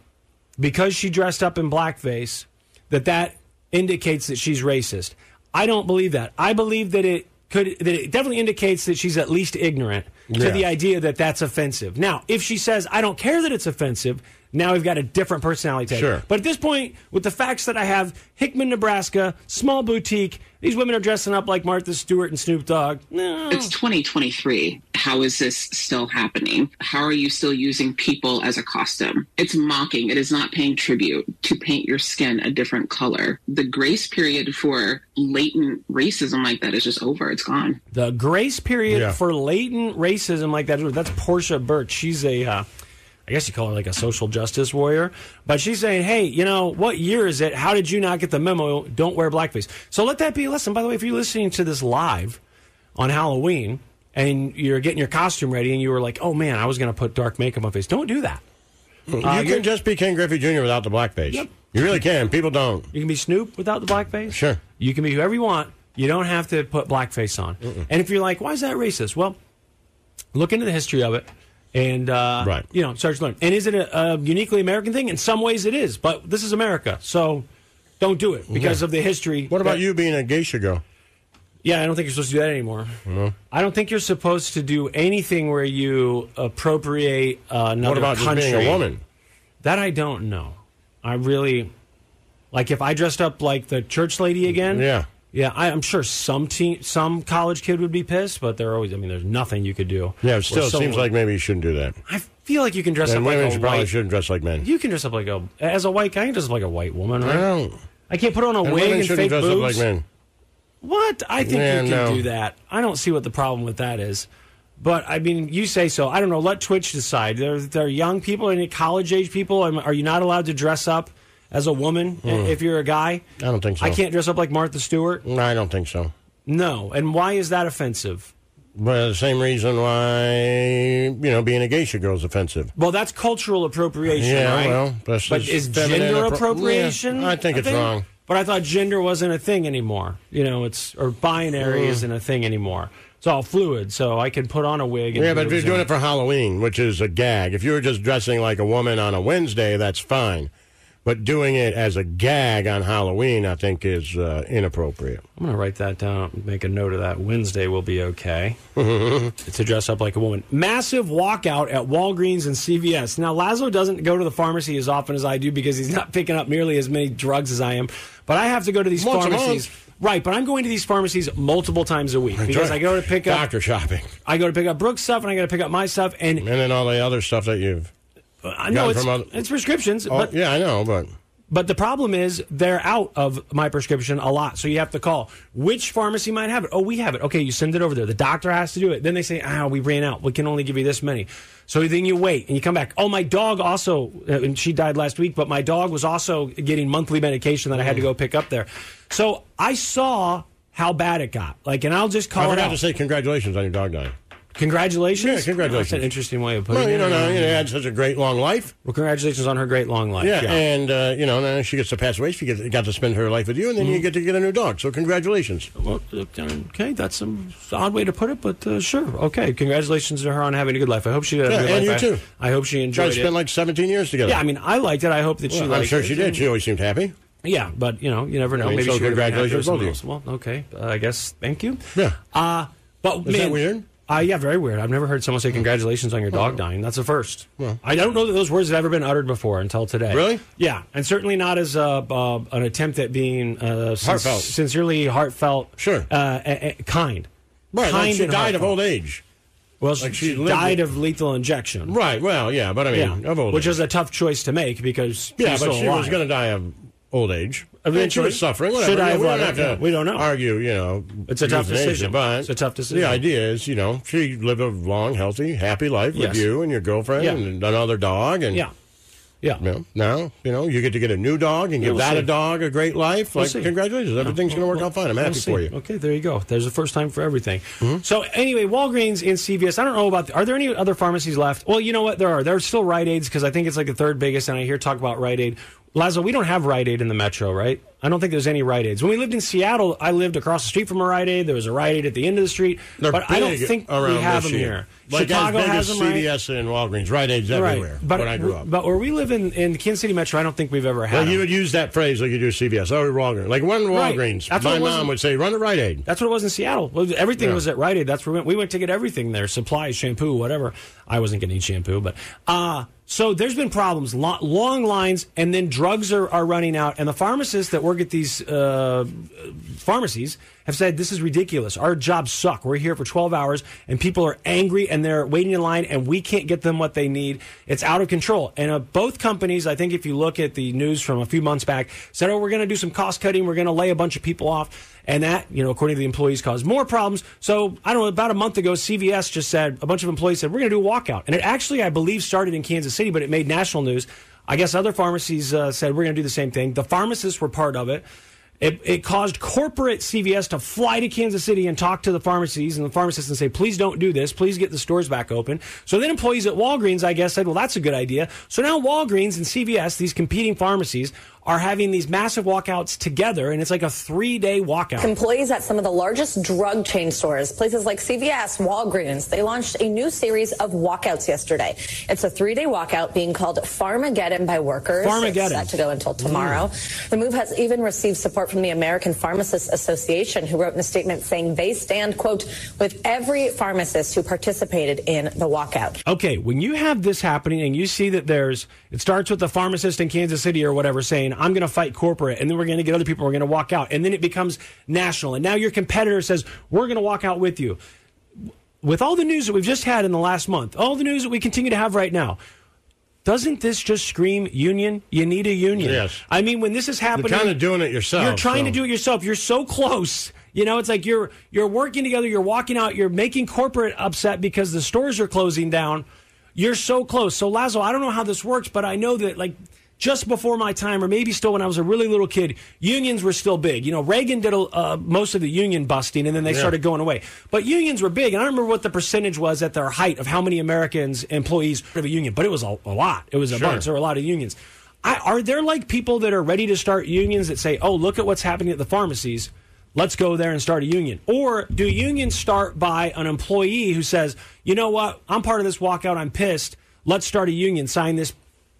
[SPEAKER 3] because she dressed up in blackface, that that indicates that she's racist. I don't believe that. I believe that it could that it definitely indicates that she's at least ignorant
[SPEAKER 2] Yeah.
[SPEAKER 3] to the idea that that's offensive. Now, if she says, "I don't care that it's offensive," now we've got a different personality type.
[SPEAKER 2] Sure.
[SPEAKER 3] But at this point, with the facts that I have, Hickman, Nebraska, small boutique, these women are dressing up like Martha Stewart and Snoop Dogg. No.
[SPEAKER 11] It's 2023. How is this still happening? How are you still using people as a costume? It's mocking. It is not paying tribute to paint your skin a different color. The grace period for latent racism like that is just over. It's gone.
[SPEAKER 3] The grace period
[SPEAKER 2] Yeah.
[SPEAKER 3] for latent racism like that. That's Portia Burt. She's a, uh, I guess you call her like a social justice warrior. But she's saying, hey, you know, what year is it? How did you not get the memo? Don't wear blackface. So let that be a lesson. By the way, if you're listening to this live on Halloween and you're getting your costume ready and you were like, oh man, I was going to put dark makeup on my face, don't do that.
[SPEAKER 2] You can just be Ken Griffey Jr. without the blackface.
[SPEAKER 3] Uh, Yep.
[SPEAKER 2] You really can. People don't.
[SPEAKER 3] You can be Snoop without the blackface.
[SPEAKER 2] Sure.
[SPEAKER 3] You can be whoever you want. You don't have to put blackface on. And if you're like, why is that racist? Well, look into the history of it and, uh,
[SPEAKER 2] Right.
[SPEAKER 3] you know, start to learn. And is it a, a uniquely American thing? In some ways it is, but this is America. So don't do it because of the history.
[SPEAKER 2] What about
[SPEAKER 3] that-
[SPEAKER 2] you being a geisha girl?
[SPEAKER 3] Yeah, I don't think you're supposed to do that anymore.
[SPEAKER 2] Uh-huh.
[SPEAKER 3] I don't think you're supposed to do anything where you appropriate another
[SPEAKER 2] What about just
[SPEAKER 3] country.
[SPEAKER 2] being a woman?
[SPEAKER 3] That I don't know. I really like if I dressed up like the church lady again.
[SPEAKER 2] Yeah.
[SPEAKER 3] Yeah, I, I'm sure some teen, some college kid would be pissed, but they're always. I mean, there's nothing you could do.
[SPEAKER 2] Yeah,
[SPEAKER 3] Or
[SPEAKER 2] it still
[SPEAKER 3] someone-
[SPEAKER 2] seems like maybe you shouldn't do that.
[SPEAKER 3] I feel like you can dress
[SPEAKER 2] And
[SPEAKER 3] up like
[SPEAKER 2] women
[SPEAKER 3] a
[SPEAKER 2] should- probably
[SPEAKER 3] white.
[SPEAKER 2] shouldn't dress like men.
[SPEAKER 3] You can dress up like a as a white guy. You can dress up like a white woman,
[SPEAKER 2] I
[SPEAKER 3] right?
[SPEAKER 2] don't.
[SPEAKER 3] I can't put on a
[SPEAKER 2] And
[SPEAKER 3] wig
[SPEAKER 2] women
[SPEAKER 3] and
[SPEAKER 2] shouldn't
[SPEAKER 3] fake
[SPEAKER 2] dress up
[SPEAKER 3] boobs.
[SPEAKER 2] like men.
[SPEAKER 3] What? I think
[SPEAKER 2] Yeah,
[SPEAKER 3] you can
[SPEAKER 2] no.
[SPEAKER 3] do that. I don't see what the problem with that is. But I mean, you say so. I don't know. Let Twitch decide. There, there are young people and college age people. Am- Are you not allowed to dress up as a woman i-
[SPEAKER 2] Mm.
[SPEAKER 3] if you're a guy?
[SPEAKER 2] I don't think so.
[SPEAKER 3] I can't dress up like Martha Stewart.
[SPEAKER 2] No, I don't think so.
[SPEAKER 3] No. And why is that offensive?
[SPEAKER 2] But the same reason why you know being a geisha girl is offensive.
[SPEAKER 3] Well, that's cultural appropriation,
[SPEAKER 2] Yeah,
[SPEAKER 3] right?
[SPEAKER 2] well, that's
[SPEAKER 3] but
[SPEAKER 2] just
[SPEAKER 3] is
[SPEAKER 2] feminine
[SPEAKER 3] gender
[SPEAKER 2] appro-
[SPEAKER 3] appropriation?
[SPEAKER 2] Yeah, I think
[SPEAKER 3] a
[SPEAKER 2] it's
[SPEAKER 3] thing?
[SPEAKER 2] wrong.
[SPEAKER 3] But I thought gender wasn't a thing anymore. You know, it's or binary
[SPEAKER 2] Mm.
[SPEAKER 3] isn't a thing anymore. It's all fluid, so I could put on a wig. And
[SPEAKER 2] Yeah, but if you're
[SPEAKER 3] boobs
[SPEAKER 2] doing
[SPEAKER 3] and-
[SPEAKER 2] it for Halloween, which is a gag, if you were just dressing like a woman on a Wednesday, that's fine. But doing it as a gag on Halloween, I think, is uh, inappropriate.
[SPEAKER 3] I'm going to write that down, make a note of that. Wednesday will be
[SPEAKER 2] (laughs)
[SPEAKER 3] okay to dress up like a woman. Massive walkout at Walgreens and CVS. Now, Lazo doesn't go to the pharmacy as often as I do because he's not (laughs) picking up nearly as many drugs as I am. But I have to go to these
[SPEAKER 2] Once a month.
[SPEAKER 3] pharmacies. Right, but I'm going to these pharmacies multiple times a week because
[SPEAKER 2] right.
[SPEAKER 3] I go to pick up
[SPEAKER 2] Doctor shopping,
[SPEAKER 3] I go to pick up Brooks stuff and I got to pick up my stuff and
[SPEAKER 2] and then all the other stuff that you've.
[SPEAKER 3] I
[SPEAKER 2] gotten
[SPEAKER 3] know it's,
[SPEAKER 2] from other-
[SPEAKER 3] it's prescriptions,
[SPEAKER 2] Oh,
[SPEAKER 3] but
[SPEAKER 2] yeah, I know, but
[SPEAKER 3] But the problem is they're out of my prescription a lot. So you have to call. Which pharmacy might have it? Oh, we have it. Okay, you send it over there. The doctor has to do it. Then they say, ah, we ran out. We can only give you this many. So then you wait and you come back. Oh, my dog also, uh, and she died last week, but my dog was also getting monthly medication that I had to go pick up there. So I saw how bad it got. Like, and I'll just call
[SPEAKER 2] I
[SPEAKER 3] it
[SPEAKER 2] forgot
[SPEAKER 3] out.
[SPEAKER 2] to say congratulations on your dog dying.
[SPEAKER 3] congratulations.
[SPEAKER 2] Yeah, congratulations.
[SPEAKER 3] That's an interesting way of putting
[SPEAKER 2] Well,
[SPEAKER 3] it.
[SPEAKER 2] you don't know, you know, you had such a great long life.
[SPEAKER 3] Well, congratulations on her great long life.
[SPEAKER 2] yeah, and uh, you know, now she gets to pass away. She gets, got to spend her life with you, and then
[SPEAKER 3] Mm-hmm.
[SPEAKER 2] you get to get a new dog. So congratulations.
[SPEAKER 3] Well, okay, that's an odd way to put it, but uh, sure. Okay, congratulations to her on having a good life. I hope she had
[SPEAKER 2] Yeah,
[SPEAKER 3] a good
[SPEAKER 2] and
[SPEAKER 3] life.
[SPEAKER 2] you
[SPEAKER 3] I,
[SPEAKER 2] too.
[SPEAKER 3] I hope she
[SPEAKER 2] Tried to
[SPEAKER 3] enjoyed
[SPEAKER 2] spend
[SPEAKER 3] it.
[SPEAKER 2] like 17 years together.
[SPEAKER 3] yeah, I mean, I liked it. I hope that she
[SPEAKER 2] Well,
[SPEAKER 3] liked
[SPEAKER 2] I'm sure
[SPEAKER 3] it.
[SPEAKER 2] she did. She always seemed happy.
[SPEAKER 3] Yeah, but, you know, you never know.
[SPEAKER 2] I mean,
[SPEAKER 3] Maybe
[SPEAKER 2] so
[SPEAKER 3] she would've been happy with
[SPEAKER 2] congratulations, both of you.
[SPEAKER 3] someone else. Well, okay, uh, I guess. Thank you.
[SPEAKER 2] Yeah.
[SPEAKER 3] Uh, but,
[SPEAKER 2] Is
[SPEAKER 3] man,
[SPEAKER 2] that weird? Oh.
[SPEAKER 3] Uh, yeah, very weird. I've never heard someone say congratulations on your dog dying. That's a first. I don't know that those words have ever been uttered before until today.
[SPEAKER 2] Really?
[SPEAKER 3] Yeah, and certainly not as uh, uh, an attempt at being uh, sin-
[SPEAKER 2] Heartfelt.
[SPEAKER 3] sincerely heartfelt,
[SPEAKER 2] Sure.
[SPEAKER 3] uh, a- a- kind.
[SPEAKER 2] Right, like
[SPEAKER 3] Kind
[SPEAKER 2] she
[SPEAKER 3] and
[SPEAKER 2] died of
[SPEAKER 3] heartfelt.
[SPEAKER 2] old age.
[SPEAKER 3] Well,
[SPEAKER 2] Like she
[SPEAKER 3] she,
[SPEAKER 2] lived
[SPEAKER 3] died
[SPEAKER 2] with-
[SPEAKER 3] of lethal injection.
[SPEAKER 2] Right. Well, yeah, but I mean, of old
[SPEAKER 3] which
[SPEAKER 2] age.
[SPEAKER 3] is a tough choice to make because
[SPEAKER 2] yeah,
[SPEAKER 3] she's
[SPEAKER 2] but
[SPEAKER 3] still
[SPEAKER 2] she
[SPEAKER 3] alive.
[SPEAKER 2] was going to die of old age. and she
[SPEAKER 3] Eventually.
[SPEAKER 2] was suffering. Whatever.
[SPEAKER 3] Should I
[SPEAKER 2] Yeah,
[SPEAKER 3] have
[SPEAKER 2] we don't
[SPEAKER 3] let her-
[SPEAKER 2] have
[SPEAKER 3] yeah,
[SPEAKER 2] to
[SPEAKER 3] we don't know.
[SPEAKER 2] Argue, you know,
[SPEAKER 3] It's a tough
[SPEAKER 2] euthanasia,
[SPEAKER 3] decision.
[SPEAKER 2] But
[SPEAKER 3] It's a tough decision.
[SPEAKER 2] The idea is, you know, she lived a long, healthy, happy life with
[SPEAKER 3] Yes.
[SPEAKER 2] you and your girlfriend
[SPEAKER 3] Yeah.
[SPEAKER 2] and another dog, and
[SPEAKER 3] yeah, yeah.
[SPEAKER 2] You know, now you know you get to get a new dog and
[SPEAKER 3] Yeah,
[SPEAKER 2] give
[SPEAKER 3] we'll
[SPEAKER 2] that
[SPEAKER 3] see.
[SPEAKER 2] a dog a great life.
[SPEAKER 3] We'll
[SPEAKER 2] Like,
[SPEAKER 3] see.
[SPEAKER 2] congratulations, everything's going to work out fine. I'm happy
[SPEAKER 3] We'll see.
[SPEAKER 2] for you. Mm-hmm.
[SPEAKER 3] Okay, there you go. There's the first time for everything. So anyway, Walgreens and CVS. I don't know about. The, are there any other pharmacies left? Well, you know what? There are. There's still Rite Aids because I think it's like the third biggest, and I hear talk about Rite Aid. Lazo, we don't have Rite Aid in the metro, right? I don't think there's any Rite Aids. When we lived in Seattle, I lived across the street from a Rite Aid. There was a Rite Aid at the end of the street,
[SPEAKER 2] They're
[SPEAKER 3] but I don't
[SPEAKER 2] big
[SPEAKER 3] think we
[SPEAKER 2] around
[SPEAKER 3] have
[SPEAKER 2] this
[SPEAKER 3] them
[SPEAKER 2] year.
[SPEAKER 3] here.
[SPEAKER 2] Like
[SPEAKER 3] Chicago
[SPEAKER 2] as big
[SPEAKER 3] has
[SPEAKER 2] as
[SPEAKER 3] them, right?
[SPEAKER 2] CVS and Walgreens, Rite Aid's everywhere.
[SPEAKER 3] Right. But
[SPEAKER 2] when I grew up,
[SPEAKER 3] but where we live in, in Kansas City Metro, I don't think we've ever had.
[SPEAKER 2] Like
[SPEAKER 3] them.
[SPEAKER 2] you would use that phrase like you do CVS or Oh, Walgreens. Like run to
[SPEAKER 3] Right.
[SPEAKER 2] Walgreens.
[SPEAKER 3] That's what
[SPEAKER 2] My
[SPEAKER 3] it
[SPEAKER 2] mom
[SPEAKER 3] wasn't-
[SPEAKER 2] would say, run to Rite Aid.
[SPEAKER 3] That's what it was in Seattle. Well, Everything
[SPEAKER 2] Yeah.
[SPEAKER 3] was at Rite Aid. That's where we went. We went to get everything there supplies, shampoo, whatever. I wasn't getting shampoo, but. Uh, so there's been problems, lo- long lines, and then drugs are, are running out. And the pharmacists that work at these uh, pharmacies have said, This is ridiculous. Our jobs suck. We're here for 12 hours, and people are angry and they're waiting in line, and we can't get them what they need. It's out of control. And uh, both companies, I think if you look at the news from a few months back, said, Oh, we're going to do some cost cutting. We're going to lay a bunch of people off. And that, you know, according to the employees, caused more problems. So I don't know. About a month ago, CVS just said a bunch of employees said we're going to do a walkout, and it actually, I believe, started in Kansas City, but it made national news. I guess other pharmacies uh, said we're going to do the same thing. The pharmacists were part of it. It, it caused corporate CVS to fly to Kansas City and talk to the pharmacies and the pharmacists and say, please don't do this. Please get the stores back open. So then employees at Walgreens, I guess, said, well, that's a good idea. So now Walgreens and CVS, these competing pharmacies, are having these massive walkouts together, and it's like a three day walkout.
[SPEAKER 12] Employees at some of the largest drug chain stores, places like CVS, Walgreens, they launched a new series of walkouts yesterday. It's a three-day walkout being called Farmageddon by workers.
[SPEAKER 3] Farmageddon.
[SPEAKER 12] It's set to go until tomorrow. The move has even received support from the American Pharmacists Association, who wrote in a statement saying they stand, quote, with every pharmacist who participated in the walkout.
[SPEAKER 3] Okay, when you have this happening and you see that there's, it starts with the pharmacist in Kansas City or whatever saying, I'm going to fight corporate, and then we're going to get other people, we're going to walk out, and then it becomes national. And now your competitor says, We're going to walk out with you. With all the news that we've just had in the last month, all the news that we continue to have right now, Doesn't this just scream union? You need a union. Yes. I mean, when this is happening,
[SPEAKER 2] kinda doing it yourself,
[SPEAKER 3] You're trying to
[SPEAKER 2] so-
[SPEAKER 3] do it yourself. You're so close. You know, it's like you're you're working together. You're walking out. You're making corporate upset because the stores are closing down. You're so close. So Lazo, I don't know how this works, but I know that like just before my time, or maybe still when I was a really little kid, unions were still big. You know, Reagan did uh, most of the union busting, and then they
[SPEAKER 13] Yeah.
[SPEAKER 3] started going away. But unions were big, and I remember what the percentage was at their height of how many Americans employees of a union. But it was a, a lot. It was a
[SPEAKER 13] Sure.
[SPEAKER 3] bunch. There were a lot of unions. I, are there like people that are ready to start unions that say, "Oh, look at what's happening at the pharmacies. Let's go there and start a union." Or do unions start by an employee who says, "You know what? I'm part of this walkout. I'm pissed. Let's start a union. Sign this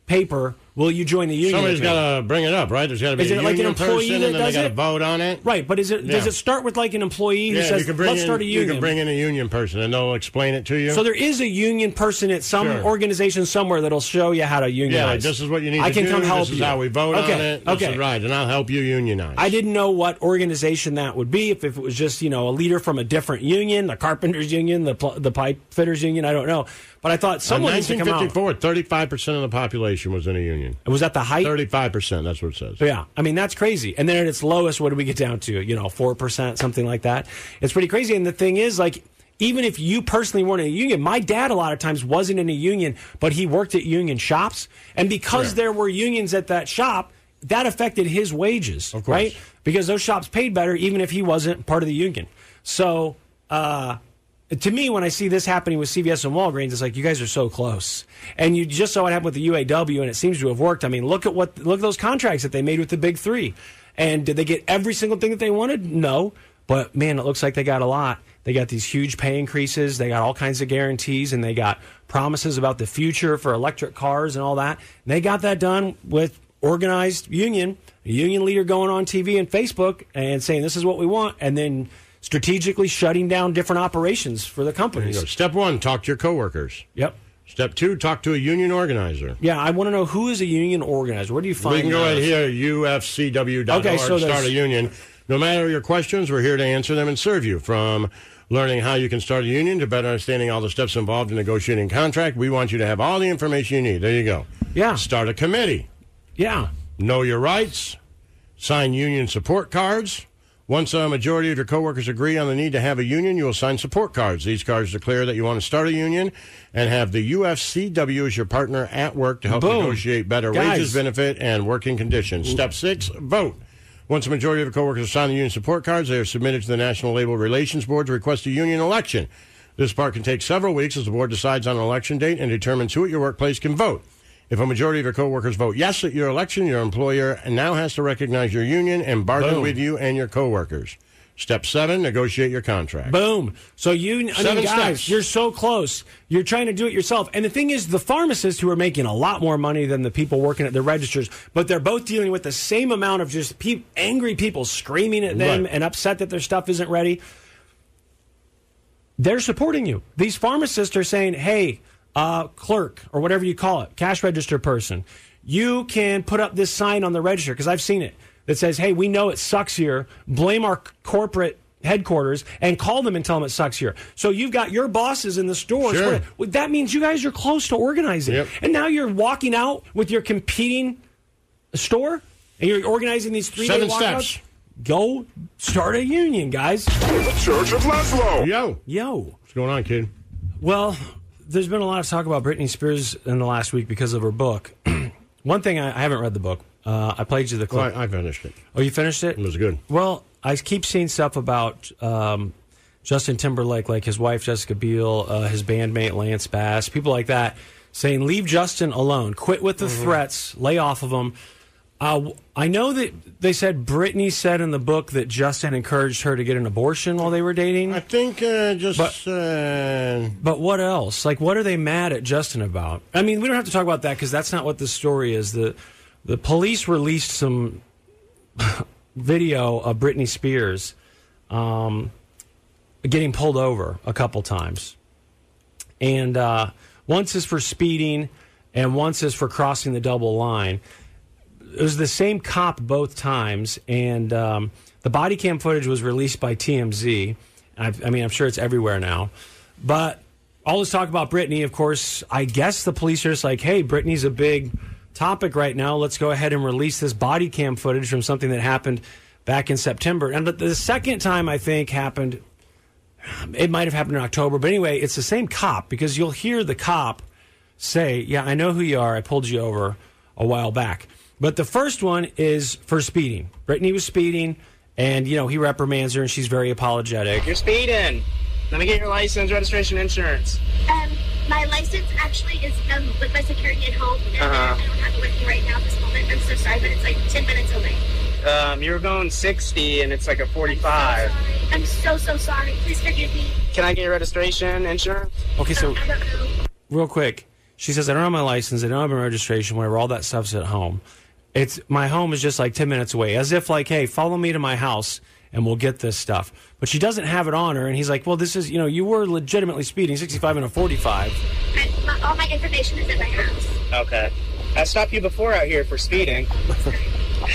[SPEAKER 3] paper. Will you join the union?"
[SPEAKER 2] Somebody's
[SPEAKER 3] with me?"
[SPEAKER 2] got to bring it up, right? There's got to be
[SPEAKER 3] Is
[SPEAKER 2] a
[SPEAKER 3] it like an
[SPEAKER 2] union
[SPEAKER 3] employee
[SPEAKER 2] person,
[SPEAKER 3] that
[SPEAKER 2] and then
[SPEAKER 3] does
[SPEAKER 2] they got
[SPEAKER 3] it?
[SPEAKER 2] to vote on it.
[SPEAKER 3] Right, but is it does
[SPEAKER 2] Yeah.
[SPEAKER 3] it start with like an employee who
[SPEAKER 2] yeah,
[SPEAKER 3] says,
[SPEAKER 2] you can bring
[SPEAKER 3] "Let's
[SPEAKER 2] in,
[SPEAKER 3] start a
[SPEAKER 2] You
[SPEAKER 3] union"?
[SPEAKER 2] can bring in a union person, and they'll explain it to you.
[SPEAKER 3] So there is a union person at some
[SPEAKER 2] Sure.
[SPEAKER 3] organization somewhere that'll show you how to unionize.
[SPEAKER 2] yeah, like, this is what you need
[SPEAKER 3] I
[SPEAKER 2] to
[SPEAKER 3] can
[SPEAKER 2] do.
[SPEAKER 3] come help
[SPEAKER 2] this is
[SPEAKER 3] you.
[SPEAKER 2] how we vote
[SPEAKER 3] okay.
[SPEAKER 2] on it. This
[SPEAKER 3] Okay.
[SPEAKER 2] is right, and I'll help you unionize.
[SPEAKER 3] I didn't know what organization that would be. If, if it was just you know a leader from a different union, the carpenters union, the pl- the pipe fitters union, I don't know. But I thought someone
[SPEAKER 2] In
[SPEAKER 3] needs to come out.
[SPEAKER 2] 1954, 35 percent of the population was in a union.
[SPEAKER 3] Was that the height?
[SPEAKER 2] Thirty-five percent. That's what it says.
[SPEAKER 3] Yeah, I mean that's crazy. And then at its lowest, what do we get down to? You know, four percent, something like that. It's pretty crazy. And the thing is, like, even if you personally weren't in a union, my dad a lot of times wasn't in a union, but he worked at union shops, and because there were unions at that shop, that affected his wages, of course. right? Because those shops paid better, even if he wasn't part of the union. So. uh to me, when I see this happening with CVS and Walgreens, it's like you guys are so close. And you just saw what happened with the UAW, and it seems to have worked. I mean, look at what look at those contracts that they made with the big three. And did they get every single thing that they wanted? No, but man, it looks like they got a lot. They got these huge pay increases. They got all kinds of guarantees, and they got promises about the future for electric cars and all that. And they got that done with organized union, a union leader going on TV and Facebook and saying this is what we want, and then strategically shutting down different operations for
[SPEAKER 2] There you
[SPEAKER 3] the
[SPEAKER 2] go.
[SPEAKER 3] companies.
[SPEAKER 2] Step one: talk to your coworkers.
[SPEAKER 3] Yep.
[SPEAKER 2] Step two: talk to a union organizer.
[SPEAKER 3] Yeah, I want to know who is a union organizer. Where do you find?
[SPEAKER 2] we can go right
[SPEAKER 3] those?
[SPEAKER 2] here, ufcw.org,
[SPEAKER 3] Okay, so
[SPEAKER 2] start
[SPEAKER 3] there's-
[SPEAKER 2] a union. No matter your questions, we're here to answer them and serve you. From learning how you can start a union to better understanding all the steps involved in negotiating a contract, we want you to have all the information you need. There you go.
[SPEAKER 3] Yeah.
[SPEAKER 2] Start a committee.
[SPEAKER 3] Yeah.
[SPEAKER 2] Know your rights. Sign union support cards. Once a majority of your coworkers agree on the need to have a union, you will sign support cards. These cards declare that you want to start a union and have the UFCW as your partner at work to help
[SPEAKER 13] Boom.
[SPEAKER 2] negotiate better
[SPEAKER 13] Guys.
[SPEAKER 2] wages, benefit, and working conditions. Step six, vote. Once a majority of your coworkers sign the union support cards, they are submitted to the National Labor Relations Board to request a union election. This part can take several weeks as the board decides on an election date and determines who at your workplace can vote. If a majority of your coworkers vote yes at your election, your employer now has to recognize your union and bargain
[SPEAKER 3] Boom.
[SPEAKER 2] with you and your coworkers. Step seven: negotiate your contract.
[SPEAKER 3] Boom. So you, I
[SPEAKER 2] Seven
[SPEAKER 3] mean, guys,
[SPEAKER 2] steps.
[SPEAKER 3] you're so close. You're trying to do it yourself. And the thing is, the pharmacists who are making a lot more money than the people working at the registers, but they're both dealing with the same amount of just pe- angry people screaming at them
[SPEAKER 13] Right.
[SPEAKER 3] and upset that their stuff isn't ready. They're supporting you. These pharmacists are saying, hey, uh, clerk or whatever you call it, cash register person, you can put up this sign on the register because I've seen it that says, hey, we know it sucks here. Blame our c- corporate headquarters and call them and tell them it sucks here. So you've got your bosses in the stores.
[SPEAKER 13] Sure.
[SPEAKER 3] where- well, that means you guys are close to organizing. And now you're walking out with your competing store and you're organizing these three
[SPEAKER 2] Seven
[SPEAKER 3] day
[SPEAKER 2] steps.
[SPEAKER 3] Go start a union, guys.
[SPEAKER 2] The Church of Laszlo. Yo.
[SPEAKER 3] Yo.
[SPEAKER 2] What's going on, kid?
[SPEAKER 3] Well, there's been a lot of talk about Britney Spears in the last week because of her book. (clears throat) One thing I, I haven't read the book. Uh, I played you the clip.
[SPEAKER 2] I, I finished it.
[SPEAKER 3] Oh, you finished it? It
[SPEAKER 2] was good.
[SPEAKER 3] Well, I keep seeing stuff about um, Justin Timberlake, like his wife Jessica Biel, uh, his bandmate Lance Bass, people like that, saying leave Justin alone, quit with the threats, lay off of him. Uh, w- I know that they said Brittany said in the book that Justin encouraged her to get an abortion while they were dating. I
[SPEAKER 2] think uh, just. uh, But,
[SPEAKER 3] but what else? Like, what are they mad at Justin about? I mean, we don't have to talk about that because that's not what the story is. The the police released some (laughs) video of Britney Spears um, getting pulled over a couple times. And uh, once is for speeding, and once is for crossing the double line. It was the same cop both times, and um, the body cam footage was released by TMZ. I, I mean, I'm sure it's everywhere now, but all this talk about Brittany, of course, I guess the police are just like, hey, Brittany's a big topic right now. Let's go ahead and release this body cam footage from something that happened back in September. And the, the second time, I think, happened, it might have happened in October. But anyway, it's the same cop because you'll hear the cop say, yeah, I know who you are. I pulled you over a while back. But the first one is for speeding. Brittany was speeding, and, you know, he reprimands her, and she's very apologetic.
[SPEAKER 13] You're speeding. Let me get your license, registration, insurance.
[SPEAKER 14] Um, my license actually is um, with my security at home. And
[SPEAKER 13] Uh-huh.
[SPEAKER 14] I don't have it with me right now at this moment. I'm so sorry, but it's like 10 minutes away.
[SPEAKER 13] Um, you were going 60 and it's like a 45.
[SPEAKER 14] I'm so, so sorry. Please forgive me.
[SPEAKER 13] Can I get your registration, insurance?
[SPEAKER 3] Okay, so real quick, she says, I don't have my license, I don't have my registration, whatever, all that stuff's at home. It's my home is just like 10 minutes away, as if, like, hey, follow me to my house and we'll get this stuff. But she doesn't have it on her, and he's like, well, this is, you know, you were legitimately speeding 65 and a 45.
[SPEAKER 14] I, my, all my information is at my house.
[SPEAKER 13] Okay. I stopped you before out here for speeding.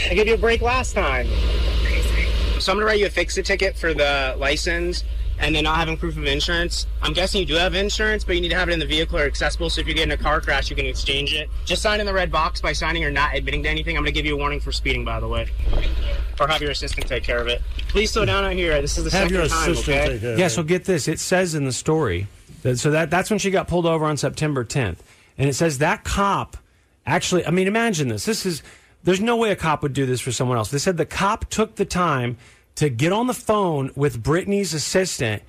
[SPEAKER 13] I gave you a break last time. So I'm gonna write you a fix a ticket for the license and then not having proof of insurance. I'm guessing you do have insurance, but you need to have it in the vehicle or accessible. So if you get in a car crash, you can exchange it. Just sign in the red box by signing or not admitting to anything. I'm gonna give you a warning for speeding, by the way, or have your assistant take care of it. Please slow down out here. This is the
[SPEAKER 3] Have
[SPEAKER 13] second
[SPEAKER 3] your
[SPEAKER 13] time.
[SPEAKER 3] assistant
[SPEAKER 13] okay?
[SPEAKER 3] take Yeah, so get this. It says in the story. That, so that that's when she got pulled over on September 10th. And it says that cop actually, I mean, imagine this. This is, there's no way a cop would do this for someone else. They said the cop took the time to get on the phone with Brittany's assistant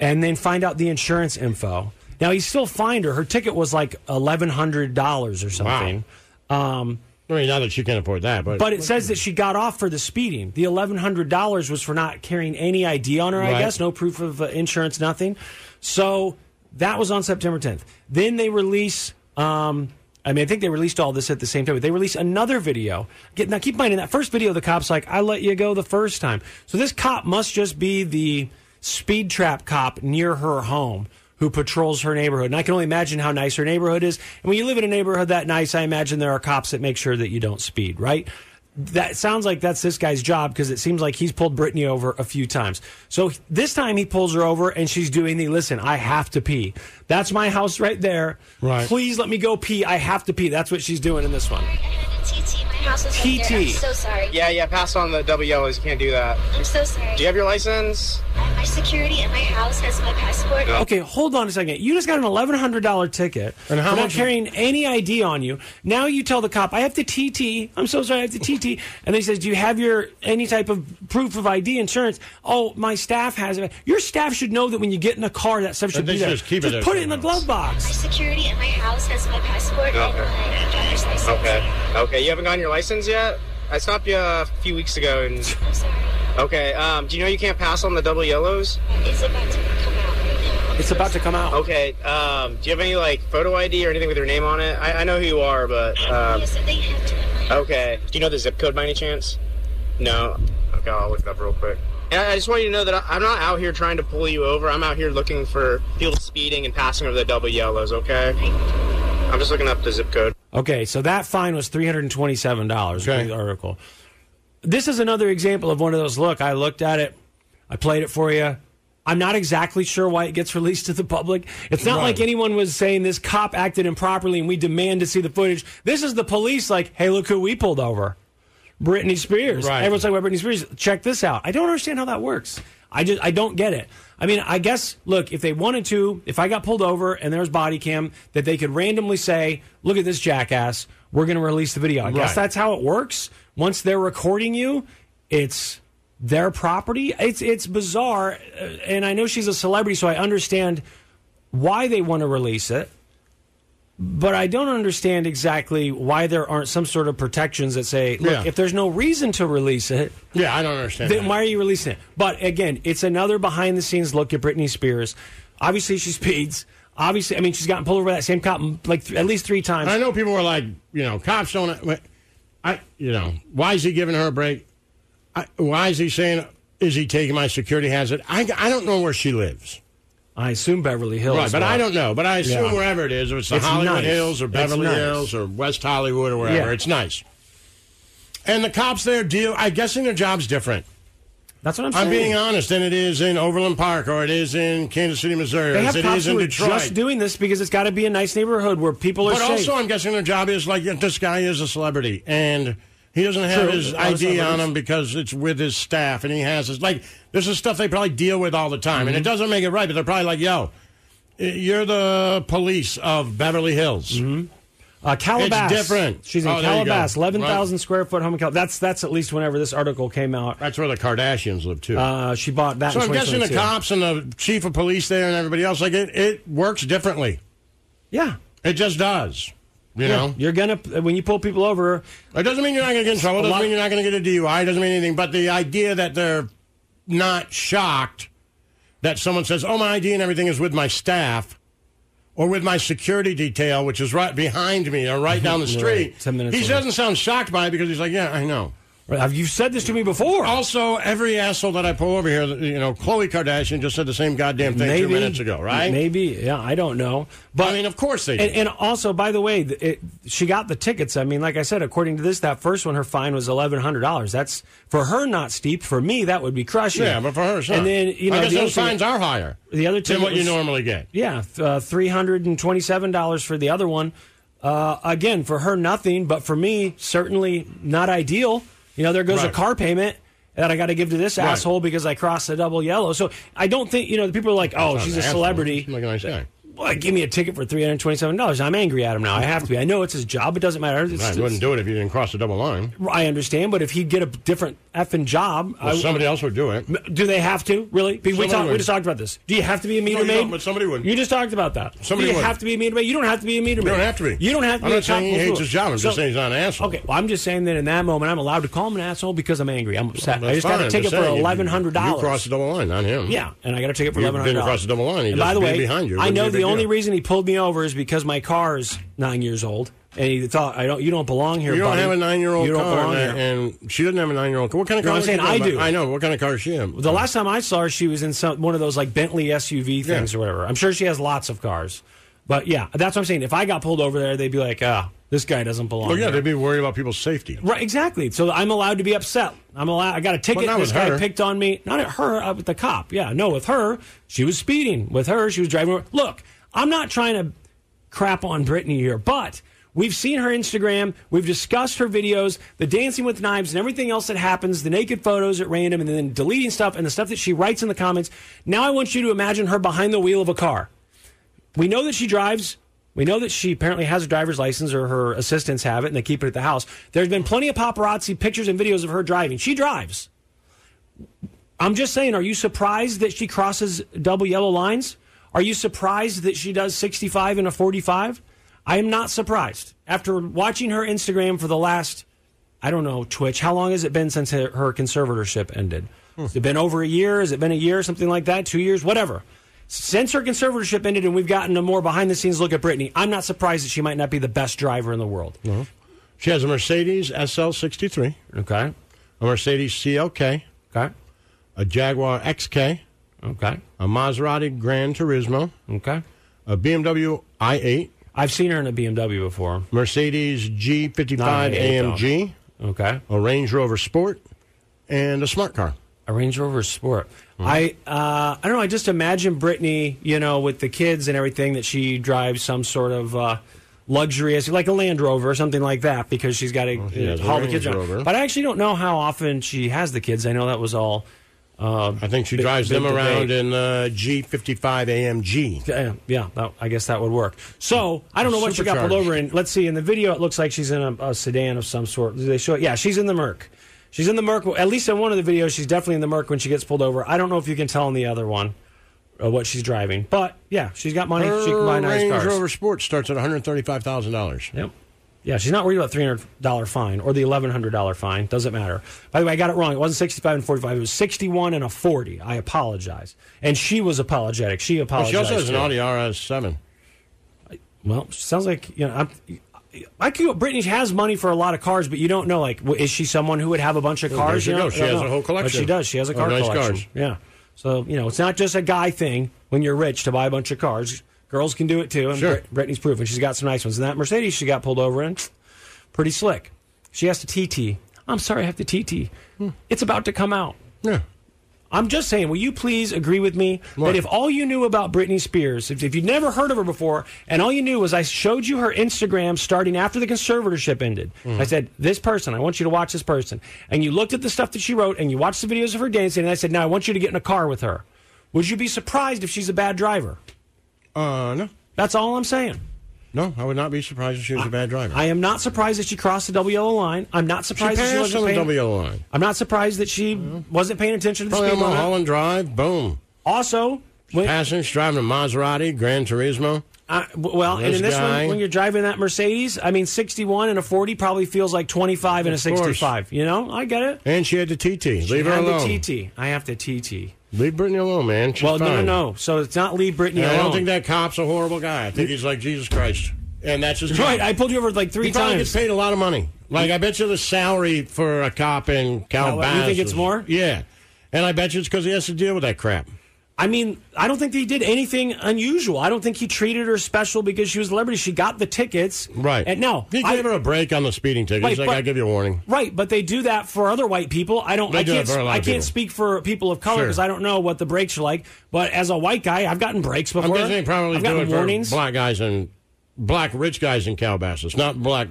[SPEAKER 3] and then find out the insurance info. Now, he still fined her. Her ticket was like $1,100 or something. Um,
[SPEAKER 2] I mean, not that she can afford that, but
[SPEAKER 3] but it says that she got off for the speeding. The eleven hundred dollars was for not carrying any ID on her. I
[SPEAKER 2] Right.
[SPEAKER 3] guess no proof of uh, insurance, nothing. So that was on September tenth. Then they release. Um, I mean, I think they released all this at the same time. But they released another video. Get, now, keep in mind in that first video, the cop's like, "I let you go the first time." So this cop must just be the speed trap cop near her home who patrols her neighborhood. And I can only imagine how nice her neighborhood is. And when you live in a neighborhood that nice, I imagine there are cops that make sure that you don't speed, right? That sounds like that's this guy's job because it seems like he's pulled Brittany over a few times. So this time he pulls her over and she's doing the listen, I have to pee. That's my house right there.
[SPEAKER 2] Right.
[SPEAKER 3] Please let me go pee. I have to pee. That's what she's doing in this one.
[SPEAKER 14] TT, my house is right there. I'm
[SPEAKER 13] TT.
[SPEAKER 14] so sorry.
[SPEAKER 13] Yeah, yeah. Pass on the WOs. You can't do that.
[SPEAKER 14] I'm so sorry.
[SPEAKER 13] Do you have your license?
[SPEAKER 14] My security at my house has my passport.
[SPEAKER 13] Oh,
[SPEAKER 3] Okay, hold on a second. You just got an eleven hundred dollar ticket and
[SPEAKER 2] how
[SPEAKER 3] for not
[SPEAKER 2] much-
[SPEAKER 3] carrying any ID on you. Now you tell the cop, "I have to TT. I'm so sorry, I have to TT." And they says, "Do you have your any type of proof of ID, insurance?" Oh, my staff has it. Your staff should know that when you get in a car, that stuff should
[SPEAKER 2] they
[SPEAKER 3] be
[SPEAKER 2] should
[SPEAKER 3] there.
[SPEAKER 2] just keep it there
[SPEAKER 3] put it in the glove box.
[SPEAKER 14] My security at my house has my passport and
[SPEAKER 13] Okay.
[SPEAKER 14] my driver's license.
[SPEAKER 13] Okay. Okay. You haven't gotten your license yet? I stopped you a few weeks ago and.
[SPEAKER 14] I'm sorry.
[SPEAKER 13] Okay. Um, do you know you can't pass on the double yellows?
[SPEAKER 14] It's about to come out right now.
[SPEAKER 3] It's about to come out.
[SPEAKER 13] Okay. Um, do you have any like photo ID or anything with your name on it? I, I know who you are, but. Um,
[SPEAKER 14] Yes, they have to.
[SPEAKER 13] okay. Do you know the zip code by any chance? No. Okay, I'll look it up real quick. And I I just want you to know that I- I'm not out here trying to pull you over. I'm out here looking for people speeding and passing over the double yellows. Okay. I'm just looking up the zip code.
[SPEAKER 3] Okay, so that fine was three hundred and twenty-seven dollars. The article. This is another example of one of those. Look, I looked at it, I played it for you. I'm not exactly sure why it gets (laughs) released to the public. It's not
[SPEAKER 2] Right.
[SPEAKER 3] like anyone was saying this cop acted improperly and we demand to see the footage. This is the police like, hey, look who we pulled over, Britney Spears.
[SPEAKER 2] Right.
[SPEAKER 3] Everyone's like, well, Britney Spears. Check this out. I don't understand how that works. I just I don't get it. I mean, I guess look, if they wanted to, if I got pulled over and there's body cam, that they could randomly say, "Look at this jackass. We're going to release the video." I guess
[SPEAKER 2] Right.
[SPEAKER 3] that's how it works. Once they're recording you, it's their property. It's it's bizarre, uh, and I know she's a celebrity, so I understand why they want to release it. But I don't understand exactly why there aren't some sort of protections that say, look,
[SPEAKER 2] Yeah.
[SPEAKER 3] if there's no reason to release it,
[SPEAKER 2] yeah, I don't understand.
[SPEAKER 3] then
[SPEAKER 2] that.
[SPEAKER 3] why are you releasing it? But again, it's another behind the scenes look at Britney Spears. Obviously, she speeds. Obviously, I mean, she's gotten pulled over by that same cop mm, like th- at least three times.
[SPEAKER 2] I know people were like, you know, cops don't. I, you know, why is he giving her a break? I, why is he saying, is he taking my security hazard? I, I don't know where she lives.
[SPEAKER 3] I assume Beverly Hills.
[SPEAKER 2] Right, but I don't know. But I assume
[SPEAKER 3] Yeah.
[SPEAKER 2] wherever it is, if it's the
[SPEAKER 3] It's
[SPEAKER 2] Hollywood
[SPEAKER 3] nice.
[SPEAKER 2] Hills or
[SPEAKER 3] It's
[SPEAKER 2] Beverly
[SPEAKER 3] nice.
[SPEAKER 2] Hills or West Hollywood or wherever,
[SPEAKER 3] Yeah.
[SPEAKER 2] it's nice. And the cops there deal. I guessing their job's different.
[SPEAKER 3] That's what I'm
[SPEAKER 2] I'm
[SPEAKER 3] saying.
[SPEAKER 2] being honest, and it is in Overland Park, or it is in Kansas City, Missouri,
[SPEAKER 3] They
[SPEAKER 2] or
[SPEAKER 3] have
[SPEAKER 2] it
[SPEAKER 3] cops
[SPEAKER 2] is in
[SPEAKER 3] who are
[SPEAKER 2] Detroit.
[SPEAKER 3] just doing this because it's got to be a nice neighborhood where people are
[SPEAKER 2] but
[SPEAKER 3] safe.
[SPEAKER 2] also, I'm guessing their job is like this guy is a celebrity, and he doesn't have
[SPEAKER 3] True,
[SPEAKER 2] his
[SPEAKER 3] a lot
[SPEAKER 2] ID
[SPEAKER 3] of
[SPEAKER 2] on
[SPEAKER 3] celebrities.
[SPEAKER 2] him because it's with his staff, and he has his like. This is stuff they probably deal with all the time,
[SPEAKER 3] Mm-hmm.
[SPEAKER 2] and it doesn't make it right. But they're probably like, "Yo, you're the police of Beverly Hills." Mm-hmm.
[SPEAKER 3] Uh, Calabas.
[SPEAKER 2] It's different.
[SPEAKER 3] She's in
[SPEAKER 2] Oh, there you go.
[SPEAKER 3] Calabas, eleven thousand
[SPEAKER 2] Right.
[SPEAKER 3] square foot home. In Cal- that's that's at least whenever this article came out.
[SPEAKER 2] That's where the Kardashians live too.
[SPEAKER 3] Uh, she bought that.
[SPEAKER 2] So
[SPEAKER 3] in
[SPEAKER 2] I'm guessing the
[SPEAKER 3] 2022.
[SPEAKER 2] cops and the chief of police there and everybody else like it. It works differently.
[SPEAKER 3] Yeah,
[SPEAKER 2] it just does. You
[SPEAKER 3] Yeah.
[SPEAKER 2] know,
[SPEAKER 3] you're gonna when you pull people over.
[SPEAKER 2] It doesn't mean you're not going to get in trouble.
[SPEAKER 3] A
[SPEAKER 2] Doesn't
[SPEAKER 3] lot-
[SPEAKER 2] mean you're not going to get a DUI. Doesn't mean anything. But the idea that they're not shocked that someone says, "Oh, my ID and everything is with my staff." Or with my security detail, which is right behind me or right down the
[SPEAKER 3] (laughs) Right.
[SPEAKER 2] street.
[SPEAKER 3] Ten minutes
[SPEAKER 2] he
[SPEAKER 3] away.
[SPEAKER 2] doesn't sound shocked by it because he's like, yeah, I know.
[SPEAKER 3] Have you uh, said this to me before?
[SPEAKER 2] Also, every asshole that I pull over here, you know, Khloe Kardashian just said the same goddamn thing two minutes ago, right?
[SPEAKER 3] Maybe, yeah, I don't know. But
[SPEAKER 2] I mean, of course they do.
[SPEAKER 3] And, and also, by the way, th- it, she got the tickets. I mean, like I said, according to this, that first one, her fine was eleven hundred dollars. That's for her not steep. For me, that would be crushing.
[SPEAKER 2] Yeah, but for her, it's
[SPEAKER 3] and
[SPEAKER 2] not.
[SPEAKER 3] then you know,
[SPEAKER 2] I guess
[SPEAKER 3] the
[SPEAKER 2] those
[SPEAKER 3] other
[SPEAKER 2] fines
[SPEAKER 3] thing-
[SPEAKER 2] are higher
[SPEAKER 3] The other
[SPEAKER 2] than
[SPEAKER 3] ticket
[SPEAKER 2] what you
[SPEAKER 3] was-
[SPEAKER 2] normally get.
[SPEAKER 3] Yeah, th- uh, three hundred and twenty-seven dollars for the other one. Uh, again, for her, nothing, but for me, certainly not ideal. You know, there goes a
[SPEAKER 2] Right.
[SPEAKER 3] car payment that I got to give to this
[SPEAKER 2] Right.
[SPEAKER 3] asshole because I crossed the double yellow. So I don't think you know. the People are like, "Oh,
[SPEAKER 2] not
[SPEAKER 3] she's
[SPEAKER 2] an
[SPEAKER 3] a
[SPEAKER 2] asshole.
[SPEAKER 3] celebrity."
[SPEAKER 2] (laughs) She's like a nice guy.
[SPEAKER 3] Well, give me a ticket for three hundred twenty-seven dollars. I'm angry at him now. I have to be. I know it's his job. It doesn't matter. It's,
[SPEAKER 2] I wouldn't do it if you didn't cross the double line.
[SPEAKER 3] I understand, but if he'd get a different effing job,
[SPEAKER 2] Well,
[SPEAKER 3] I-
[SPEAKER 2] somebody else would do it.
[SPEAKER 3] Do they have to really? We,
[SPEAKER 2] Somebody
[SPEAKER 3] talked- we
[SPEAKER 2] would.
[SPEAKER 3] just talked about this. Do you have to be a meter
[SPEAKER 2] you
[SPEAKER 3] maid?
[SPEAKER 2] don't, but somebody would.
[SPEAKER 3] You just talked about that.
[SPEAKER 2] Somebody
[SPEAKER 3] Do you
[SPEAKER 2] would.
[SPEAKER 3] have to be a meter maid. You don't have to be a meter
[SPEAKER 2] You
[SPEAKER 3] maid.
[SPEAKER 2] don't have to be.
[SPEAKER 3] You don't have to
[SPEAKER 2] I'm
[SPEAKER 3] be.
[SPEAKER 2] not
[SPEAKER 3] a
[SPEAKER 2] saying he
[SPEAKER 3] cop.
[SPEAKER 2] hates his job. I'm
[SPEAKER 3] So-
[SPEAKER 2] just saying he's not an asshole.
[SPEAKER 3] Okay, well, I'm just saying that in that moment, I'm allowed to call him an asshole because I'm angry. I'm upset. I
[SPEAKER 2] That's
[SPEAKER 3] just
[SPEAKER 2] fine.
[SPEAKER 3] got a
[SPEAKER 2] I'm
[SPEAKER 3] ticket
[SPEAKER 2] just
[SPEAKER 3] for
[SPEAKER 2] saying, you-
[SPEAKER 3] eleven hundred
[SPEAKER 2] You crossed
[SPEAKER 3] dollars.
[SPEAKER 2] the double line, not him.
[SPEAKER 3] Yeah, and I got a ticket for
[SPEAKER 2] You
[SPEAKER 3] eleven hundred
[SPEAKER 2] didn't
[SPEAKER 3] dollars.
[SPEAKER 2] cross the double line. He
[SPEAKER 3] by
[SPEAKER 2] just
[SPEAKER 3] the
[SPEAKER 2] beat
[SPEAKER 3] way,
[SPEAKER 2] behind you.
[SPEAKER 3] I
[SPEAKER 2] Wouldn't be
[SPEAKER 3] know
[SPEAKER 2] a
[SPEAKER 3] the
[SPEAKER 2] big
[SPEAKER 3] only
[SPEAKER 2] deal.
[SPEAKER 3] reason he pulled me over is because my car's nine years old, and he thought I don't. You don't belong here.
[SPEAKER 2] You don't
[SPEAKER 3] buddy.
[SPEAKER 2] have a nine-year-old
[SPEAKER 3] You don't
[SPEAKER 2] car,
[SPEAKER 3] belong here.
[SPEAKER 2] and, and she doesn't have a nine-year-old. car. What kind of
[SPEAKER 3] No,
[SPEAKER 2] car?
[SPEAKER 3] I'm
[SPEAKER 2] is
[SPEAKER 3] saying
[SPEAKER 2] she talking
[SPEAKER 3] I
[SPEAKER 2] about?
[SPEAKER 3] do.
[SPEAKER 2] I know what kind of car is she in.
[SPEAKER 3] The last time I saw her, she was in some one of those like Bentley SUV things
[SPEAKER 2] Yeah.
[SPEAKER 3] or whatever. I'm sure she has lots of cars, but yeah, that's what I'm saying. If I got pulled over there, they'd be like, "Ah, this guy doesn't belong."
[SPEAKER 2] Well, yeah,
[SPEAKER 3] here."
[SPEAKER 2] they'd be worried about people's safety.
[SPEAKER 3] right, exactly. So I'm allowed to be upset. I'm allowed. I got a ticket.
[SPEAKER 2] not
[SPEAKER 3] This
[SPEAKER 2] with
[SPEAKER 3] guy
[SPEAKER 2] her.
[SPEAKER 3] picked on me. Not at her, uh, with the cop. Yeah, no, with her, she was speeding. With her, she was driving. Look, I'm not trying to crap on Brittany here, but. We've seen her Instagram. We've discussed her videos, the dancing with knives, and everything else that happens, the naked photos at random, and then deleting stuff, and the stuff that she writes in the comments. Now I want you to imagine her behind the wheel of a car. We know that she drives. We know that she apparently has a driver's license or her assistants have it and they keep it at the house. There's been plenty of paparazzi pictures and videos of her driving. She drives. I'm just saying, are you surprised that she crosses double yellow lines? Are you surprised that she does 65 and a 45? I am not surprised. After watching her Instagram for the last, I don't know, Twitch, how long has it been since her, her conservatorship ended? Has it been over a year? Has it been a year? Something like that? Two years? Whatever. Since her conservatorship ended and we've gotten a more behind the scenes look at Brittany, I'm not surprised that she might not be the best driver in the world.
[SPEAKER 2] No. She has a Mercedes SL63.
[SPEAKER 3] Okay.
[SPEAKER 2] A Mercedes CLK.
[SPEAKER 3] Okay.
[SPEAKER 2] A Jaguar XK.
[SPEAKER 3] Okay.
[SPEAKER 2] A Maserati Gran Turismo.
[SPEAKER 3] Okay.
[SPEAKER 2] A BMW i8.
[SPEAKER 3] I've seen her in a BMW before.
[SPEAKER 2] Mercedes
[SPEAKER 3] Not
[SPEAKER 2] G55
[SPEAKER 3] an eight, um,
[SPEAKER 2] AMG.
[SPEAKER 3] Okay.
[SPEAKER 2] A Range Rover Sport. And a smart car.
[SPEAKER 3] A Range Rover Sport.
[SPEAKER 2] Mm-hmm.
[SPEAKER 3] I uh, I don't know. I just imagine Brittany, you know, with the kids and everything, that she drives some sort of uh, luxury, SUV, like a Land Rover or something like that, because she's got to
[SPEAKER 2] she has a
[SPEAKER 3] haul the
[SPEAKER 2] Range
[SPEAKER 3] kids
[SPEAKER 2] Rover.
[SPEAKER 3] around. But I actually don't know how often she has the kids. I know that was all. Uh,
[SPEAKER 2] I think she drives them around in uh, G55 AMG.
[SPEAKER 3] Yeah, yeah that, I guess that would work. So I don't know what she got pulled
[SPEAKER 2] Supercharged.
[SPEAKER 3] over in. Let's see. In the video, it looks like she's in a, a sedan of some sort. Do they show it? Yeah, she's in the Merc. She's in the Merc. At least in one of the videos, she's definitely in the Merc when she gets pulled over. I don't know if you can tell in the other one uh, what she's driving, but yeah, she's got money. she can buy
[SPEAKER 2] Her
[SPEAKER 3] nice
[SPEAKER 2] Range
[SPEAKER 3] cars.
[SPEAKER 2] Rover Sport starts at $135,000.
[SPEAKER 3] Yep. Yeah, she's not worried about three hundred dollar fine or the eleven hundred dollar fine. Doesn't matter. By the way, I got it wrong. It wasn't sixty five and forty five. It was sixty one and a forty. I apologize. And she was apologetic. Oh, She
[SPEAKER 2] Well,
[SPEAKER 3] apologized.
[SPEAKER 2] she also has an
[SPEAKER 3] too.
[SPEAKER 2] Audi RS7.
[SPEAKER 3] Well, sounds like you know. I'm, I could. Brittany has money for a lot of cars, but you don't know. Like, w- is she someone who would have a bunch of
[SPEAKER 2] Oh, There
[SPEAKER 3] cars?
[SPEAKER 2] you
[SPEAKER 3] you
[SPEAKER 2] go.
[SPEAKER 3] know?
[SPEAKER 2] She
[SPEAKER 3] I don't
[SPEAKER 2] has
[SPEAKER 3] know.
[SPEAKER 2] a whole collection
[SPEAKER 3] But she does. She has a
[SPEAKER 2] of
[SPEAKER 3] car
[SPEAKER 2] nice
[SPEAKER 3] collection.
[SPEAKER 2] cars.
[SPEAKER 3] Yeah. So you know, it's not just a guy thing. When you're rich, to buy a bunch of cars, girls can do it too. And
[SPEAKER 2] Sure.
[SPEAKER 3] Brit- Brittany's proven she's got some nice ones. And that Mercedes she got pulled over in, pretty
[SPEAKER 2] Hmm.
[SPEAKER 3] slick. She has to TT. I'm sorry, I have to TT. It's about to come out.
[SPEAKER 2] Yeah.
[SPEAKER 3] I'm just saying, will you please agree with me that if all you knew about Britney Spears, if, if you'd never heard of her before, and all you knew was I showed you her Instagram starting after the conservatorship ended,
[SPEAKER 2] Hmm.
[SPEAKER 15] Mhm.
[SPEAKER 3] I said, This person, I want you to watch this person. And you looked at the stuff that she wrote and you watched the videos of her dancing, and I said, Now I want you to get in a car with her. Would you be surprised if she's a bad driver?
[SPEAKER 2] Uh, no.
[SPEAKER 3] That's all I'm saying.
[SPEAKER 2] No, I would not be surprised if she was a bad driver.
[SPEAKER 3] I am not surprised that she crossed the double yellow line. I'm not surprised that she
[SPEAKER 2] passed
[SPEAKER 3] wasn't
[SPEAKER 2] on the
[SPEAKER 3] paying-
[SPEAKER 2] double yellow line.
[SPEAKER 3] I'm not surprised that she wasn't paying attention to the
[SPEAKER 2] Mm-hmm. Probably
[SPEAKER 3] speed
[SPEAKER 2] on
[SPEAKER 3] limit.
[SPEAKER 2] Mulholland Drive. Boom.
[SPEAKER 3] Also, when,
[SPEAKER 2] passing, she's driving a Maserati, Gran Turismo.
[SPEAKER 3] I- Uh, w- well, and in this
[SPEAKER 2] guy,
[SPEAKER 3] one, when you're driving that Mercedes, I mean, 61 and a 40 probably feels like 25 and a
[SPEAKER 2] Of course.
[SPEAKER 3] 65. You know, I get it.
[SPEAKER 2] and she had the TT. Leave her
[SPEAKER 3] And
[SPEAKER 2] alone.
[SPEAKER 3] The TT. I have to TT.
[SPEAKER 2] Leave Brittany alone, man. She's
[SPEAKER 3] well, no,
[SPEAKER 2] fine.
[SPEAKER 3] no, no. So it's not leave Brittany
[SPEAKER 2] And I
[SPEAKER 3] alone.
[SPEAKER 2] don't think that cop's a horrible guy. I think he's like Jesus Christ, and that's his job.
[SPEAKER 3] Right, I pulled you over like three
[SPEAKER 2] he probably Gets
[SPEAKER 3] times.
[SPEAKER 2] paid a lot of money. Like I bet you the salary for a cop in Calabasas.
[SPEAKER 3] you think it's
[SPEAKER 2] is-
[SPEAKER 3] more?
[SPEAKER 2] Yeah, and I bet you it's because he has to deal with that crap.
[SPEAKER 3] I mean, I don't think that he did anything unusual. I don't think he treated her special because she was a celebrity. She got the tickets.
[SPEAKER 2] Right.
[SPEAKER 3] And no,
[SPEAKER 2] he
[SPEAKER 3] I-
[SPEAKER 2] gave her a break on the speeding ticket.
[SPEAKER 3] Wait,
[SPEAKER 2] he's like,
[SPEAKER 3] but-
[SPEAKER 2] I give you a warning.
[SPEAKER 3] Right, but they do that for other white people. I don't.
[SPEAKER 2] They
[SPEAKER 3] I
[SPEAKER 2] do that
[SPEAKER 3] can't.
[SPEAKER 2] for a lot
[SPEAKER 3] I
[SPEAKER 2] of
[SPEAKER 3] can't
[SPEAKER 2] people.
[SPEAKER 3] speak for people of color
[SPEAKER 2] Sure.
[SPEAKER 3] because I don't know what the breaks are like. But as a white guy, I've gotten breaks
[SPEAKER 2] I'm
[SPEAKER 3] before.
[SPEAKER 2] guessing they probably
[SPEAKER 3] I've
[SPEAKER 2] do
[SPEAKER 3] gotten
[SPEAKER 2] it for
[SPEAKER 3] warnings.
[SPEAKER 2] black guys and black rich guys in Calabasas, not black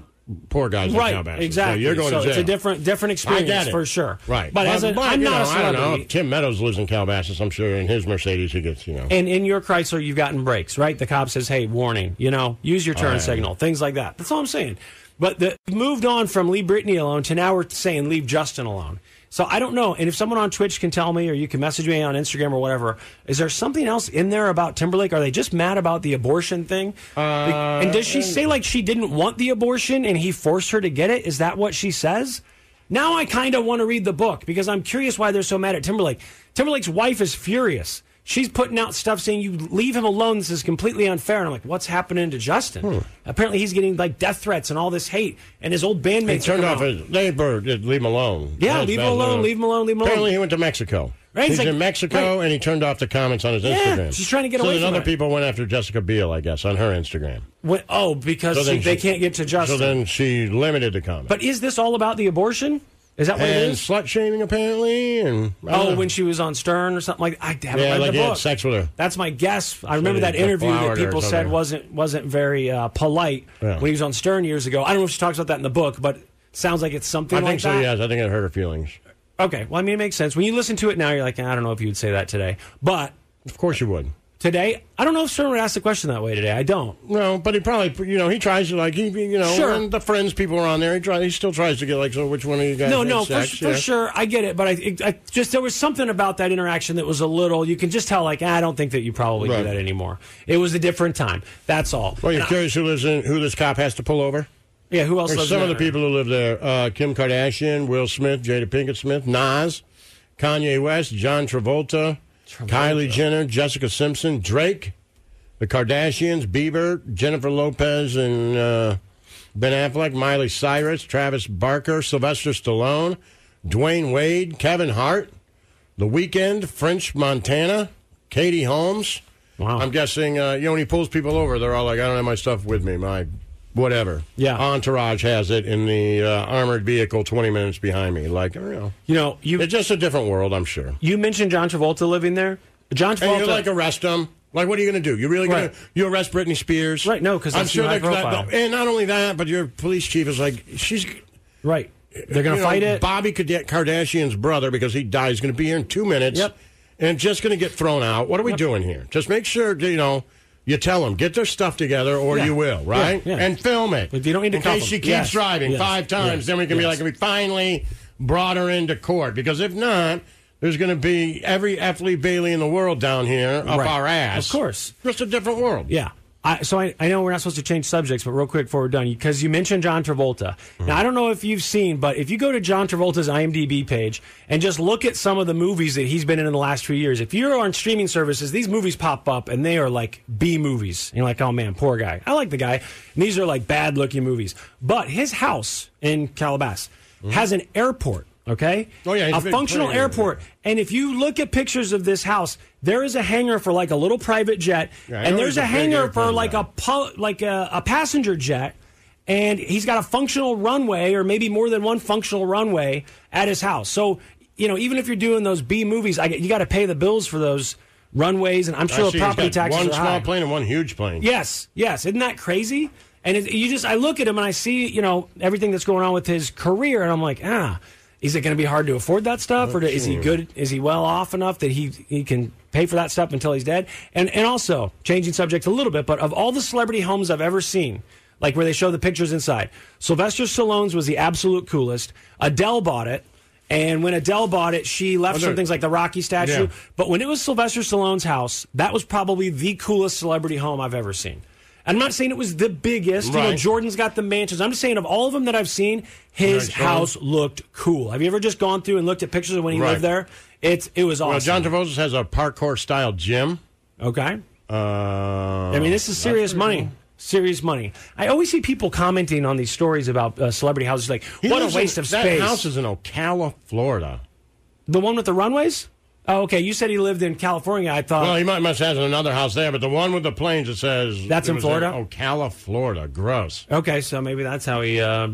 [SPEAKER 2] poor guys in
[SPEAKER 3] right,
[SPEAKER 2] Calabasas. So
[SPEAKER 3] exactly.
[SPEAKER 2] you're going
[SPEAKER 3] So
[SPEAKER 2] to jail.
[SPEAKER 3] it's a different different
[SPEAKER 2] I get
[SPEAKER 3] experience
[SPEAKER 2] it.
[SPEAKER 3] for sure.
[SPEAKER 2] Right.
[SPEAKER 3] but as a, I'm
[SPEAKER 2] you
[SPEAKER 3] not
[SPEAKER 2] know,
[SPEAKER 3] a
[SPEAKER 2] I don't know.
[SPEAKER 3] celebrity.
[SPEAKER 2] If Tim Meadows lives in Calabasas, I'm sure in his Mercedes he gets, you know.
[SPEAKER 3] And in your Chrysler, you've gotten breaks, right? The cop says, "Hey, warning! You know, use your turn
[SPEAKER 2] All right.
[SPEAKER 3] signal, things like that." That's all I'm saying. But the we've moved on from leave Brittany alone to now we're saying leave Justin alone. So I don't know. And if someone on Twitch can tell me, or you can message me on Instagram or whatever, is there something else in there about Timberlake? Are they just mad about the abortion thing?
[SPEAKER 2] Uh,
[SPEAKER 3] and does she say like she didn't want the abortion and he forced her to get it? Is that what she says? Now I kind of want to read the book because I'm curious why they're so mad at Timberlake. Timberlake's wife is furious. She's putting out stuff saying you leave him alone. This is completely unfair. And I'm like, what's happening to Justin?
[SPEAKER 2] Hmm.
[SPEAKER 3] Apparently, he's getting like death threats and all this hate. And his old bandmates
[SPEAKER 2] They
[SPEAKER 3] are
[SPEAKER 2] turned
[SPEAKER 3] coming
[SPEAKER 2] off
[SPEAKER 3] out.
[SPEAKER 2] his. They were, just leave him alone.
[SPEAKER 3] Yeah,
[SPEAKER 2] That's
[SPEAKER 3] leave him
[SPEAKER 2] bad
[SPEAKER 3] alone,
[SPEAKER 2] news.
[SPEAKER 3] leave him alone, leave him alone.
[SPEAKER 2] Apparently, he went to Mexico.
[SPEAKER 3] Right,
[SPEAKER 2] He's
[SPEAKER 3] he's like-
[SPEAKER 2] in Mexico,
[SPEAKER 3] right.
[SPEAKER 2] and he turned off the comments on his
[SPEAKER 3] Yeah,
[SPEAKER 2] Instagram.
[SPEAKER 3] she's trying to get
[SPEAKER 2] so
[SPEAKER 3] away
[SPEAKER 2] then
[SPEAKER 3] from
[SPEAKER 2] other
[SPEAKER 3] it.
[SPEAKER 2] people went after Jessica Biel, I guess, on her Instagram.
[SPEAKER 3] When- oh, because
[SPEAKER 2] So then
[SPEAKER 3] she- they
[SPEAKER 2] she-
[SPEAKER 3] can't get to Justin.
[SPEAKER 2] So then she limited the comments.
[SPEAKER 3] but is this all about the abortion? Is that what it
[SPEAKER 2] and
[SPEAKER 3] is?
[SPEAKER 2] slut shaming apparently, and I don't
[SPEAKER 3] Oh,
[SPEAKER 2] know.
[SPEAKER 3] when she was on Stern or something like that. I haven't
[SPEAKER 2] yeah,
[SPEAKER 3] read
[SPEAKER 2] like
[SPEAKER 3] the
[SPEAKER 2] he had
[SPEAKER 3] book.
[SPEAKER 2] sex with her.
[SPEAKER 3] That's my guess. I remember that
[SPEAKER 2] Somebody
[SPEAKER 3] interview that
[SPEAKER 2] flowered or
[SPEAKER 3] people said
[SPEAKER 2] something.
[SPEAKER 3] wasn't wasn't very uh, polite
[SPEAKER 2] Yeah.
[SPEAKER 3] when he was on Stern years ago. I don't know if she talks about that in the book, but it sounds like it's something
[SPEAKER 2] I think
[SPEAKER 3] like
[SPEAKER 2] so.
[SPEAKER 3] that.
[SPEAKER 2] Yes, I think it hurt her feelings.
[SPEAKER 3] Okay, well, I mean, it makes sense. When you listen to it now, you're like, I don't know if you'd say that today, but
[SPEAKER 2] of course you would.
[SPEAKER 3] Today, I don't know if Stern would ask the question that way today. I don't.
[SPEAKER 2] No, but he probably, you know, he tries to like he, you know,
[SPEAKER 3] Sure.
[SPEAKER 2] and the friends people are on there. He try, he still tries to get like, so which one of you guys?
[SPEAKER 3] No,
[SPEAKER 2] had
[SPEAKER 3] no, for,
[SPEAKER 2] sex?
[SPEAKER 3] for
[SPEAKER 2] Yeah.
[SPEAKER 3] sure, I get it, but I, it- I just there was something about that interaction that was a little. You can just tell, like, "Ah, I don't think that you probably do
[SPEAKER 2] Right.
[SPEAKER 3] that anymore. It was a different time. That's all.
[SPEAKER 2] Well,
[SPEAKER 3] And
[SPEAKER 2] you're
[SPEAKER 3] I-
[SPEAKER 2] curious who lives in who this cop has to pull over.
[SPEAKER 3] yeah, who else?
[SPEAKER 2] There's
[SPEAKER 3] lives
[SPEAKER 2] some
[SPEAKER 3] in
[SPEAKER 2] of the
[SPEAKER 3] that area?
[SPEAKER 2] people who live there: uh, Kim Kardashian, Will Smith, Jada Pinkett Smith, Nas, Kanye West, John Travolta, Kylie Jenner, Jessica Simpson, Drake, the Kardashians, Bieber, Jennifer Lopez, and uh, Ben Affleck, Miley Cyrus, Travis Barker, Sylvester Stallone, Dwayne Wade, Kevin Hart, The Weeknd, French Montana, Katie Holmes. Wow. I'm guessing, uh, you know, when he pulls people over, they're all like, I don't have my stuff with me, my whatever. Yeah. Entourage has it in the uh, armored vehicle 20 minutes behind me. Like, I don't know.
[SPEAKER 3] You know, you,
[SPEAKER 2] it's just a different world, I'm sure.
[SPEAKER 3] You mentioned John Travolta living there. John Travolta.
[SPEAKER 2] And you like arrest them. Like, what are you going to do? You really going
[SPEAKER 3] Right.
[SPEAKER 2] to you arrest Britney Spears?
[SPEAKER 3] Right? No, because
[SPEAKER 2] I'm
[SPEAKER 3] that's
[SPEAKER 2] sure
[SPEAKER 3] high
[SPEAKER 2] they're
[SPEAKER 3] profile.
[SPEAKER 2] that- and not only that, but your police chief is like, she's
[SPEAKER 3] right. They're going to fight it.
[SPEAKER 2] Bobby Kada- Kardashian's brother, because he died, is going to be here in two minutes. Yep. And just going to get thrown out. What are we doing here? Just make sure that, you know. You tell them get their stuff together, or
[SPEAKER 3] Yeah.
[SPEAKER 2] you will, right?
[SPEAKER 3] Yeah, yeah.
[SPEAKER 2] And film it.
[SPEAKER 3] If you don't need to
[SPEAKER 2] in
[SPEAKER 3] cuff
[SPEAKER 2] case
[SPEAKER 3] them.
[SPEAKER 2] she keeps
[SPEAKER 3] Yes.
[SPEAKER 2] driving
[SPEAKER 3] Yes.
[SPEAKER 2] five times,
[SPEAKER 3] Yes.
[SPEAKER 2] then we can
[SPEAKER 3] Yes.
[SPEAKER 2] be like, we finally brought her into court. Because if not, there's going to be every F. Lee Bailey in the world down here up
[SPEAKER 3] Right.
[SPEAKER 2] our ass.
[SPEAKER 3] Of course.
[SPEAKER 2] just a different world.
[SPEAKER 3] Yeah. I, so I, I know we're not supposed to change subjects, but real quick before we're done, because you mentioned John Travolta.
[SPEAKER 2] Mm-hmm.
[SPEAKER 3] Now I don't know if you've seen, but if you go to John Travolta's IMDb page and just look at some of the movies that he's been in in the last few years, if you're on streaming services, these movies pop up and they are like B movies. You're like, oh man, poor guy. I like the guy. And these are like bad looking movies. But his house in Calabasas has an airport. Okay.
[SPEAKER 2] Mm-hmm. Oh, yeah, he's
[SPEAKER 3] a
[SPEAKER 2] a big
[SPEAKER 3] functional
[SPEAKER 2] player.
[SPEAKER 3] airport. And if you look at pictures of this house, there is a hangar for like a little private jet,
[SPEAKER 2] Yeah, I
[SPEAKER 3] and
[SPEAKER 2] know
[SPEAKER 3] there's
[SPEAKER 2] he's a
[SPEAKER 3] a
[SPEAKER 2] big
[SPEAKER 3] hangar for
[SPEAKER 2] airplane
[SPEAKER 3] like a pu- like a, a passenger jet, and he's got a functional runway or maybe more than one functional runway at his house. So you know, even if you're doing those B movies, I, get- you got to pay the bills for those runways, and I'm
[SPEAKER 2] I
[SPEAKER 3] sure the
[SPEAKER 2] see he's
[SPEAKER 3] property
[SPEAKER 2] got
[SPEAKER 3] taxes
[SPEAKER 2] One
[SPEAKER 3] are
[SPEAKER 2] small
[SPEAKER 3] high.
[SPEAKER 2] plane and one huge plane.
[SPEAKER 3] Yes, yes. Isn't that crazy? And it, you just, I look at him and I see, you know, everything that's going on with his career, and I'm like, ah, is it going to be hard to afford that stuff, or is he
[SPEAKER 2] Okay.
[SPEAKER 3] good? Is he well off enough that he he can pay for that stuff until he's dead? And and also changing subject a little bit, but of all the celebrity homes I've ever seen. Like where they show the pictures inside. Sylvester Stallone's was the absolute coolest. Adele bought it, and when Adele bought it, she left
[SPEAKER 2] Oh,
[SPEAKER 3] some
[SPEAKER 2] there-
[SPEAKER 3] things like the Rocky statue.
[SPEAKER 2] Yeah.
[SPEAKER 3] But when it was Sylvester Stallone's house, that was probably the coolest celebrity home I've ever seen. I'm not saying it was the biggest. You know,
[SPEAKER 2] Right.
[SPEAKER 3] Jordan's got the mansions. I'm just saying of all of them that I've seen, his
[SPEAKER 2] Right, Jordan.
[SPEAKER 3] house looked cool. Have you ever just gone through and looked at pictures of when he
[SPEAKER 2] Right.
[SPEAKER 3] lived there? It's it was awesome.
[SPEAKER 2] Well, Uh, John Travolta has a parkour style gym.
[SPEAKER 3] Okay.
[SPEAKER 2] Uh, I
[SPEAKER 3] I mean, this is
[SPEAKER 2] Oh,
[SPEAKER 3] serious money. Serious money. I always see people commenting on these stories about uh, celebrity houses, like what a waste of
[SPEAKER 2] that
[SPEAKER 3] space.
[SPEAKER 2] house is in Ocala, Florida.
[SPEAKER 3] the one with the runways. Oh, okay. You said he lived in California. I thought.
[SPEAKER 2] well, he might must have another house there, but the one with the planes that says
[SPEAKER 3] That's
[SPEAKER 2] it
[SPEAKER 3] in
[SPEAKER 2] was
[SPEAKER 3] Florida?
[SPEAKER 2] Ocala, Florida. Gross.
[SPEAKER 3] Okay, so maybe that's how he uh,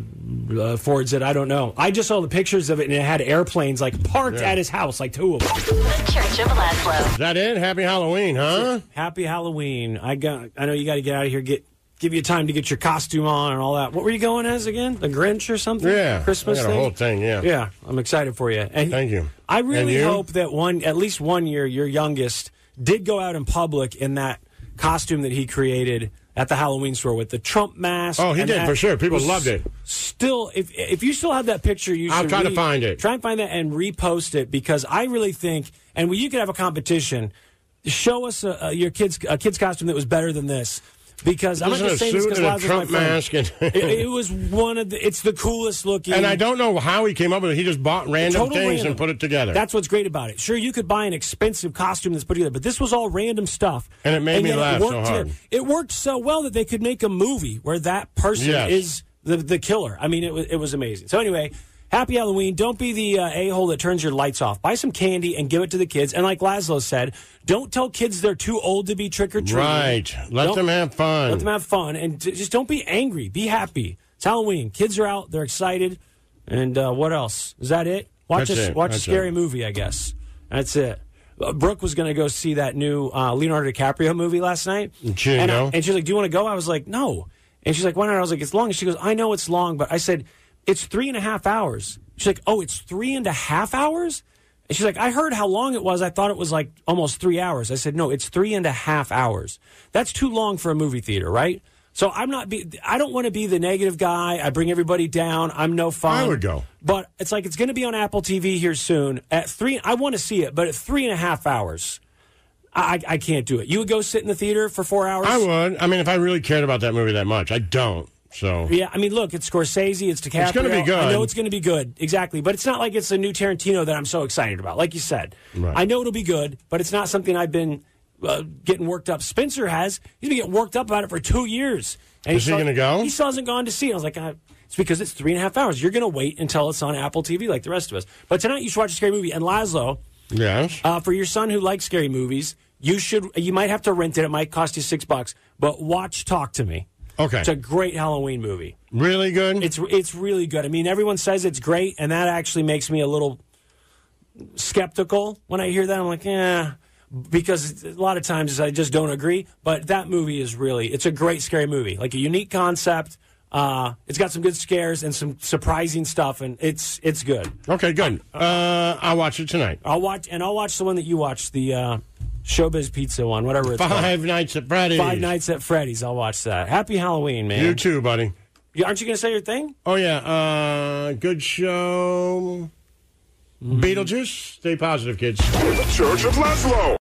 [SPEAKER 3] affords it. I don't know. I just saw the pictures of it, and it had airplanes like parked
[SPEAKER 2] Yeah.
[SPEAKER 3] at his house, like two of them.
[SPEAKER 15] Church of Laszlo.
[SPEAKER 2] Is that it? Happy Halloween, huh?
[SPEAKER 3] Happy Halloween! I got. I know you got to get out of here. Get give you time to get your costume on and all that. What were you going as again? The Grinch or something?
[SPEAKER 2] Yeah,
[SPEAKER 3] Christmas
[SPEAKER 2] I got a
[SPEAKER 3] thing.
[SPEAKER 2] whole thing, yeah.
[SPEAKER 3] yeah. I'm excited for you. And
[SPEAKER 2] Thank you.
[SPEAKER 3] I
[SPEAKER 2] And
[SPEAKER 3] really
[SPEAKER 2] you?
[SPEAKER 3] hope that one, at least one year, your youngest did go out in public in that costume that he created at the Halloween store with the Trump mask.
[SPEAKER 2] Oh, he
[SPEAKER 3] and
[SPEAKER 2] did,
[SPEAKER 3] that
[SPEAKER 2] for sure. People
[SPEAKER 3] was
[SPEAKER 2] loved it.
[SPEAKER 3] Still, if if you still have that picture, you
[SPEAKER 2] I'll
[SPEAKER 3] should
[SPEAKER 2] try to
[SPEAKER 3] re-
[SPEAKER 2] find it.
[SPEAKER 3] Try and find that and repost it because I really think, and we, you could have a competition. Show us a, a, your kids a kid's costume that was better than this. Because I'm not
[SPEAKER 2] Isn't
[SPEAKER 3] just
[SPEAKER 2] it a
[SPEAKER 3] saying this
[SPEAKER 2] suit
[SPEAKER 3] because
[SPEAKER 2] and a
[SPEAKER 3] Lazo's my
[SPEAKER 2] Trump
[SPEAKER 3] friend.
[SPEAKER 2] mask and-
[SPEAKER 3] it, it was one of the. It's the coolest looking.
[SPEAKER 2] And I don't know how he came up with it. He just bought random
[SPEAKER 3] Total
[SPEAKER 2] things
[SPEAKER 3] random.
[SPEAKER 2] and put it together.
[SPEAKER 3] That's what's great about it. Sure, you could buy an expensive costume that's put together, but this was all random stuff.
[SPEAKER 2] And it made me
[SPEAKER 3] yet
[SPEAKER 2] laugh so
[SPEAKER 3] worked
[SPEAKER 2] hard.
[SPEAKER 3] It worked so well that they could make a movie where that person
[SPEAKER 2] Yes.
[SPEAKER 3] is the, the killer. I mean, it was, it was amazing. So, anyway, happy Halloween. Don't be the uh, a hole that turns your lights off. Buy some candy and give it to the kids. And like Laszlo said, don't tell kids they're too old to be trick or treating.
[SPEAKER 2] Right. Let
[SPEAKER 3] Don't-
[SPEAKER 2] them have fun.
[SPEAKER 3] Let them have fun. And j- just don't be angry. Be happy. It's Halloween. Kids are out. They're excited. And uh, what else? Is that it? Watch
[SPEAKER 2] That's
[SPEAKER 3] a,
[SPEAKER 2] it.
[SPEAKER 3] watch a
[SPEAKER 2] That's
[SPEAKER 3] scary
[SPEAKER 2] it.
[SPEAKER 3] movie, I guess. That's it. Uh, Brooke was going to go see that new uh, Leonardo DiCaprio movie last night.
[SPEAKER 2] And she didn't
[SPEAKER 3] and, I-
[SPEAKER 2] go?
[SPEAKER 3] and she's like, "Do you want to go?" I was like, "No." And she's like, "Why not?" I was like, "It's long." And she goes, "I know it's long, but I said it's three and a half hours." She's like, "Oh, it's three and a half hours." And she's like, "I heard how long it was. I thought it was like almost three hours." I said, "No, it's three and a half hours. That's too long for a movie theater, right?" So I'm not. Be- I don't want to be the negative guy. I bring everybody down. I'm no fun.
[SPEAKER 2] I would go.
[SPEAKER 3] But it's like it's going to be on Apple TV here soon. At three, I want to see it, but at three and a half hours, I, I can't do it. You would go sit in the theater for four hours.
[SPEAKER 2] I would. I mean, if I really cared about that movie that much, I don't. So
[SPEAKER 3] Yeah, I mean, look, it's Scorsese, it's DiCaprio.
[SPEAKER 2] gonna be good.
[SPEAKER 3] I know it's going to be good, exactly. But it's not like it's a new Tarantino that I'm so excited about. Like you said,
[SPEAKER 2] Right.
[SPEAKER 3] I know it'll be good, but it's not something I've been uh, getting worked up. Spencer has; he's been getting worked up about it for two years. And
[SPEAKER 2] Is he
[SPEAKER 3] still-
[SPEAKER 2] gonna go?
[SPEAKER 3] He still hasn't gone to see. it. I was like, I, it's because it's three and a half hours. You're going to wait until it's on Apple TV, like the rest of us. But tonight, you should watch a scary movie. And Laszlo,
[SPEAKER 2] yes.
[SPEAKER 3] uh, for your son who likes scary movies, you should. You might have to rent it. It might cost you six bucks. But watch Talk to Me.
[SPEAKER 2] Okay.
[SPEAKER 3] It's a great Halloween movie.
[SPEAKER 2] Really good.
[SPEAKER 3] Uh, It's it's really good. I mean, everyone says it's great, and that actually makes me a little skeptical when I hear that. I'm like, yeah, because a lot of times I just don't agree. But that movie is really it's a great scary movie, like a unique concept. Uh, it's got some good scares and some surprising stuff, and it's it's good.
[SPEAKER 2] okay, good. Uh, I'll watch it tonight.
[SPEAKER 3] I'll watch and I'll watch the one that you watched, the uh, Showbiz Pizza one, whatever it's
[SPEAKER 2] Five
[SPEAKER 3] called.
[SPEAKER 2] nights at Freddy's.
[SPEAKER 3] Five Nights at Freddy's. I'll watch that. Happy Halloween, man.
[SPEAKER 2] You too, buddy.
[SPEAKER 3] You- Aren't you going to say your thing?
[SPEAKER 2] Oh yeah. Uh, good show. Beetlejuice. Stay positive, kids.
[SPEAKER 16] The Church of Laszlo.